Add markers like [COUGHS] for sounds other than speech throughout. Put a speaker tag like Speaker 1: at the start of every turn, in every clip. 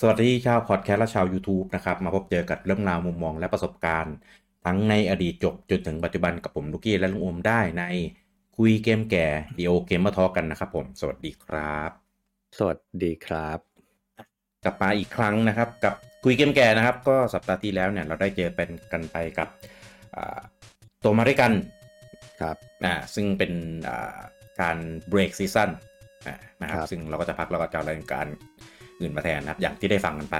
Speaker 1: สวัสดีชาวพอดแคสต์และชาว YouTube นะครับ มาพบเจอกับเรื่องราวมุมมองและประสบการณ์ ทั้งในอดีตจบจนถึงปัจจุบันกับผมลูกกี้และลุงอมได้ในคุยเกมแก่เดียวเกมมาทอกันนะครับผมสวัสดีครับ
Speaker 2: สวัสดีครับ
Speaker 1: กลับมาอีกครั้งนะครับ กับคุยเกมแก่นะครับ ก็สัปดาห์ที่แล้วเนี่ยเราได้เจอเป็นกันไปกับอ่าตัวมาด้วยกัน
Speaker 2: ครับ
Speaker 1: อ่าซึ่งเป็นอ่าการเบรกซีซั่นนะครับ
Speaker 2: ครับ
Speaker 1: ซึ่งเราก็จะพักแล้วก็จะเอารายการอื่นมาแทนนะครับ อย่างที่ได้ฟังกันไป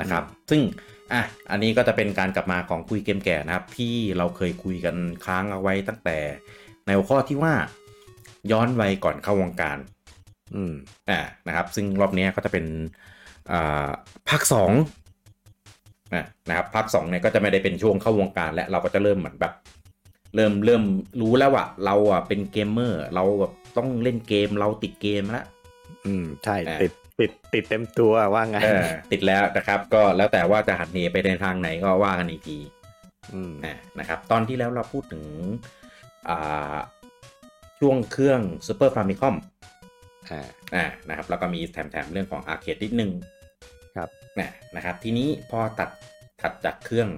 Speaker 1: นะครับ ซึ่งอ่ะอันนี้ก็จะเป็นการกลับมาของคุยเกมแก่นะครับ ที่เราเคยคุยกันค้างเอาไว้ตั้งแต่ ในหัวข้อที่ว่าย้อนวัยก่อนเข้าวงการ
Speaker 2: อืม
Speaker 1: อ่านะครับ ซึ่งรอบเนี้ยก็จะเป็นอ่าภาคสองอ่ะนะครับภาคสองเนี่ยก็จะไม่ได้เป็นช่วงเข้าวงการและเราก็จะเริ่มเหมือนแบบ เริ่มเริ่มรู้แล้วอะเราอะเป็นเกมเมอร์ เราแบบต้องเล่นเกมเราติดเกมแล้ว
Speaker 2: อืม ใช่
Speaker 1: อ่า
Speaker 2: ติด ติด ติดเต็มตัวว่างั้น
Speaker 1: เออติดแล้วนะครับ ก็แล้วแต่ว่าจะหันเหไปในทางไหนก็ว่ากันอีกที
Speaker 2: อืม
Speaker 1: นะนะครับ ตอนที่แล้วเราพูดถึงอ่าช่วงเครื่องซูเปอร์ฟามิคอม
Speaker 2: อ่า
Speaker 1: อ่านะครับแล้วก็มีแถมๆเรื่องของอาร์เคดนิดนึง
Speaker 2: ครับ
Speaker 1: นะนะครับ ทีนี้พอตัดถัดจากเครื่อง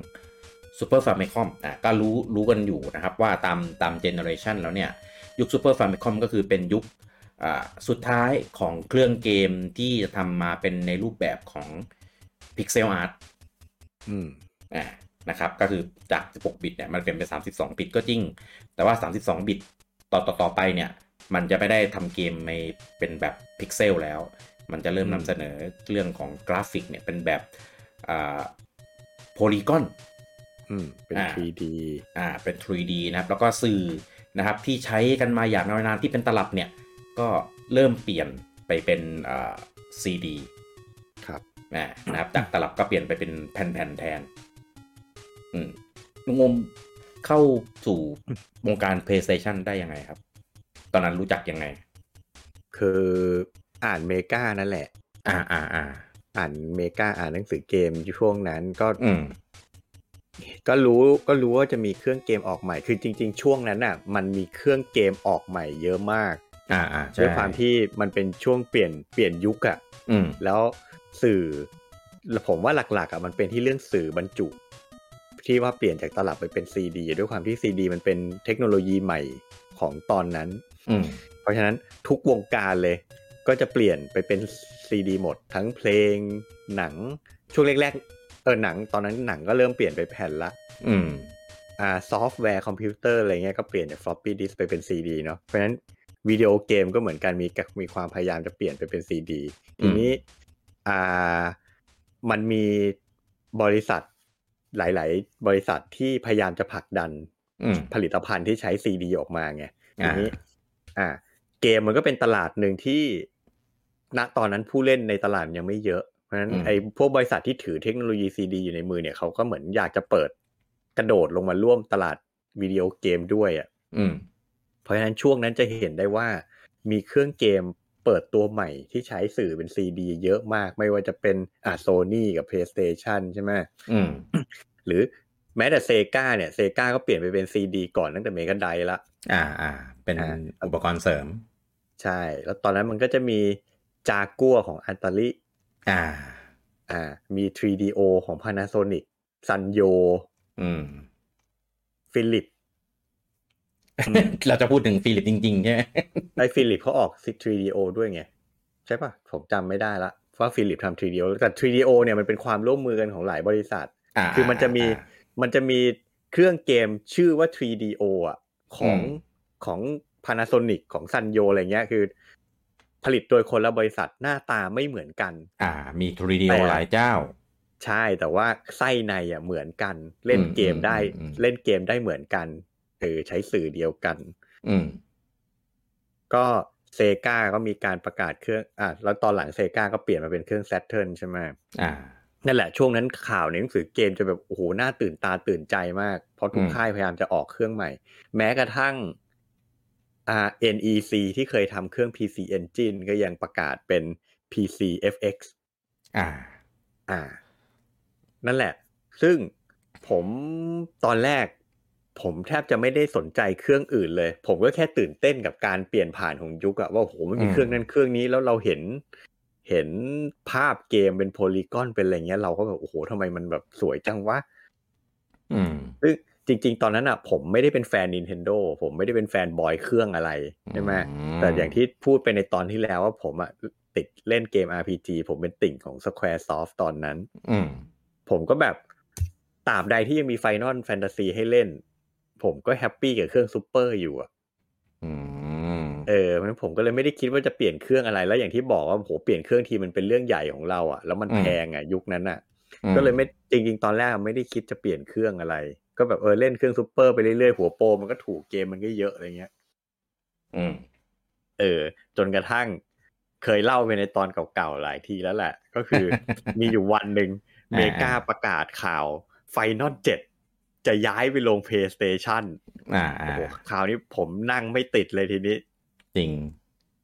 Speaker 1: ซูเปอร์ฟามิคอมอ่ะก็รู้รู้กันอยู่นะครับว่าตามตามเจเนอเรชันแล้วเนี่ย ยุคซูเปอร์ฟามิคอมก็คือเป็นยุคอ่าสุดท้ายของเครื่องเกมที่จะทำมาเป็นในรูปแบบของพิกเซลอาร์ต
Speaker 2: อืม
Speaker 1: นะครับก็คือจาก 16 บิตเนี่ยมันเป็นเป็น 32 บิตก็จริง แต่ว่า 32 บิตต่อต่อต่อไปเนี่ย มันจะไม่ได้ทำเกมในเป็นแบบพิกเซลแล้ว มันจะเริ่ม
Speaker 2: อืม
Speaker 1: นำเสนอเรื่องของกราฟิกเนี่ยเป็นแบบโพลีกอน
Speaker 2: อืม เป็น
Speaker 1: อ่า
Speaker 2: 3D
Speaker 1: อ่าเป็น 3D นะครับ แล้วก็สื่อนะครับที่ใช้กันมาอย่างยาวนานที่เป็นตลับเนี่ย ก็เริ่มเปลี่ยนไปเป็นอ่า CD
Speaker 2: ครับ
Speaker 1: นะนะครับจากตลับก็เปลี่ยนไปเป็นแผ่นๆแทน อืมลุงงมเข้าสู่วงการ PlayStation ได้ยังไงครับ ตอนนั้นรู้จักยังไง
Speaker 2: คืออ่านเมกานั่นแหละ
Speaker 1: อ่าอ่าอ่า
Speaker 2: อ่านเมกาอ่านหนังสือเกมอยู่ช่วงนั้นก็
Speaker 1: อืม
Speaker 2: ก็รู้ ก็รู้ว่าจะมีเครื่องเกมออกใหม่ คือจริง ๆ ช่วงนั้นน่ะ มันมีเครื่องเกมออกใหม่เยอะมาก
Speaker 1: อ่าอ่าใช่
Speaker 2: ด้วยความที่มันเป็นช่วงเปลี่ยน เปลี่ยนยุคอะ
Speaker 1: อืม
Speaker 2: แล้วสื่อผมว่าหลักๆอ่ะมันเป็นที่เรื่องสื่อบรรจุ ที่ว่าเปลี่ยนจากตลับไปเป็นซีดีด้วยความที่ซีดีมันเป็นเทคโนโลยีใหม่ของตอนนั้น
Speaker 1: อืม
Speaker 2: เพราะฉะนั้นทุกวงการเลย ก็จะเปลี่ยนไปเป็นซีดีหมด ทั้งเพลงหนังช่วงแรกๆเออหนังตอนนั้นหนังก็เริ่มเปลี่ยนไปแผ่นละ
Speaker 1: อืม
Speaker 2: อ่าซอฟต์แวร์คอมพิวเตอร์อะไรเงี้ยก็เปลี่ยนจากฟลอปปี้ดิสไปเป็นซีดีเนาะเพราะฉะนั้นวิดีโอเกมก็เหมือนกันมีมีความพยายามจะเปลี่ยนไปเป็นซีดี
Speaker 1: อื
Speaker 2: ที
Speaker 1: ม
Speaker 2: นี้อ่ามันมีบริษัทหลาย ๆ บริษัทที่พยายามจะผลักดัน
Speaker 1: อืม
Speaker 2: ผลิตภัณฑ์ที่ใช้ซีดีออกมาไงที
Speaker 1: อ่า
Speaker 2: นี้อ่า เกมมันก็เป็นตลาดหนึ่งที่ณตอนนั้นผู้เล่นในตลาดยังไม่เยอะ เพราะฉะนั้น
Speaker 1: อืม
Speaker 2: ไอ้พวกบริษัทที่ถือเทคโนโลยีซีดีอยู่ในมือเนี่ยเขาก็เหมือนอยากจะเปิดกระโดดลงมาร่วมตลาดวิดีโอเกมด้วยอ่ะ
Speaker 1: อืม
Speaker 2: เพราะฉะนั้นช่วงนั้นจะเห็นได้ว่ามีเครื่องเกมเปิดตัวใหม่ที่ใช้สื่อเป็นซีดีเยอะมาก ไม่ว่าจะเป็นอ่าโซนี่กับ PlayStation ใช่ไหม
Speaker 1: อืม
Speaker 2: หรือแม้แต่เซกาเนี่ยเซกาก็เปลี่ยนไปเป็นซีดีก่อนตั้งแต่เมกาไดละ
Speaker 1: อ่าอ่า เป็น
Speaker 2: อ่า
Speaker 1: อุปกรณ์เสริม
Speaker 2: ใช่ แล้วตอนนั้นมันก็จะมีจากัวของอันตาลิ
Speaker 1: อ่า
Speaker 2: อ่ามี 3DO ของ Panasonic ซันโย
Speaker 1: อืม
Speaker 2: ฟิลิป อืม
Speaker 1: เราจะพูดถึงฟิลิปจริงๆใช่ไหม
Speaker 2: ไอฟิลิปเขาออก 3DO ด้วยไง ใช่ปะผมจำไม่ได้ละว่าฟิลิปทำ 3DO แต่ 3DO เนี่ยมันเป็นความร่วมมือกันของหลายบริษัท
Speaker 1: า
Speaker 2: คือมันจะมี
Speaker 1: อ่า
Speaker 2: มันจะมีเครื่องเกมชื่อว่า 3DO อ่ะ ของ
Speaker 1: อืม
Speaker 2: ของ Panasonic ของ Sanyo อะไรเงี้ยคือ ผลิตโดยคนละบริษัทหน้าตาไม่เหมือนกัน
Speaker 1: อ่า มีทรีดีโอ
Speaker 2: แต่
Speaker 1: หลายเจ้า
Speaker 2: ใช่แต่ว่าไส้ในอ่ะเหมือนกัน เล่นเกมได้
Speaker 1: อืมอืมอืม
Speaker 2: เล่นเกมได้เหมือนกันเออใช้สื่อเดียวกัน
Speaker 1: อืม
Speaker 2: ก็เซกาก็มีการประกาศเครื่องอ่ะแล้วตอนหลังเซกาก็เปลี่ยนมาเป็นเครื่อง Saturn ใช่ไหม
Speaker 1: อ่า
Speaker 2: นั่นแหละช่วงนั้นข่าวในหนังสือเกมจะแบบโอ้โหน่าตื่นตาตื่นใจมาก เพราะทุก
Speaker 1: อืม
Speaker 2: ค่ายพยายามจะออกเครื่องใหม่ แม้กระทั่งอ่า NEC ที่เคยทำเครื่อง PC Engine ก็ยังประกาศเป็น PC FX
Speaker 1: อ่า
Speaker 2: อ่า นั่นแหละ ซึ่งผมตอนแรก ผมแทบจะไม่ได้สนใจเครื่องอื่นเลย ผมก็แค่ตื่นเต้นกับการเปลี่ยนผ่านของยุคอะว่าโอ้โหมันมี
Speaker 1: อืม
Speaker 2: เครื่องนั้นเครื่องนี้แล้วเราเห็น เห็นภาพเกมเป็นโพลีกอนเป็นอะไรเงี้ยเราก็แบบโอ้โหทำไมมันแบบสวยจังวะ
Speaker 1: อืม
Speaker 2: ซึ่งจริง ๆ ตอนนั้นอ่ะ ผมไม่ได้เป็นแฟน Nintendo ผมไม่ได้เป็นแฟนบอยเครื่องอะไรใช่ไหม
Speaker 1: อืม
Speaker 2: แต่อย่างที่พูดไปในตอนที่แล้วว่าผมอ่ะติดเล่นเกม RPG ผมเป็นติ่งของ Squaresoft ตอนนั้น
Speaker 1: อืม
Speaker 2: ผมก็แบบตราบใดที่ยังมีไฟนอลแฟนตาซีให้เล่น ผมก็แฮปปี้กับเครื่องซูเปอร์อยู่อะ
Speaker 1: อืม
Speaker 2: เออเพราะฉะนั้นผมก็เลยไม่ได้คิดว่าจะเปลี่ยนเครื่องอะไร แล้วอย่างที่บอกว่าโหเปลี่ยนเครื่องทีมันเป็นเรื่องใหญ่ของเราอะแล้วมัน
Speaker 1: อืม
Speaker 2: แพงอะยุคนั้นอะ ก็เลยไม่จริงๆ ตอนแรกไม่ได้คิดจะเปลี่ยนเครื่องอะไร ก็แบบเออเล่นเครื่องซูเปอร์ไปเรื่อยๆ หัวโปรมันก็ถูกเกมมันก็เยอะอะไรเงี้ย
Speaker 1: อืม
Speaker 2: เออ จนกระทั่งเคยเล่าไปในตอนเก่าๆ หลายทีแล้วแหละ ก็คือ มีอยู่วันหนึ่ง
Speaker 1: อ่า
Speaker 2: เมกาประกาศข่าวไฟนอลเจ็ดจะย้ายไปลง PlayStation
Speaker 1: อ่า
Speaker 2: โอ้
Speaker 1: อ่า
Speaker 2: โหข่าวนี้ผมนั่งไม่ติดเลยทีนี้
Speaker 1: จริง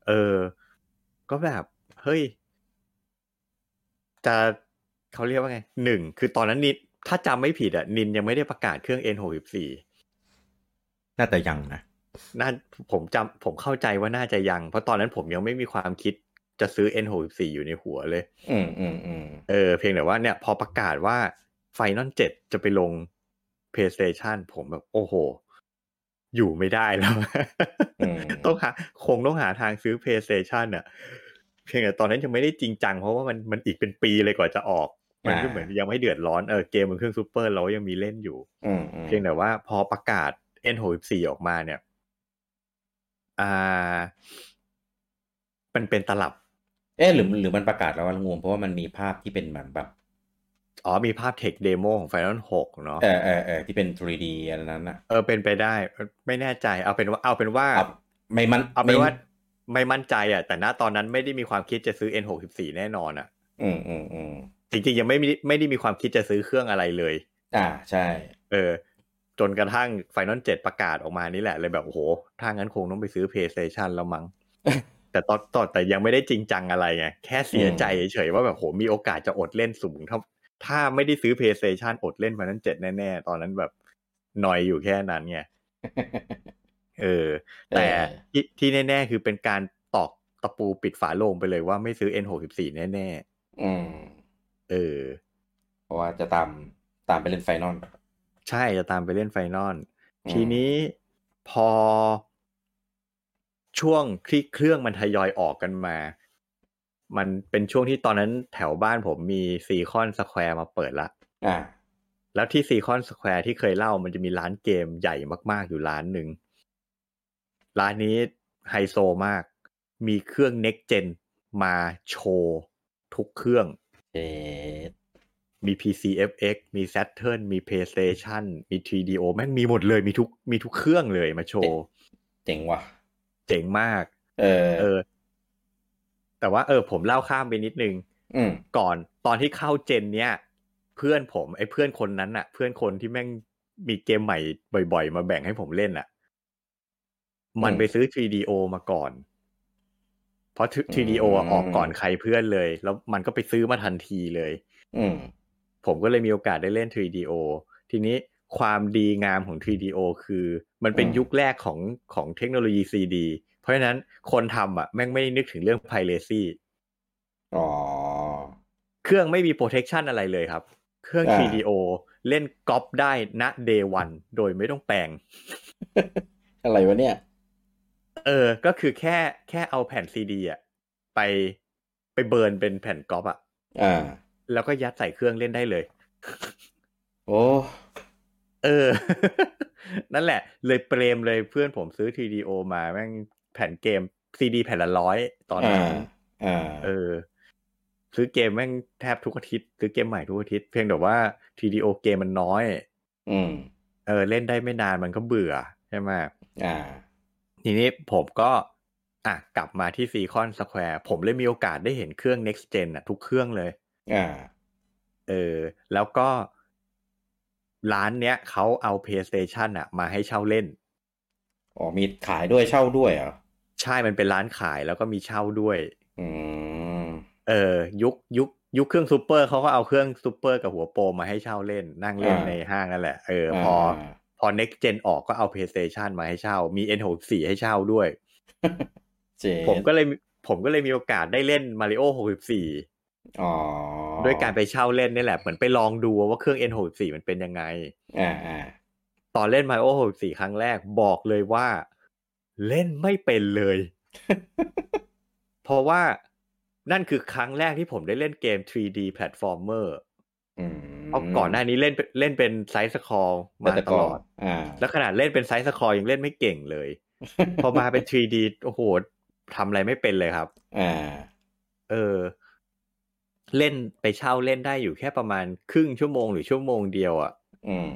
Speaker 2: เออ ก็แบบ เฮ้ย จะเขาเรียกว่าไงหนึ่งคือตอนนั้นนินถ้าจำไม่ผิดอะนินยังไม่ได้ประกาศเครื่อง N64
Speaker 1: น่าแต่ยังนะ
Speaker 2: น่าผมจำผมเข้าใจว่าน่าจะยัง เพราะตอนนั้นผมยังไม่มีความคิดจะซื้อ N64 อยู่ในหัวเลย
Speaker 1: อืมอืมอืม
Speaker 2: เออ เพียงแต่ว่าเนี่ย พอประกาศว่า Final 7 จะไปลง PlayStation ผมแบบ โอ้โห อยู่ไม่ได้แล้ว
Speaker 1: อืม
Speaker 2: [LAUGHS] ต้องหาคงต้องหาทางซื้อ PlayStation อ่ะเพียงแต่ตอนนั้นยังไม่ได้จริงจัง เพราะว่ามันมันอีกเป็นปีเลยกว่าจะออก มันก็เหมือนยังไม่เดือดร้อนเออเกมบนเครื่องซูเปอร์เรายังมีเล่นอยู่
Speaker 1: อืมอืม
Speaker 2: เพียงแต่ว่าพอประกาศ N64 ออกมาเนี่ยอ่ามันเป็นตลับ
Speaker 1: เอ๊ะหรือหรือมันประกาศแล้วว่างงเพราะว่ามันมีภาพที่เป็นเหมือนแบบ
Speaker 2: อ๋อมีภาพเทคเดโมของ Final 6 เนาะ
Speaker 1: เออเออเออที่เป็น 3D อะไรนั้นอ่ะ
Speaker 2: เออเป็นไปได้ ไม่แน่ใจ เอาเป็นว่าเอาเป็นว่า
Speaker 1: เอาไม่มัน
Speaker 2: เอาเป็นว่าไม่มั่นใจอ่ะ แต่ณตอนนั้นไม่ได้มีความคิดจะซื้อ N64 แน่นอนอ่ะ
Speaker 1: อืมอืมอืม
Speaker 2: จริงๆยังไม่มีไม่ได้มีความคิดจะซื้อเครื่องอะไรเลย
Speaker 1: อ่าใช่
Speaker 2: เออ จนกระทั่งไฟนอลเจ็ดประกาศออกมานี่แหละเลยแบบโอ้โหถ้างั้นคงต้องไปซื้อ PlayStation แล้ว
Speaker 1: [LAUGHS]
Speaker 2: มั้ง แต่ตอนตอนแต่ยังไม่ได้จริงจังอะไรไงแค่เสียใจเฉยๆว่าแบบโหมีโอกาสจะอดเล่นสูงถ้าถ้าไม่ได้ซื้อ PlayStation อดเล่นไฟนอลเจ็ดแน่ๆ ตอนนั้นแบบหน่อยอยู่แค่นั้นไงเออ แต่
Speaker 1: เออ
Speaker 2: ที่ที่แน่ๆ คือเป็นการตอกตะปูปิดฝาโลงไปเลยว่าไม่ซื้อ N64 แน่
Speaker 1: อืม
Speaker 2: ๆเออ
Speaker 1: เพราะว่าจะตามตามไปเล่นไฟนอล
Speaker 2: ใช่จะตามไปเล่นไฟนอล
Speaker 1: อืม
Speaker 2: ทีนี้พอช่วงคลิเครื่องมันทยอยออกกันมา มันเป็นช่วงที่ตอนนั้นแถวบ้านผมมีซีคอนสแควร์มาเปิดละ
Speaker 1: อ่า
Speaker 2: แล้วที่ซีคอนสแควร์ที่เคยเล่ามันจะมีร้านเกมใหญ่มากๆอยู่ร้านหนึ่ง ร้านนี้ไฮโซมาก มีเครื่อง Next Gen มาโชว์ทุกเครื่อง
Speaker 1: เจ็ด
Speaker 2: มี PCFX มี Saturn มี PlayStation มี 3DO แม่งมีหมดเลย มีทุก มีทุกเครื่องเลยมาโชว์
Speaker 1: เจ๋งว่ะ
Speaker 2: เจ๋งมาก
Speaker 1: เออ
Speaker 2: เออ แต่ว่าเออ ผมเล่าข้ามไปนิดนึง
Speaker 1: อืม
Speaker 2: ก่อน ตอนที่เข้าเจนเนี้ย เพื่อนผมไอ้เพื่อนคนนั้นน่ะ เพื่อนคนที่แม่งมีเกมใหม่บ่อยๆ มาแบ่งให้ผมเล่นน่ะ มัน
Speaker 1: อืม
Speaker 2: ไปซื้อ 3DO มาก่อน เพราะ 3DO อะออกก่อน
Speaker 1: อืม
Speaker 2: ใครเพื่อนเลย แล้วมันก็ไปซื้อมาทันทีเลย
Speaker 1: อืม
Speaker 2: ผมก็เลยมีโอกาสได้เล่น 3DO ทีนี้ความดีงามของ 3DO คือ มันเป็น
Speaker 1: อืม
Speaker 2: ยุคแรกของของเทคโนโลยี CD เพราะฉะนั้นคนทำอ่ะแม่งไม่ได้นึกถึงเรื่อง piracy
Speaker 1: อ๋อ
Speaker 2: เครื่องไม่มี protection อะไรเลยครับ เครื่อง
Speaker 1: อ่า
Speaker 2: 3DO เล่นก๊อปได้ณ day one โดยไม่ต้องแปลง
Speaker 1: อะไรวะเนี่ย
Speaker 2: เออ ก็คือแค่แค่เอาแผ่น CD อ่ะไปไปเบิร์นเป็นแผ่นก๊อปอ่ะ
Speaker 1: อ่า
Speaker 2: แล้วก็ยัดใส่เครื่องเล่นได้เลย
Speaker 1: โอ้
Speaker 2: เออ [LAUGHS] นั่นแหละ เลยเปรมเลยเพื่อนผมซื้อ 3DO มาแม่งแผ่นเกม CD แผ่นละร้อยตอน
Speaker 1: อ่า
Speaker 2: นั้น
Speaker 1: อ่า
Speaker 2: เออ ซื้อเกมแม่งแทบทุกอาทิตย์ ซื้อเกมใหม่ทุกอาทิตย์เพียงแต่ว่า 3DO เกมมันน้อย
Speaker 1: อืม
Speaker 2: เออ เล่นได้ไม่นานมันก็เบื่อใช่ไหม
Speaker 1: อ่า
Speaker 2: ทีนี้ผมก็อ่ะกลับมาที่ซีคอนสแควร์ผมเลยมีโอกาสได้เห็นเครื่อง next gen อ่ะทุกเครื่องเลย
Speaker 1: อ่า
Speaker 2: เออ แล้วก็ร้านเนี้ยเขาเอา PlayStation อ่ะ มาให้เช่าเล่น
Speaker 1: อ๋อ มีขายด้วยเช่าด้วยเหรอ
Speaker 2: ใช่ มันเป็นร้านขายแล้วก็มีเช่าด้วย
Speaker 1: อืม
Speaker 2: เออ ยุคยุคยุคเครื่องซูเปอร์เขาก็เอาเครื่องซูเปอร์กับหัวโปรมาให้เช่าเล่น นั่งเล่น
Speaker 1: อ่า
Speaker 2: ในห้างนั่นแหละ เออ พอ พอ next gen ออกก็เอา PlayStation มาให้เช่า มี N64 ให้เช่าด้วย
Speaker 1: เจ๋ง
Speaker 2: ผมก็เลยผมก็เลยมีโอกาสได้เล่น Mario 64
Speaker 1: อ๋อ
Speaker 2: ด้วยการไปเช่าเล่นนี่แหละ เหมือนไปลองดูว่าเครื่อง N64 มันเป็นยังไง
Speaker 1: อ่าอ่า
Speaker 2: ตอนเล่น Mario 64 ครั้งแรกบอกเลยว่าเล่นไม่เป็นเลย
Speaker 1: [LAUGHS]
Speaker 2: เพราะว่านั่นคือครั้งแรกที่ผมได้เล่นเกม 3D platformer
Speaker 1: อืม
Speaker 2: เพราะก่อนหน้านี้เล่นเป็นเล่นเป็นไซส์สคอร์มา
Speaker 1: แต่
Speaker 2: ต
Speaker 1: ก่
Speaker 2: ล
Speaker 1: น
Speaker 2: อด
Speaker 1: อ่า
Speaker 2: แล้วขนาดเล่นเป็นไซส์สคอร์ยังเล่นไม่เก่งเลย
Speaker 1: [LAUGHS]
Speaker 2: พอมาเป็น 3D โอ้โหทำอะไรไม่เป็นเลยครับ
Speaker 1: อ่า
Speaker 2: เออ เล่นไปเช่าเล่นได้อยู่แค่ประมาณครึ่งชั่วโมงหรือชั่วโมงเดียวอะ
Speaker 1: อืม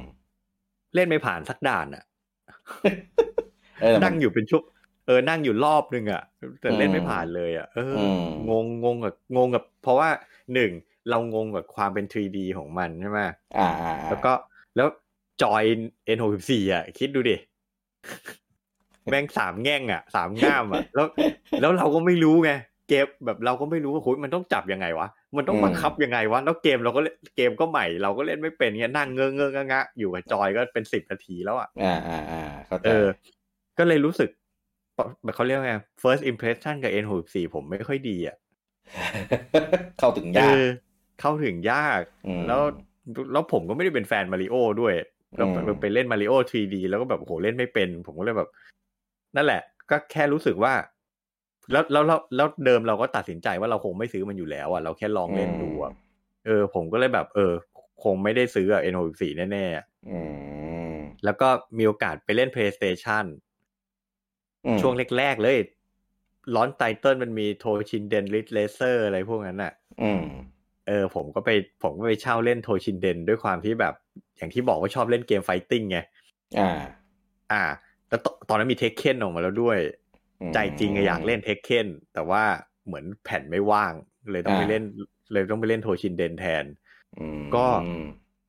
Speaker 2: เล่นไม่ผ่านสักด่านอะ
Speaker 1: เออแต่มั
Speaker 2: นั่งอยู่เป็นชั่วเออนั่งอยู่รอบนึงอะแต่เล่นไม่ผ่านเลยอะเออ
Speaker 1: ม
Speaker 2: งงงงกับงงกับเพราะว่าหนึ่งเรางงกับความเป็น 3D ของมันใช่ไหม
Speaker 1: อ่าอ่าอ่า
Speaker 2: แล้วก็แล้วจอย N64 อะคิดดู
Speaker 1: [LAUGHS]
Speaker 2: ดิ แม่งสามแง่งอะสามง่ามอะแล้ว แล้วเราก็ไม่รู้ไงเกมแบบเราก็ไม่รู้ว่าโหยมันต้องจับยังไงวะมันต้องบังคับยังไงวะแล้วเกมเราก็เล่นเกมก็ใหม่เราก็เล่นไม่เป็นเงี้ยนั่งเงอะเงอะงะงะอยู่กับจอยก็เป็นสิบนาทีแล้วอ่ะ
Speaker 1: อ่าอ่าอ่าเข้าใจ
Speaker 2: เออ ก็เลยรู้สึกปะเขาเรียกว่าไง first impression กับ N64 ผมไม่ค่อยดีอ่ะ
Speaker 1: [LAUGHS] เข้าถึ
Speaker 2: เอย
Speaker 1: งาก
Speaker 2: อเข้าถึงยาก
Speaker 1: ม
Speaker 2: แล้วแล้วผมก็ไม่ได้เป็นแฟนมาริโอด้วยแล้ว
Speaker 1: อืม
Speaker 2: ไปเล่นมาริโอ 3D แล้วก็แบบโอ้โหเล่นไม่เป็น ผมก็เลยแบบ นั่นแหละ ก็แค่รู้สึกว่า แล้วแล้วแล้วแล้วเดิมเราก็ตัดสินใจว่าเราคงไม่ซื้อมันอยู่แล้วอ่ะเราแค่ลองเล่นดูอ่ะเออ ผมก็เลยแบบ เออ คงไม่ได้ซื้ออ่ะ N64 แน่
Speaker 1: อืม
Speaker 2: ๆ แล้วก็มีโอกาสไปเล่น PlayStation
Speaker 1: อืม
Speaker 2: ช่วงแรกๆเลยร้อนไตเติลมันมีโทชินเดนลิทเลเซอร์อะไรพวกนั้นอ่ะ
Speaker 1: อืม
Speaker 2: เออผมก็ไปผมก็ไปเช่าเล่นโทชินเดนด้วยความที่แบบ อย่างที่บอกว่าชอบเล่นเกมไฟติ้งไง
Speaker 1: อ่า
Speaker 2: อ่าแต่ตตอนนั้นมีเทคเคนออกมาแล้วด้วย
Speaker 1: อืม
Speaker 2: ใจจริงอะอยากเล่นเทคเคนแต่ว่าเหมือนแผ่นไม่ว่าง เลยต้องไป
Speaker 1: อ่า
Speaker 2: เล่นเลยต้องไปเล่นโทชินเดนแทน
Speaker 1: อืม
Speaker 2: ก็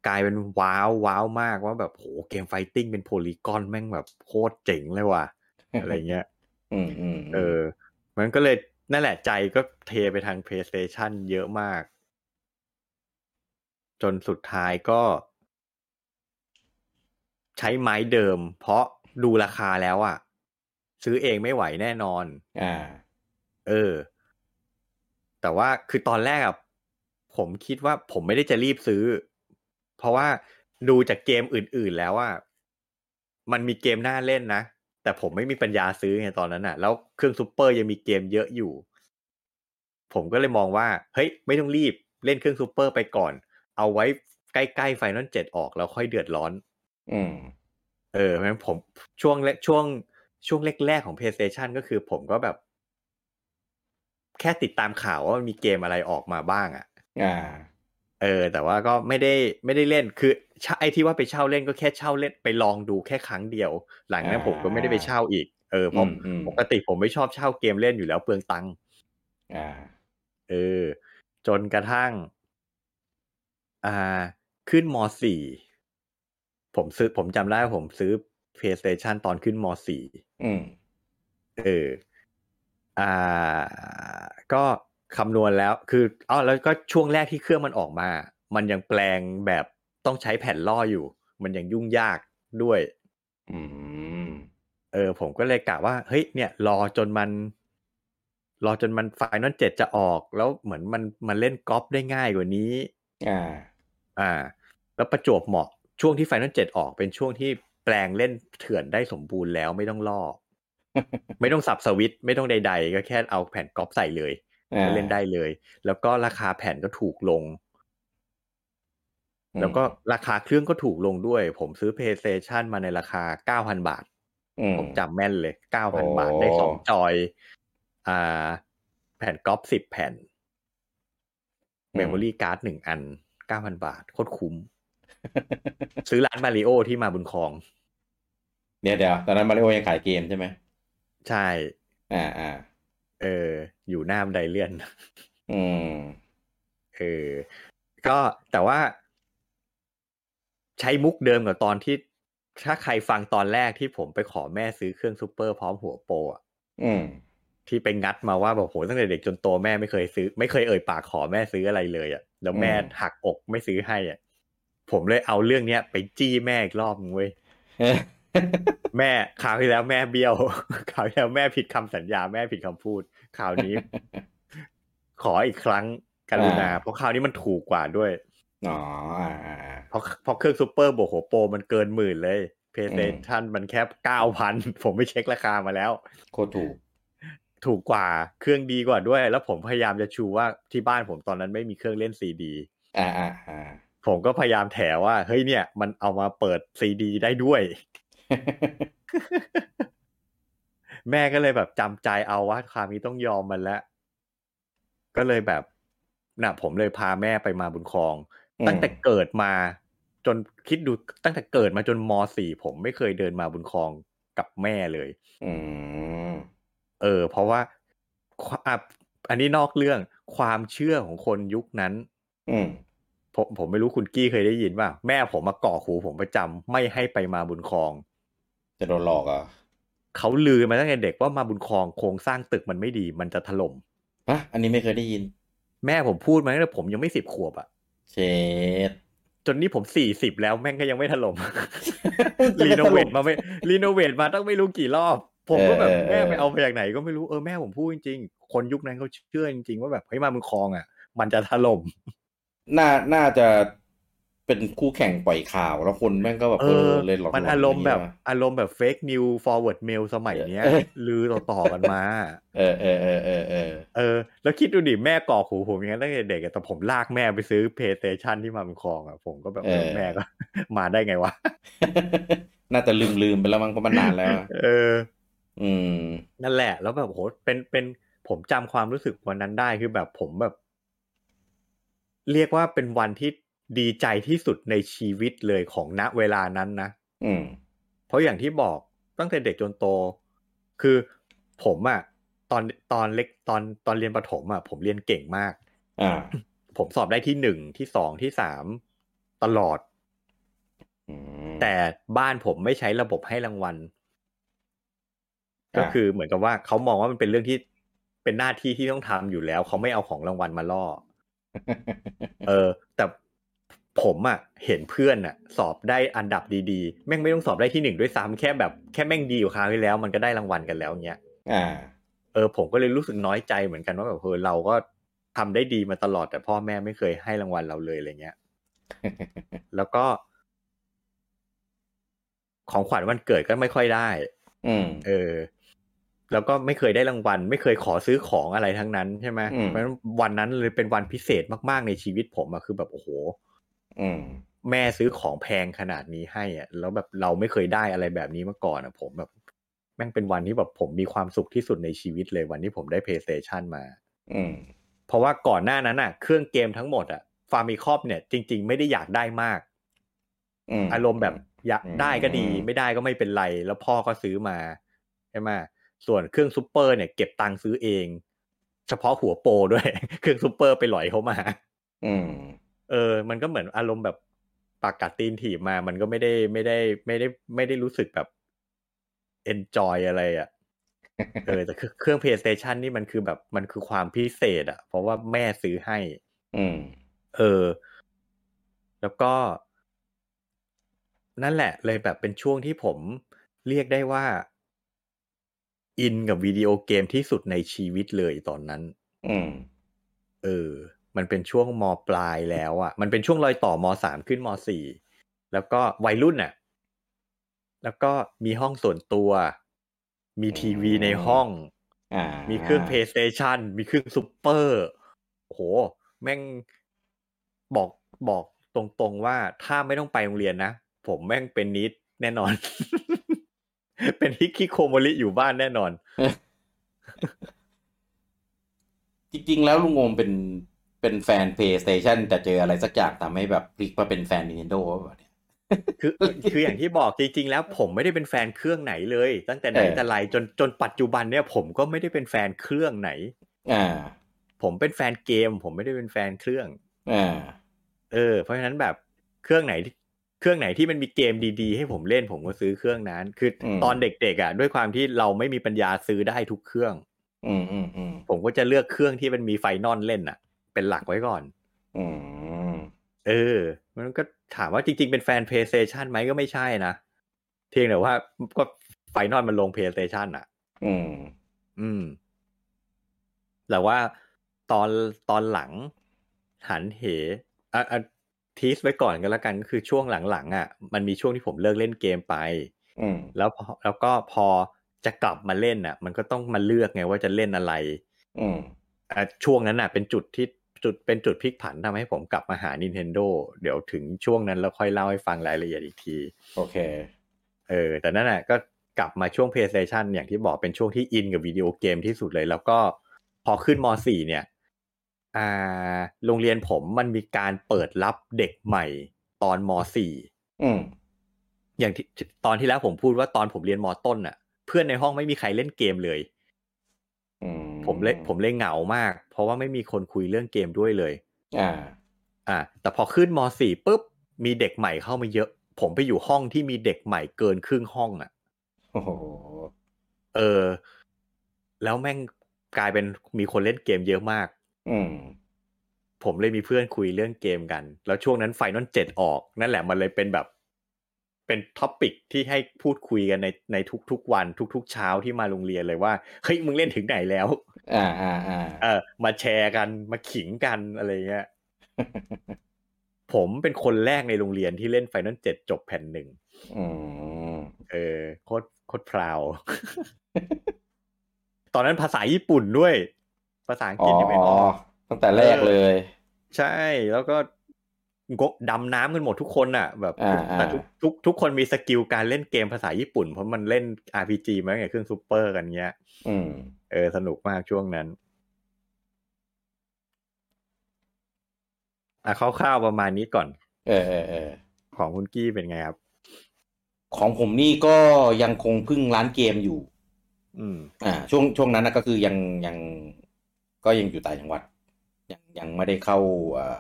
Speaker 2: กลายเป็นว้าวว้าวมากว่าแบบโหเกมไฟติ้งเป็นโพลีกอนแม่งแบบโคตรเจ๋งเลยว่ะอะไรเงี้ย
Speaker 1: อืมอืม
Speaker 2: เออ มันก็เลยนั่นแหละใจก็เทไปทาง PlayStation เยอะมาก จนสุดท้ายก็ ใช้ไม้เดิม เพราะดูราคาแล้วอะซื้อเองไม่ไหวแน่นอน
Speaker 1: อ่า
Speaker 2: เออ แต่ว่าคือตอนแรกอะผมคิดว่าผมไม่ได้จะรีบซื้อ เพราะว่าดูจากเกมอื่น ๆ แล้วว่า มันมีเกมน่าเล่นนะ แต่ผมไม่มีปัญญาซื้อไงตอนนั้นอะแล้วเครื่องซูเปอร์ยังมีเกมเยอะอยู่ ผมก็เลยมองว่า เฮ้ย ไม่ต้องรีบเล่นเครื่องซูเปอร์ไปก่อน เอาไว้ใกล้ๆไฟนอลเจ็ดออกแล้วค่อยเดือดร้อน
Speaker 1: อืม
Speaker 2: เออเพราะฉะนั้นผมช่วงแรกช่วงช่วงแรกๆของ PlayStation ก็คือผมก็แบบ แค่ติดตามข่าวว่ามันมีเกมอะไรออกมาบ้างอะ่ะ
Speaker 1: อ่า
Speaker 2: เออ แต่ว่าก็ไม่ได้ไม่ได้เล่นคือเช่าไอ้ที่ว่าไปเช่าเล่นก็แค่เช่าเล่นไปลองดูแค่ครั้งเดียว หลังนั้น
Speaker 1: อ่า
Speaker 2: ผมก็ไม่ได้ไปเช่าอีก เออเพราะ
Speaker 1: มอืม
Speaker 2: ปกติผมไม่ชอบเช่าเกมเล่นอยู่แล้วเปลืองตังค์
Speaker 1: อ่า
Speaker 2: เออ จนกระทั่ง อ่า ขึ้นมสี่ผมซื้อผมจำได้ว่าผมซื้อ PlayStation ตอนขึ้นมสี่
Speaker 1: อืม
Speaker 2: เออ อ่า ก็คำนวณแล้ว คืออ๋อแล้วก็ช่วงแรกที่เครื่องมันออกมา มันยังแปลงแบบต้องใช้แผ่นล่ออยู่ มันยังยุ่งยากด้วย
Speaker 1: อืม
Speaker 2: เออ ผมก็เลยกะว่า เฮ้ย เนี่ย รอจนมัน รอจนมันไฟนอลเจ็ดจะออก แล้วเหมือนมัน มันเล่นกอล์ฟได้ง่ายกว่านี้
Speaker 1: อ่า
Speaker 2: อ่า แล้วประจวบเหมาะ ช่วงที่ไฟนอลเจ็ดออก เป็นช่วงที่แปลงเล่นเถื่อนได้สมบูรณ์แล้วไม่ต้อง
Speaker 1: [LAUGHS]
Speaker 2: ล่อ ไม่ต้องสับสวิตช์ไม่ต้องใด ๆ ก็แค่เอาแผ่นก๊อปใส่เลย
Speaker 1: อ่า
Speaker 2: ก็เล่นได้เลย แล้วก็ราคาแผ่นก็ถูกลง แล้วก็ราคาเครื่องก็ถูกลงด้วย ผมซื้อ PlayStation มาในราคา 9,000 บาท
Speaker 1: อืม
Speaker 2: ผมจำแม่นเลย
Speaker 1: โอ้
Speaker 2: 9,000 บาทได้สองจอย อ่า แผ่นก๊อป10 แผ่น เมมโมรี่การ์ดหนึ่งอัน 9,000 บาท โคตรคุ้
Speaker 1: [LAUGHS]
Speaker 2: ม ซื้อร้านมาริโอที่มาบุญคลอง
Speaker 1: เดี๋ยวเดี๋ยวตอนนั้นมาริโอยังขายเกมใช่ไหม
Speaker 2: ใช่
Speaker 1: อ่าอ่า
Speaker 2: เออ อยู่หน้าบันไดเลื่อน [LAUGHS]
Speaker 1: อืม
Speaker 2: เออ ก็แต่ว่า ใช้มุกเดิมกับตอนที่ ถ้าใครฟังตอนแรกที่ผมไปขอแม่ซื้อเครื่องซูเปอร์พร้อมหัวโปรอะ
Speaker 1: อืม [LAUGHS]
Speaker 2: ที่ไปงัดมาว่าแบบโหตั้งแต่เด็กจนโตแม่ไม่เคยซื้อ ไม่เคยเอ่ยปากขอแม่ซื้ออะไรเลยอะแล้วแม่หักอกไม่ซื้อให้อะผมเลยเอาเรื่องเนี้ยไปจี้แม่อีกรอบนึงเว้ย
Speaker 1: เออ
Speaker 2: แม่ข่าวที่แล้วแม่เบี้ยว [LAUGHS] ข่าวที่แล้วแม่ผิดคำสัญญาแม่ผิดคำพูด ข่าวนี้ [LAUGHS] ขออีกครั้งกรุณา
Speaker 1: อ่า
Speaker 2: เพราะข่าวนี้มันถูกกว่าด้วย
Speaker 1: อ๋ออ่าอ่าอ่า
Speaker 2: เพราะเพราะเครื่องซูเปอร์บวกหัวโปรมันเกินหมื่นเลย PlayStation มันแค่เก้าพัน [LAUGHS] ผมไปเช็คราคามาแล้ว
Speaker 1: โคตรถูก
Speaker 2: ถูกกว่าเครื่องดีกว่าด้วย แล้วผมพยายามจะชูว่าที่บ้านผมตอนนั้นไม่มีเครื่องเล่นซีดี
Speaker 1: อ่าอ่าอ่า
Speaker 2: ผมก็พยายามแถว่า เฮ้ยเนี่ย มันเอามาเปิดซีดีได้ด้วย แม่ก็เลยแบบจำใจเอาว่าคราวนี้ต้องยอมมันแล้ว ก็เลยแบบน่ะผมเลยพาแม่ไปมาบุญครอง ตั้งแต่เกิดมา จนคิดดูตั้งแต่เกิดมาจนมสี่ผมไม่เคยเดินมาบุญครองกับแม่เลย
Speaker 1: อืม
Speaker 2: เออ เพราะว่าควอ่ะอันนี้นอกเรื่องความเชื่อของคนยุคนั้น
Speaker 1: อืม
Speaker 2: ผมผมไม่รู้คุณกี้เคยได้ยินป่ะแม่ผมมาก่อหูผมประจำไม่ให้ไปมาบุญครอง
Speaker 1: จะโดนหลอกเหรอ่ะ
Speaker 2: เขาลือมาตั้งแต่เด็กว่ามาบุญครองโครงสร้างตึกมันไม่ดีมันจะถล่ม
Speaker 1: ฮะอันนี้ไม่เคยได้ยิน
Speaker 2: แม่ผมพูดมาตั้งแต่ผมยังไม่สิบขวบอะ
Speaker 1: เชด
Speaker 2: จนนี่ผมสี่สิบแล้วแม่งก็ยังไม่ถ
Speaker 1: [LAUGHS]
Speaker 2: ล่ม
Speaker 1: จะ
Speaker 2: รี
Speaker 1: ไม่
Speaker 2: โน
Speaker 1: ถ
Speaker 2: เว
Speaker 1: ล่
Speaker 2: ท
Speaker 1: ม
Speaker 2: มาไม่รีโนเวทมาต้องไม่รู้กี่รอบ ผมก็แบบ
Speaker 1: เออเออ
Speaker 2: แม่ไปเอามาจากไหนก็ไม่รู้เออแม่ผมพูดจริงๆคนยุคนั้นเขาเชื่อจริงๆว่าแบบเฮ้ยมาบุญครองอะมันจะถล่ม
Speaker 1: น่า น่าจะเป็นคู่แข่งปล่อยข่าวแล้วคนแม่งก็แบบ
Speaker 2: เอ
Speaker 1: เอ
Speaker 2: อ
Speaker 1: อเลยหลอก
Speaker 2: มัน
Speaker 1: หลน
Speaker 2: อารมณ์แบบ
Speaker 1: ย่างงี้
Speaker 2: อารมณ์แบบเฟกนิวฟอร์เวิร์ดเมลสมัยเนี้ย
Speaker 1: เออ
Speaker 2: ลือต่อๆกันมา
Speaker 1: เออเออเออเออเออ [LAUGHS]
Speaker 2: เออ แล้วคิดดูดิแม่ก่อกหูผมอย่างนั้นตั้งแต่เด็กอะแต่ผมลากแม่ไปซื้อเพย์สเตชันที่มาเป็นคลองอ่ะผมก็แบบเออแม่ก็ [LAUGHS] มาได้ไงวะ
Speaker 1: น่าจะลืมลืมไปแล้วมั้งเพราะมันนานแล้ว
Speaker 2: เออ
Speaker 1: อืม
Speaker 2: นั่นแหละ แล้วแบบโหเป็นเป็นผมจำความรู้สึกวันนั้นได้คือแบบผมแบบ เรียกว่าเป็นวันที่ดีใจที่สุดในชีวิตเลยของณเวลานั้นนะ
Speaker 1: อืม
Speaker 2: เพราะอย่างที่บอกตั้งแต่เด็กจนโต คือผมอะตอนตอนเล็กตอนตอนเรียนประถมอะผมเรียนเก่งมาก
Speaker 1: อ่า
Speaker 2: ผมสอบได้ที่หนึ่งที่สองที่สามตลอด
Speaker 1: อืม
Speaker 2: แต่บ้านผมไม่ใช้ระบบให้รางวัล ก็
Speaker 1: ะ
Speaker 2: คือเหมือนกับว่าเขามองว่ามันเป็นเรื่องที่เป็นหน้าที่ที่ต้องทำอยู่แล้ว เขาไม่เอาของรางวัลมาล่อ เออ แต่ผมอะเห็นเพื่อนอะสอบได้อันดับดีๆ แม่งไม่ต้องสอบได้ที่หนึ่งด้วยซ้ำแค่แบบแค่แม่งดีกว่าคราวที่แล้ว มันก็ได้รางวัลกันแล้วเงี้ย
Speaker 1: อ่า
Speaker 2: เออผมก็เลยรู้สึกน้อยใจเหมือนกันว่าแบบเออเราก็ทำได้ดีมาตลอดแต่พ่อแม่ไม่เคยให้รางวัลเราเลยอะไร
Speaker 1: [LAUGHS]
Speaker 2: เงี้ย แล้วก็ ของขวัญวันเกิดก็ไม่ค่อยได้
Speaker 1: อืม
Speaker 2: เออ แล้วก็ไม่เคยได้รางวัล ไม่เคยขอซื้อของอะไรทั้งนั้นใช่ไหม
Speaker 1: อืม
Speaker 2: เพราะฉะนั้นวันนั้นเลยเป็นวันพิเศษมากๆในชีวิตผมอะคือแบบโอ้โห
Speaker 1: อืม
Speaker 2: แม่ซื้อของแพงขนาดนี้ให้อะแล้วแบบเราไม่เคยได้อะไรแบบนี้มาก่อนอะผมแบบ แม่งเป็นวันที่แบบผมมีความสุขที่สุดในชีวิตเลยวันที่ผมได้ PlayStation มา
Speaker 1: อืม
Speaker 2: เพราะว่าก่อนหน้านั้นอ่ะ เครื่องเกมทั้งหมดอ่ะฟาร์มีคอบเนี่ยจริง ๆ ไม่ได้อยากได้มาก
Speaker 1: อืม
Speaker 2: อารมณ์แบบอยาก
Speaker 1: อืม
Speaker 2: ได้ก็ดี
Speaker 1: อืม
Speaker 2: ไม่ได้ก็ไม่เป็นไร แล้วพ่อก็ซื้อมาใช่ไหมส่วนเครื่องซูเปอร์เนี่ยเก็บตังค์ซื้อเอง เฉพาะหัวโปรด้วย [LAUGHS] เครื่องซูเปอร์ไปหลอยเขามา
Speaker 1: อืม
Speaker 2: เออ มันก็เหมือนอารมณ์แบบปากกัดตีนถีบมา มันก็ไม่ได้ไม่ได้ไม่ได้ไม่ได้รู้สึกแบบ enjoy อะไรอ่ะ เออแต่คือเครื่อง PlayStation นี่มันคือแบบมันคือความพิเศษอ่ะ เพราะว่าแม่ซื้อให้
Speaker 1: อืม
Speaker 2: เออ แล้วก็ นั่นแหละ เลยแบบเป็นช่วงที่ผมเรียกได้ว่า อินกับวิดีโอเกมที่สุดในชีวิตเลยตอนนั้น
Speaker 1: อืม
Speaker 2: เออ มันเป็นช่วงมปลายแล้วอะ่ะ มันเป็นช่วงรอยต่อมสามขึ้นมสี่แล้วก็วัยรุ่นอะ่ะ แล้วก็มีห้องส่วนตัว มีทีวีในห้อง
Speaker 1: อ่ามี
Speaker 2: มีเครื่อง PlayStation มีเครื่องซูเปอร์โห แม่งบอกบอกตรงๆว่าถ้าไม่ต้องไปโรงเรียนนะ ผมแม่งเป็นนิดแน่นอน [LAUGHS] เป็นฮิกคิโคโมริอยู่บ้านแน่นอน
Speaker 1: จริงๆ แล้วลุงโอมเป็นเป็นแฟน PlayStation แต่เจออะไรสักอย่างทำให้แบบพลิกมาเป็นแฟน Nintendo แบบเนี้ย
Speaker 2: คือ [LAUGHS] คืออย่างที่บอกจริงๆ แล้วผมไม่ได้เป็นแฟนเครื่องไหนเลย ตั้งแต่ไหน
Speaker 1: เออ
Speaker 2: แต่ไรจนจนปัจจุบันเนี่ยผมก็ไม่ได้เป็นแฟนเครื่องไหน
Speaker 1: อ่า
Speaker 2: ผมเป็นแฟนเกม ผมไม่ได้เป็นแฟนเครื่อง
Speaker 1: อ่า
Speaker 2: เออ เพราะฉะนั้นแบบเครื่องไหนที่เครื่องไหนที่มันมีเกมดีๆ ให้ผมเล่นผมก็ซื้อเครื่องนั้น คืออ
Speaker 1: ม
Speaker 2: ตอนเด็กๆอ่ะด้วยความที่เราไม่มีปัญญาซื้อได้ทุกเครื่อง
Speaker 1: อืมอืมอืม
Speaker 2: ผมก็จะเลือกเครื่องที่มันมีไฟนอลเล่นอ่ะ เป็นหลักไว้ก่อน
Speaker 1: อืม
Speaker 2: เออ มันก็ถามว่าจริงๆ เป็นแฟน PlayStation ไหมก็ไม่ใช่นะ เพียงแต่ว่าก็ไฟนอลมันลงเพลย์สเตชันอ่ะ
Speaker 1: อืม
Speaker 2: อืม แต่ว่าตอนตอนหลังหันเหอ่ะอ่ะทีสไว้ก่อนก็แล้วกันก็คือช่วงหลังๆอ่ะมันมีช่วงที่ผมเลิกเล่นเกมไป
Speaker 1: อืม
Speaker 2: แล้วพอแล้วก็พอจะกลับมาเล่นอ่ะ มันก็ต้องมาเลือกไงว่าจะเล่นอะไร
Speaker 1: อืม
Speaker 2: อ่ะช่วงนั้นอ่ะ เป็นจุดที่จุดเป็นจุดพลิกผันทำให้ผมกลับมาหา Nintendo เดี๋ยวถึงช่วงนั้นแล้วค่อยเล่าให้ฟังรายละเอียดอีกที
Speaker 1: โอเค
Speaker 2: เออแต่นั่นแหละก็กลับมาช่วง PlayStation อย่างที่บอกเป็นช่วงที่อินกับวิดีโอเกมที่สุดเลย แล้วก็พอขึ้นม .4 เนี่ย อ่า โรงเรียนผมมันมีการเปิดรับเด็กใหม่ตอนม .4
Speaker 1: อืม
Speaker 2: อย่างที่ตอนที่แล้วผมพูดว่าตอนผมเรียนม ต้นน่ะ เพื่อนในห้องไม่มีใครเล่นเกมเลย
Speaker 1: อื
Speaker 2: ผมเลยผมเลยเหงามาก เพราะว่าไม่มีคนคุยเรื่องเกมด้วยเลย
Speaker 1: อ่า
Speaker 2: อ่า แต่พอขึ้นม .4 ปุ๊บมีเด็กใหม่เข้ามาเยอะ ผมไปอยู่ห้องที่มีเด็กใหม่เกินครึ่งห้องอ่ะ
Speaker 1: โอ้โห
Speaker 2: เออ แล้วแม่งกลายเป็นมีคนเล่นเกมเยอะมาก
Speaker 1: อืม
Speaker 2: ผมเลยมีเพื่อนคุยเรื่องเกมกัน แล้วช่วงนั้นไฟนอลเจ็ดออก นั่นแหละมันเลยเป็นแบบ เป็นท็อปิกที่ให้พูดคุยกันในในทุกๆวัน ทุก ๆ เช้าที่มาโรงเรียนเลยว่าเฮ้ยมึงเล่นถึงไหนแล้ว
Speaker 1: อ่าอ่าอ่า
Speaker 2: เออ มาแชร์กันมาขิงกันอะไรเงี้ยผมเป็นคนแรกในโรงเรียนที่เล่นไฟนอลเจ็ดจบแผ่นหนึ่ง
Speaker 1: อืม
Speaker 2: เออโคตรโคตรพราว [LAUGHS] ตอนนั้นภาษาญี่ปุ่นด้วย ภาษาอังกฤษยังไม่ออก
Speaker 1: ตั้งแต่แรกเลย
Speaker 2: ใช่แล้วก็งกดำน้ำกันหมดทุกคนอ่ะ แบบ
Speaker 1: อ่า
Speaker 2: แต่ทุก
Speaker 1: อ่า
Speaker 2: ทุกทุกคนมีสกิลการเล่นเกมภาษาญี่ปุ่น เพราะมันเล่น RPG มาตั้งแต่เครื่องซูเปอร์กันเงี้ย
Speaker 1: อืม
Speaker 2: เออสนุกมากช่วงนั้น อ่ะคร่าวๆประมาณนี้ก่อน
Speaker 1: เออเออเออ
Speaker 2: ของคุณกี้เป็นไงครับ
Speaker 1: ของผมนี่ก็ยังคงพึ่งร้านเกมอยู่
Speaker 2: อืม
Speaker 1: อ่า ช่วงช่วงนั้นนะก็คือยังยังก็ยังอยู่ต่างจังหวัด ยังยังไม่ได้เข้าเอ่อ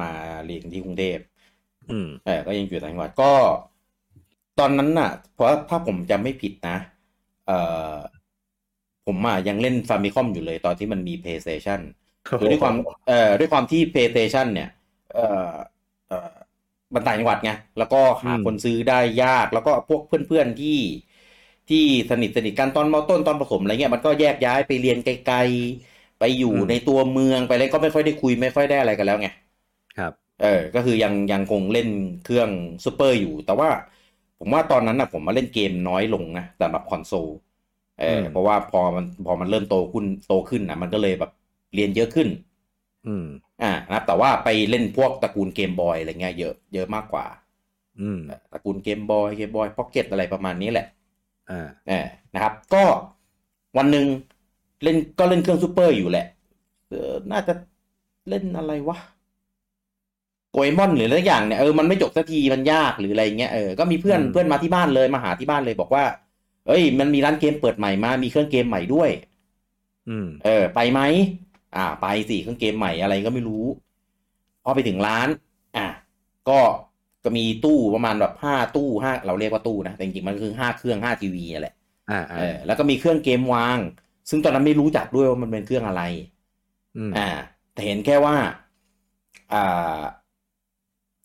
Speaker 1: มาเรียนที่กรุงเทพ
Speaker 2: อืม
Speaker 1: เออก็ยังอยู่ต่างจังหวัดก็ ตอนนั้นน่ะ เพราะถ้าผมจำไม่ผิดนะ เออผมอ่ะยังเล่นฟามิคอมอยู่เลยตอนที่มันมี PlayStation คือด้วยความเอ่อด้วยความที่ PlayStation เนี่ย เอ่อเอ่อมันต่างจังหวัดไงแล้วก็หา
Speaker 2: อืม
Speaker 1: คนซื้อได้ยาก แล้วก็พวกเพื่อนๆที่ที่สนิทสนิทกันตอนมต้นตอนประถมอะไรเงี้ยมันก็แยกย้ายไปเรียนไกลๆ ไปอยู่
Speaker 2: อืม
Speaker 1: ในตัวเมืองไปแล้วก็ไม่ค่อยได้คุยไม่ค่อยได้อะไรกันแล้วไง
Speaker 2: ครับ
Speaker 1: เออ ก็คือยังยังคงเล่นเครื่องซูเปอร์อยู่ แต่ว่าผมว่าตอนนั้นนะผมมาเล่นเกมน้อยลงนะสำหรับคอนโซล เออ
Speaker 2: อืม
Speaker 1: เพราะว่าพอมันพอมันเริ่มโตขึ้นโตขึ้นนะมันก็เลยแบบเรียนเยอะขึ้น
Speaker 2: อืม
Speaker 1: อ่านะครับ แต่ว่าไปเล่นพวกตระกูลเกมบอยอะไรเงี้ยเยอะเยอะมากกว่า
Speaker 2: อืม
Speaker 1: ตระกูลเกมบอยเกมบอยพ็อกเก็ตอะไรประมาณนี้แหละ
Speaker 2: อ่า
Speaker 1: เออนะครับ ก็วันหนึ่งเล่นก็เล่นเครื่องซูเปอร์อยู่แหละเออน่าจะเล่นอะไรวะโกเอมอนหรืออะไรสักอย่างเนี่ยเออมันไม่จบสักทีมันยากหรืออะไรเงี้ยเออก็มีเพื่อน
Speaker 2: อืม
Speaker 1: เพื่อนมาที่บ้านเลยมาหาที่บ้านเลยบอกว่า เอ้ย มันมีร้านเกมเปิดใหม่มา มีเครื่องเกมใหม่ด้วย
Speaker 2: อืม
Speaker 1: เออ ไปไหมอ่า ไปสิเครื่องเกมใหม่อะไรก็ไม่รู้ พอไปถึงร้าน อ่ะก็ก็มีตู้ประมาณแบบห้าตู้ห้าเราเรียกว่าตู้นะแต่จริงๆมันคือห้าเครื่องห้าทีวีแหละ
Speaker 2: อ่า
Speaker 1: เอ
Speaker 2: อ่า
Speaker 1: อแล้วก็มีเครื่องเกมวาง ซึ่งตอนนั้นไม่รู้จักด้วยว่ามันเป็นเครื่องอะไร
Speaker 2: อืม
Speaker 1: อ่า แต่เห็นแค่ว่า อ่า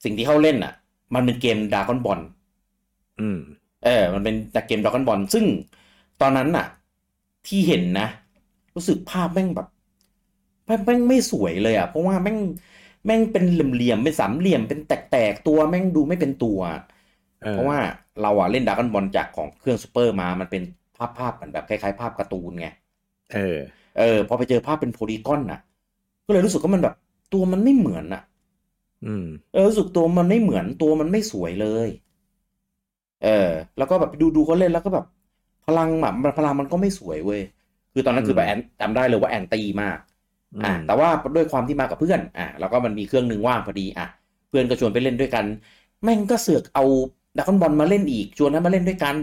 Speaker 1: สิ่งที่เขาเล่นอ่ะ มันเป็นเกมดากอนบอล
Speaker 2: อืม
Speaker 1: เออ มันเป็นจากเกมดากอนบอล ซึ่งตอนนั้นน่ะ ที่เห็นนะ รู้สึกภาพแม่งแบบแม่งแม่งไม่สวยเลยอ่ะ เพราะว่าแม่งแม่งเป็นเหลี่ยมๆเป็นสามเหลี่ยม เป็นแตกๆตัวแม่งดูไม่เป็นตัว
Speaker 2: ออ
Speaker 1: เพราะว่าเราอ่ะเล่นดากอนบอลจากของเครื่องซูเปอร์มา มันเป็นภาพภาพเหมือนแบบคล้ายๆภาพการ์ตูนไง
Speaker 2: เออ
Speaker 1: เออพอไปเจอภาพเป็นโพลีกอนน่ะ ก็เลยรู้สึกว่ามันแบบ ตัวมันไม่เหมือนน่ะ
Speaker 2: อืม
Speaker 1: เออรู้สึกตัวมันไม่เหมือนตัวมันไม่สวยเลย เออ แล้วก็แบบดูดูเขาเล่นแล้วก็แบบ พลังแบบพลังมันก็ไม่สวยเว้ยคือตอนนั้นคือแบบแอนจำได้เลยว่าแอนตี้มาก อ่ะแต่ว่าด้วยความที่มากับเพื่อน อ่ะแล้วก็มันมีเครื่องหนึ่งว่างพอดีอ่ะเพื่อนก็ชวนไปเล่นด้วยกัน แม่งก็เสือกเอาดักอนบอลมาเล่นอีกชวนให้มาเล่นด้วยกัน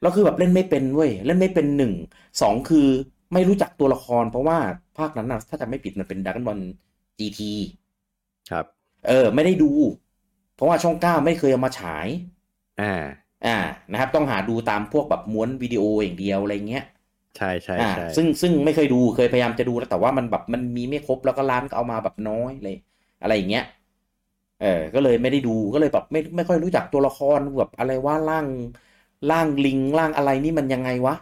Speaker 1: แล้วคือแบบเล่นไม่เป็นเว้ยเล่นไม่เป็นหนึ่งสองคือไม่รู้จักตัวละคร เพราะว่าภาคนั้นนะถ้าจำไม่ผิดมันเป็นดักบอลจีที
Speaker 2: [LAUGHS] ครับ
Speaker 1: เออ ไม่ได้ดู เพราะว่าช่องเก้าไม่เคยเอามาฉาย
Speaker 2: อ่า
Speaker 1: อ่านะครับ ต้องหาดูตามพวกแบบม้วนวิดีโออย่างเดียวอะไรเงี้ย
Speaker 2: ใช่ใช่
Speaker 1: อ่า
Speaker 2: ใช่
Speaker 1: ซึ่งซึ่งไม่เคยดูเคยพยายามจะดูแล้วแต่ว่ามันแบบมันมีไม่ครบแล้วก็ร้านก็เอามาแบบน้อยเลย อะไรอย่างเงี้ย เออก็เลยไม่ได้ดูก็เลยแบบไม่ไม่ค่อยรู้จักตัวละครแบบอะไรว่าร่างร่างลิงร่างอะไรนี่มันยังไงวะ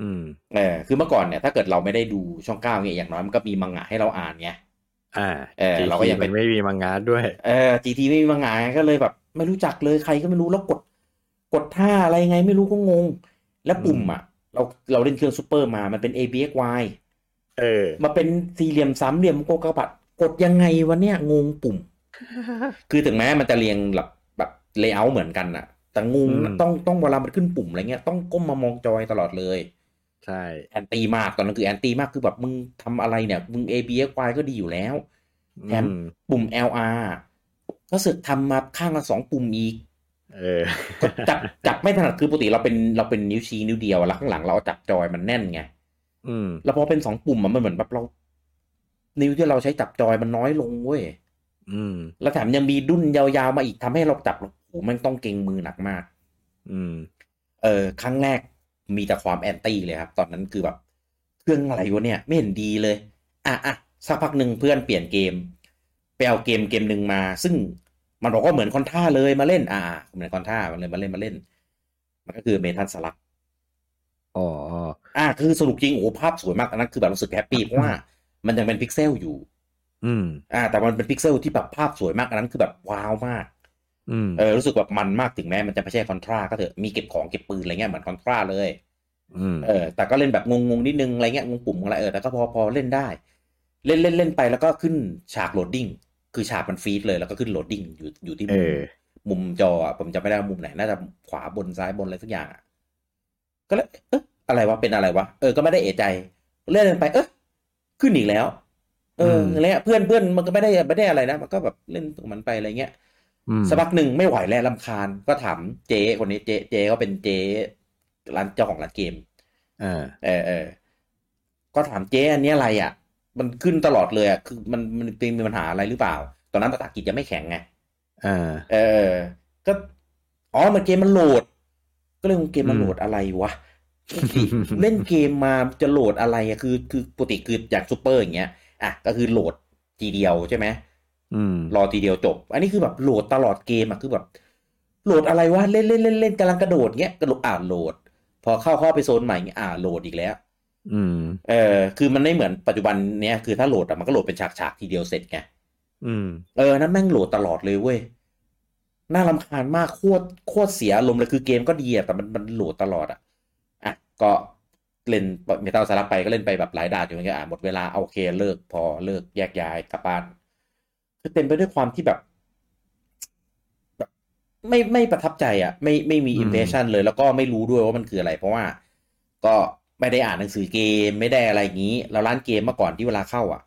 Speaker 2: อืม
Speaker 1: เออคือเมื่อก่อนเนี่ยถ้าเกิดเราไม่ได้ดูช่องเก้าเนี่ยอย่างน้อยมันก็มีมังงะให้เราอ่านไง
Speaker 2: อ่า
Speaker 1: เออเราก็ยังเป็
Speaker 2: เป็น นไม่มีมังงะด้วย
Speaker 1: เออจีทีไม่มีมังงะไงก็เลยแบบ ไม่รู้จักเลยใครก็ไม่รู้แล้วกด กดท่าอะไรไงไม่รู้ก็งง แล้วปุ่มอ่ะ เราเราเล่นเครื่องซูเปอร์มามันเป็น A B X Y
Speaker 2: เอ
Speaker 1: [LAUGHS]
Speaker 2: อ
Speaker 1: มาเป็นสี่เหลี่ยมสามเหลี่ยมโกกาบัดกดยังไงวะเนี่ยงงปุ่ม คือถึงแม้มันจะเรียงแบบแบบเลเยอร์เหมือนกันอะแต่งง
Speaker 2: อืม
Speaker 1: นะต้องต้องเวลามันขึ้นปุ่มอะไรเงี้ยต้องก้มมามองจอยตลอดเลย
Speaker 2: ใช่
Speaker 1: แอนตี้มากตอนนั้นคือแอนตี้มากคือแบบมึงทำอะไรเนี่ย มึง A B X Y ก็ดีอยู่แล้ว แถม
Speaker 2: อืม
Speaker 1: ปุ่ม L R ก็สึกทำมาข้างละสองปุ่มอีก
Speaker 2: เออ
Speaker 1: ก็จับจับไม่ถนัดคือปกติเราเป็นเราเป็นนิ้วชี้นิ้วเดียวแล้วข้างหลังเราจับจอยมันแน่นไง
Speaker 2: อืม
Speaker 1: แล้วพอเป็นสองปุ่มอะมันเหมือนแบบเรา นิ้วที่เราใช้จับจอยมันน้อยลงเว้ย
Speaker 2: อืม
Speaker 1: แล้วแถมยังมีดุนยาวๆมาอีกทำให้เราจับโอ้โหมันต้องเกรงมือหนักมาก
Speaker 2: อืม
Speaker 1: เออครั้งแรกมีแต่ความแอนตี้เลยครับ ตอนนั้นคือแบบ เครื่องอะไรวะเนี่ย ไม่เห็นดีเลย อ่ะอ่ะสักพักหนึ่งเพื่อนเปลี่ยนเกมไปเอาเกมเกมหนึ่งมา ซึ่งมันบอกว่าเหมือนคอนท่าเลยมาเล่น อ่าเหมือนคอนท่ามันเลยมาเล่นมาเล่น มันก็คือเมทัลสลัก
Speaker 2: อ๋อ
Speaker 1: อ่ะคือสรุปจริงโอ้โหภาพสวยมากอันนั้นคือแบบรู้สึกแฮปปี้เพราะว่ามันยังเป็นพิกเซลอยู่
Speaker 2: อืม
Speaker 1: อ่า แต่มันเป็นพิกเซลที่แบบภาพสวยมากอันนั้นคือแบบว้าวมาก
Speaker 2: อืม
Speaker 1: เออรู้สึกแบบมันมากถึงแม้มันจะไม่ใช่คอนทราก็เถอะมีเก็บของเก็บปืนอะไรเงี้ยเหมือนคอนทราเลย
Speaker 2: อืม
Speaker 1: เออแต่ก็เล่นแบบงงๆนิดนึงอะไรเงี้ยงงปุ่มอะไรเออแต่ก็พอพอเล่นได้ เล่นเล่นเล่นไปแล้วก็ขึ้นฉากโหลดดิ้งคือฉากมันฟีดเลยแล้วก็ขึ้นโหลดดิ้งอยู่อยู่ที่
Speaker 2: เอ
Speaker 1: มุม
Speaker 2: อ
Speaker 1: มุมจออะผมจำไม่ได้ว่ามุมไหนน่าจะขวาบนซ้ายบนอะไรสักอย่างอะก็เลยเอ๊ะอะไรวะเป็นอะไรวะเออก็ไม่ได้เอะใจ เล่นไป เอ๊ะขึ้นอีกแล้ว เออ
Speaker 2: ม
Speaker 1: อะไรเงี้ยเพื่อนเพื่อนมันก็ไม่ได้ไม่ได้อะไรนะมันก็แบบเล่นของมันไปอะไรเงี้ย
Speaker 2: อืม
Speaker 1: สักพักหนึ่งไม่ไหวแล้วลำคาญก็ถามเจ๊คนนี้เจ๊เจ๊ก็เป็นเจ๊ร้านเจ้าของร้านเกม
Speaker 2: อ่า
Speaker 1: เออเออก็ถามเจ๊อันนี้อะไรอ่ะ มันขึ้นตลอดเลยอ่ะคือมันมันเป็นมีปัญหาอะไรหรือเปล่า ตอนนั้นภาษาอังกฤษยังไม่แข็งไง
Speaker 2: อ่า
Speaker 1: เออเออก็อ๋อมันเกมมันโหลด ก็เลยงงเกมมัน
Speaker 2: อืม
Speaker 1: โหลดอะไรวะ เล่นเกมมาจะโหลดอะไรอะคือ คือปกติคืออย่างซูเปอร์อย่างเงี้ยอ่ะก็คือโหลดทีเดียวใช่ไหม
Speaker 2: อืม
Speaker 1: รอทีเดียวจบ อันนี้คือแบบโหลดตลอดเกมอะคือแบบ โหลดอะไรวะเล่นเล่นเล่นเล่นกำลังกระโดดเงี้ยกระโดดอ่าโหลด พอเข้าเข้าไปโซนใหม่เงี้ยอ่าโหลดอีกแล้ว
Speaker 2: อืม
Speaker 1: เออคือมันไม่เหมือนปัจจุบันเนี้ยคือถ้าโหลดอะมันก็โหลดเป็นฉากฉากๆทีเดียวเสร็จไง
Speaker 2: อืม
Speaker 1: เออนั่นแม่งโหลดตลอดเลยเว้ยน่ารำคาญมากโคตรโคตรเสียอารมณ์เลยคือเกมก็ดีอะแต่มันมันโหลดตลอดอะอ่ะก็เล่นเมตาสาระไปก็เล่นไปแบบหลายด่านอยู่เหมือนกันอ่ะหมดเวลาโอเคเลิกพอเลิกแยกย้ายกลับบ้านคือเต็มไปด้วยความที่แบบแบบไม่ไม่ประทับใจอ่ะ ไม่ไม่มี
Speaker 2: อืม
Speaker 1: อิมเพรสชันเลย แล้วก็ไม่รู้ด้วยว่ามันคืออะไร เพราะว่า ก็ไม่ได้อ่านหนังสือเกมไม่ได้อะไรอย่างนี้แล้วร้านเกมเมื่อก่อนที่เวลาเข้าอ่ะ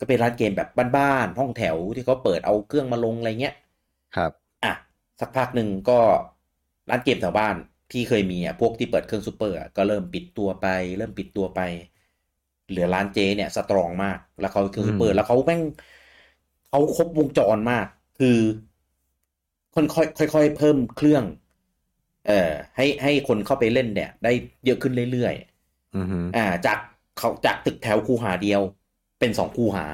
Speaker 1: ก็เป็นร้านเกมแบบบ้านๆห้องแถวที่เขาเปิดเอาเครื่องมาลงอะไรเงี้ย
Speaker 2: ครับ
Speaker 1: อ่ะสักพักหนึ่งก็ร้านเกมแถวบ้านที่เคยมีอ่ะพวกที่เปิดเครื่องซูเปอร์อะก็เริ่มปิดตัวไป เริ่มปิดตัวไป เหลือร้านเจเนี่ยสตรองมาก แล้วเขาเครื่องซูเปอ
Speaker 2: อื
Speaker 1: ร์
Speaker 2: ม
Speaker 1: แล้วเขาแม่งเขาครบวงจรมาก คือค่อยค่อยๆค่อยๆเพิ่มเครื่อง เอ่อให้ให้คนเข้าไปเล่นเนี่ย ได้เยอะขึ้นเรื่อย
Speaker 2: อืม
Speaker 1: ๆอ่า จากเขาจากตึกแถวคูหาเดียว เป็นสองคูหา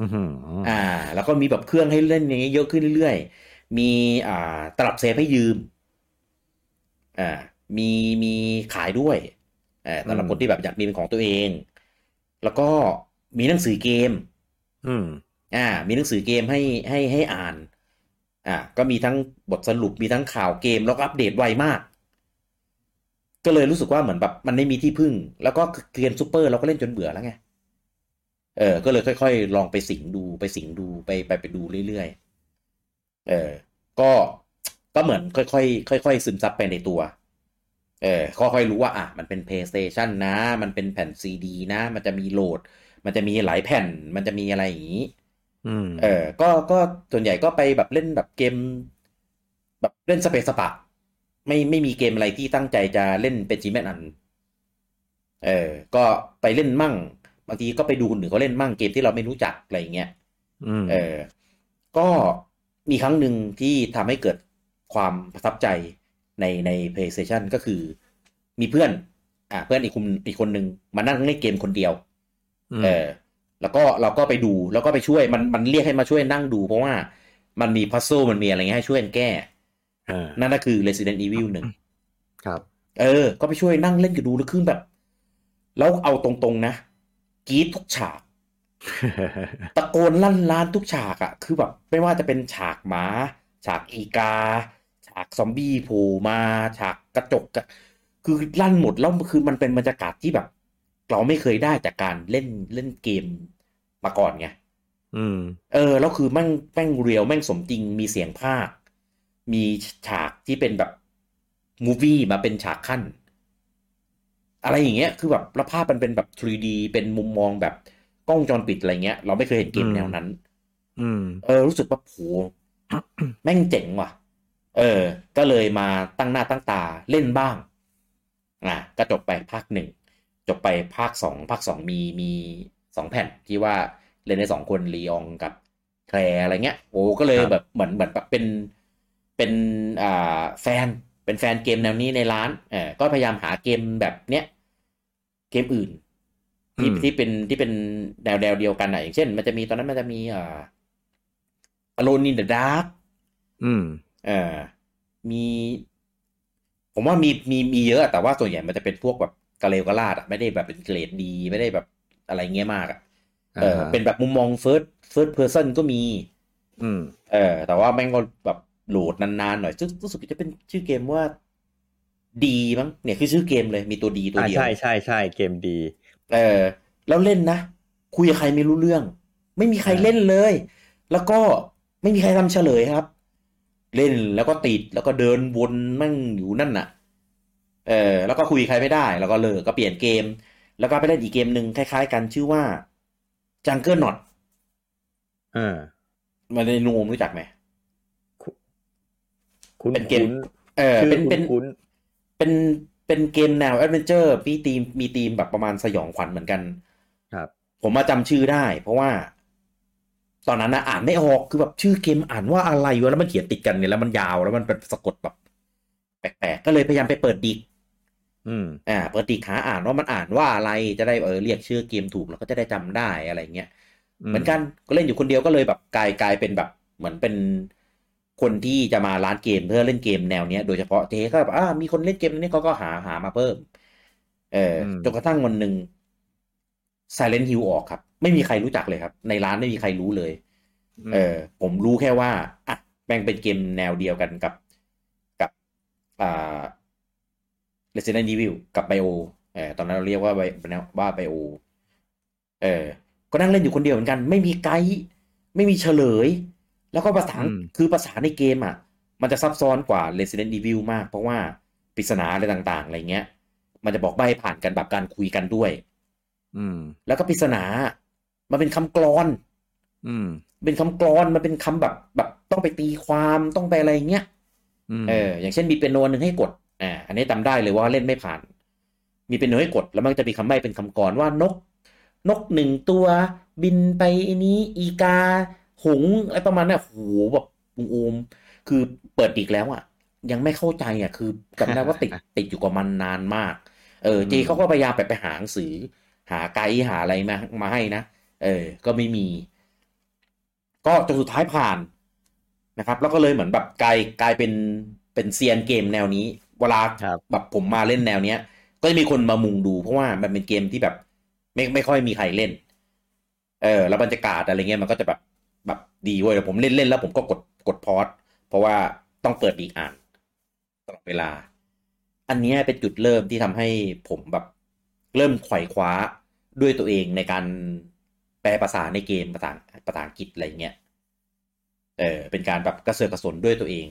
Speaker 2: อืม
Speaker 1: อ่า แล้วก็มีแบบเครื่องให้เล่นอย่างเงี้ยเยอะขึ้นเรื่อยๆ มีอ่าตลับเซฟให้ยืม อ่า มีมีขายด้วยอ่าสำหรับคนที่แบบอยากมีเป็นของตัวเอง แล้วก็มีหนังสือเกม
Speaker 2: อืม
Speaker 1: อ่า มีหนังสือเกมให้ให้ให้อ่าน อ่า ก็มีทั้งบทสรุปมีทั้งข่าวเกมแล้วก็อัปเดตไวมาก ก็เลยรู้สึกว่าเหมือนแบบมันไม่มีที่พึ่ง แล้วก็เกมซูเปอร์เราก็เล่นจนเบื่อแล้วไง เออ ก็เลยค่อยๆ ลองไปสิงดูไปสิงดูไปไปไปดูเรื่อยๆ เออ ก็ก็เหมือนค่อยๆ ค่อยๆ ซึมซับไปในตัว เออค่อยๆ รู้ว่าอ่ะมันเป็น PlayStation นะ มันเป็นแผ่นซีดีนะ มันจะมีโหลด มันจะมีหลายแผ่น มันจะมีอะไรอย่างนี้
Speaker 2: อืม
Speaker 1: เออ ก็ ก็ ส่วนใหญ่ก็ไปแบบเล่นแบบเกม แบบเล่นสเปซสปะ ไม่ ไม่มีเกมอะไรที่ตั้งใจจะเล่นเป็นจีแมนอัน เออ ก็ไปเล่นมั่ง บางทีก็ไปดูคนอื่นเขาเล่นมั่งเกมที่เราไม่รู้จักอะไรอย่างเงี้ย
Speaker 2: อืม
Speaker 1: เออ ก็มีครั้งหนึ่งที่ทำให้เกิดความประทับใจในใน PlayStation ก็คือ มีเพื่อน อ่า เพื่อนอีกคนอีกคนหนึ่งมานั่งเล่นเกมคนเดียว เออแล้วก็เราก็ไปดูแล้วก็ไปช่วยมันมันเรียกให้มาช่วยนั่งดูเพราะว่า มันมีพัซโซมันมีอะไรเงี้ยให้ช่วยกันแก้
Speaker 2: อ่า
Speaker 1: นั่นก็คือ Resident Evil หนึ่ง
Speaker 2: ครับ [LAUGHS]
Speaker 1: เออ ก็ไปช่วยนั่งเล่นกันดูแล้วคือแบบ แล้วเอาตรงๆนะกรีดทุกฉาก ตะโกนลั่นล้านทุกฉากอะคือแบบไม่ว่าจะเป็นฉากหมา ฉากอีกา ฉากซอมบี้โผล่มา ฉากกระจกอะคือลั่นหมดแล้วคือมันเป็นบรรยากาศที่แบบ เราไม่เคยได้จากการเล่นเล่นเกมมาก่อนไง
Speaker 2: อืม
Speaker 1: เออแล้วคือแม่งแม่งเรียวแม่งสมจริงมีเสียงภาค มีฉากที่เป็นแบบมูวี่มาเป็นฉากขั้น อะไรอย่างเงี้ยคือแบบแล้วภาพมันเป็นแบบ 3D เป็นมุมมองแบบกล้องวงจรปิดอะไรเงี้ย เราไม่เคยเห็นเกม
Speaker 2: อืม
Speaker 1: แนวนั้น
Speaker 2: อืม
Speaker 1: เออรู้สึกว่าโห แม่งเจ๋งว่ะ เออ ก็เลยมาตั้งหน้าตั้งตาเล่นบ้าง อ่ะก็จบไปภาคหนึ่ง จบไปภาคสองภาคสองมีมีสองแผ่นที่ว่าเล่นได้สองคนลีอองกับแคลร์อะไรเงี้ย โอ้ก็เลย
Speaker 2: ครับ
Speaker 1: แบบเหมือนเหมือนแบบเป็นเป็นอ่าแฟนเป็นแฟนเกมแนวนี้ในร้านเออก็พยายามหาเกมแบบเนี้ยเกมอื่น ที่
Speaker 2: อืม
Speaker 1: ที่เป็นที่เป็นแนวแนวเดียวกันอ่ะอย่างเช่น มันจะมีตอนนั้นมันจะมีอ่า Alone in the Dark
Speaker 2: อืม
Speaker 1: เอ่อมี ผมว่ามีมีมีเยอะอะแต่ว่าส่วนใหญ่มันจะเป็นพวกแบบกะเลวกะลาดอะไม่ได้แบบเป็นเกรดดีไม่ได้แบบอะไรเงี้ยมากอะเออ
Speaker 2: อ่าฮะ
Speaker 1: เป็นแบบมุมมองเฟิร์สเฟิร์สเพอร์ซันก็มี
Speaker 2: อืม
Speaker 1: เออแต่ว่าแม่งก็แบบโหลดนานๆหน่อยซึ่งรู้สึกจะเป็นชื่อเกมว่าดีมั้งเนี่ยคือชื่อเกมเลยมีตัวดีตัว
Speaker 2: อ่า
Speaker 1: เดียว
Speaker 2: ใช่ใช่ใช่เกมดี
Speaker 1: เออแล้วเล่นนะ คุยกับใครไม่รู้เรื่อง ไม่มีใครเล่นเลย แล้วก็ไม่มีใครทำเฉลยครับ เล่นแล้วก็ติดแล้วก็เดินวนมั่งอยู่นั่นน่ะ เออแล้วก็คุยกับใครไม่ได้ แล้วก็เลิกก็เปลี่ยนเกม แล้วก็ไปเล่นอีกเกมหนึ่งคล้ายๆกันชื่อว่า Jungle Not
Speaker 2: เออ
Speaker 1: มันในนูมรู้จักไหม
Speaker 2: คุ้น
Speaker 1: เป็นเกม
Speaker 2: คุ้น
Speaker 1: เออ
Speaker 2: ชื่อ
Speaker 1: เป็นเป็น
Speaker 2: คุ้น
Speaker 1: เป็นเป็นเกมแนวแอดเวนเจอร์มีธีมมีธีมแบบประมาณสยองขวัญเหมือนกัน
Speaker 2: ๆครับ
Speaker 1: ผมมาจำชื่อได้ เพราะว่า ตอนนั้นนะอ่านไม่ออกคือแบบชื่อเกมอ่านว่าอะไรวะแล้วมันเขียนติดกันเนี่ยแล้วมันยาวแล้วมันเป็นสะกดแบบ แปลกๆก็เลยพยายามไปเปิดดิก
Speaker 2: อืม
Speaker 1: อ่าเปิดดิกหาอ่านว่ามันอ่านว่าอะไรจะได้เออเรียกชื่อเกมถูกแล้วก็จะได้จำได้อะไรเงี้ย
Speaker 2: อืม
Speaker 1: เหมือนกันก็เล่นอยู่คนเดียวก็เลยแบบกลายกลายเป็นแบบ เหมือนเป็นคนที่จะมาร้านเกมเพื่อเล่นเกมแนวเนี้ยโดยเฉพาะเทก็แบบอ่ามีคนเล่นเกมนี้เขาก็หาหามาเพิ่ม เอออ
Speaker 2: ม
Speaker 1: จนกระทั่งวันหนึ่ง Silent Hill ออกครับ ไม่มีใครรู้จักเลยครับ ในร้านไม่มีใครรู้เลย เออ ผมรู้แค่ว่าอ่ะแม่งเป็นเกมแนวเดียวกันกับกับอ่า Resident Evil กับ Bio เออตอนนั้นเราเรียกว่า Bio- ว่า Bio เออ ก็นั่งเล่นอยู่คนเดียวเหมือนกัน ไม่มีไกด์ไม่มีเฉลย แล้วก็ภาษา
Speaker 2: อืม
Speaker 1: คือภาษาในเกมอ่ะ มันจะซับซ้อนกว่า Resident Evil มาก เพราะว่าปริศนาอะไรต่าง ๆ อะไรเงี้ย มันจะบอกใบผ่านกันแบบการคุยกันด้วย
Speaker 2: อืม
Speaker 1: แล้วก็ปริศนา มันเป็นคำกรอน
Speaker 2: อืม
Speaker 1: เป็นคำกรอน มันเป็นคำแบบแบบต้องไปตีความต้องไปอะไรอย่างเงี้ย
Speaker 2: อืม
Speaker 1: เออ อย่างเช่นมีเป็นโนอันหนึ่งให้กด อ่า อันนี้จำได้เลยว่าเล่นไม่ผ่าน มีเป็นโนให้กด แล้วมันจะมีคำใบ้เป็นคำกรว่านก นกหนึ่งตัว บินไปอันนี้ อีกา หงส์อะไรประมาณเนี้ยโหแบบอุโอม คือเปิดอีกแล้วอ่ะ ยังไม่เข้าใจอ่ะ คือจำได้ว่าติด ติดอยู่กับมันนานมาก เออเจเขาก็พยายามไปไปหาหนังสือ หาไกด์หาอะไรมามาให้นะ เออ ก็ไม่มี ก็จนสุดท้ายผ่านนะครับ แล้วก็เลยเหมือนแบบกลายกลายเป็นเป็นเซียนเกมแนวนี้ เวลา
Speaker 2: ครับ
Speaker 1: แบบผมมาเล่นแนวเนี้ย ก็จะมีคนมามุงดู เพราะว่ามันเป็นเกมที่แบบ ไม่ไม่ค่อยมีใครเล่น เออ แล้วบรรยากาศอะไรเงี้ยมันก็จะแบบแบบดีเว้ยแต่ผมเล่นเล่นแล้วผมก็กดกดพอดเพราะว่าต้องเปิดอีกอ่านตลอดเวลา อันเนี้ยเป็นจุดเริ่มที่ทำให้ผมแบบเริ่มไขว่คว้าด้วยตัวเองในการแปลภาษาในเกมภาษาภาษาอังกฤษอะไรเงี้ย เออเป็นการแบบกระเสือกกระสนด้วยตัวเอง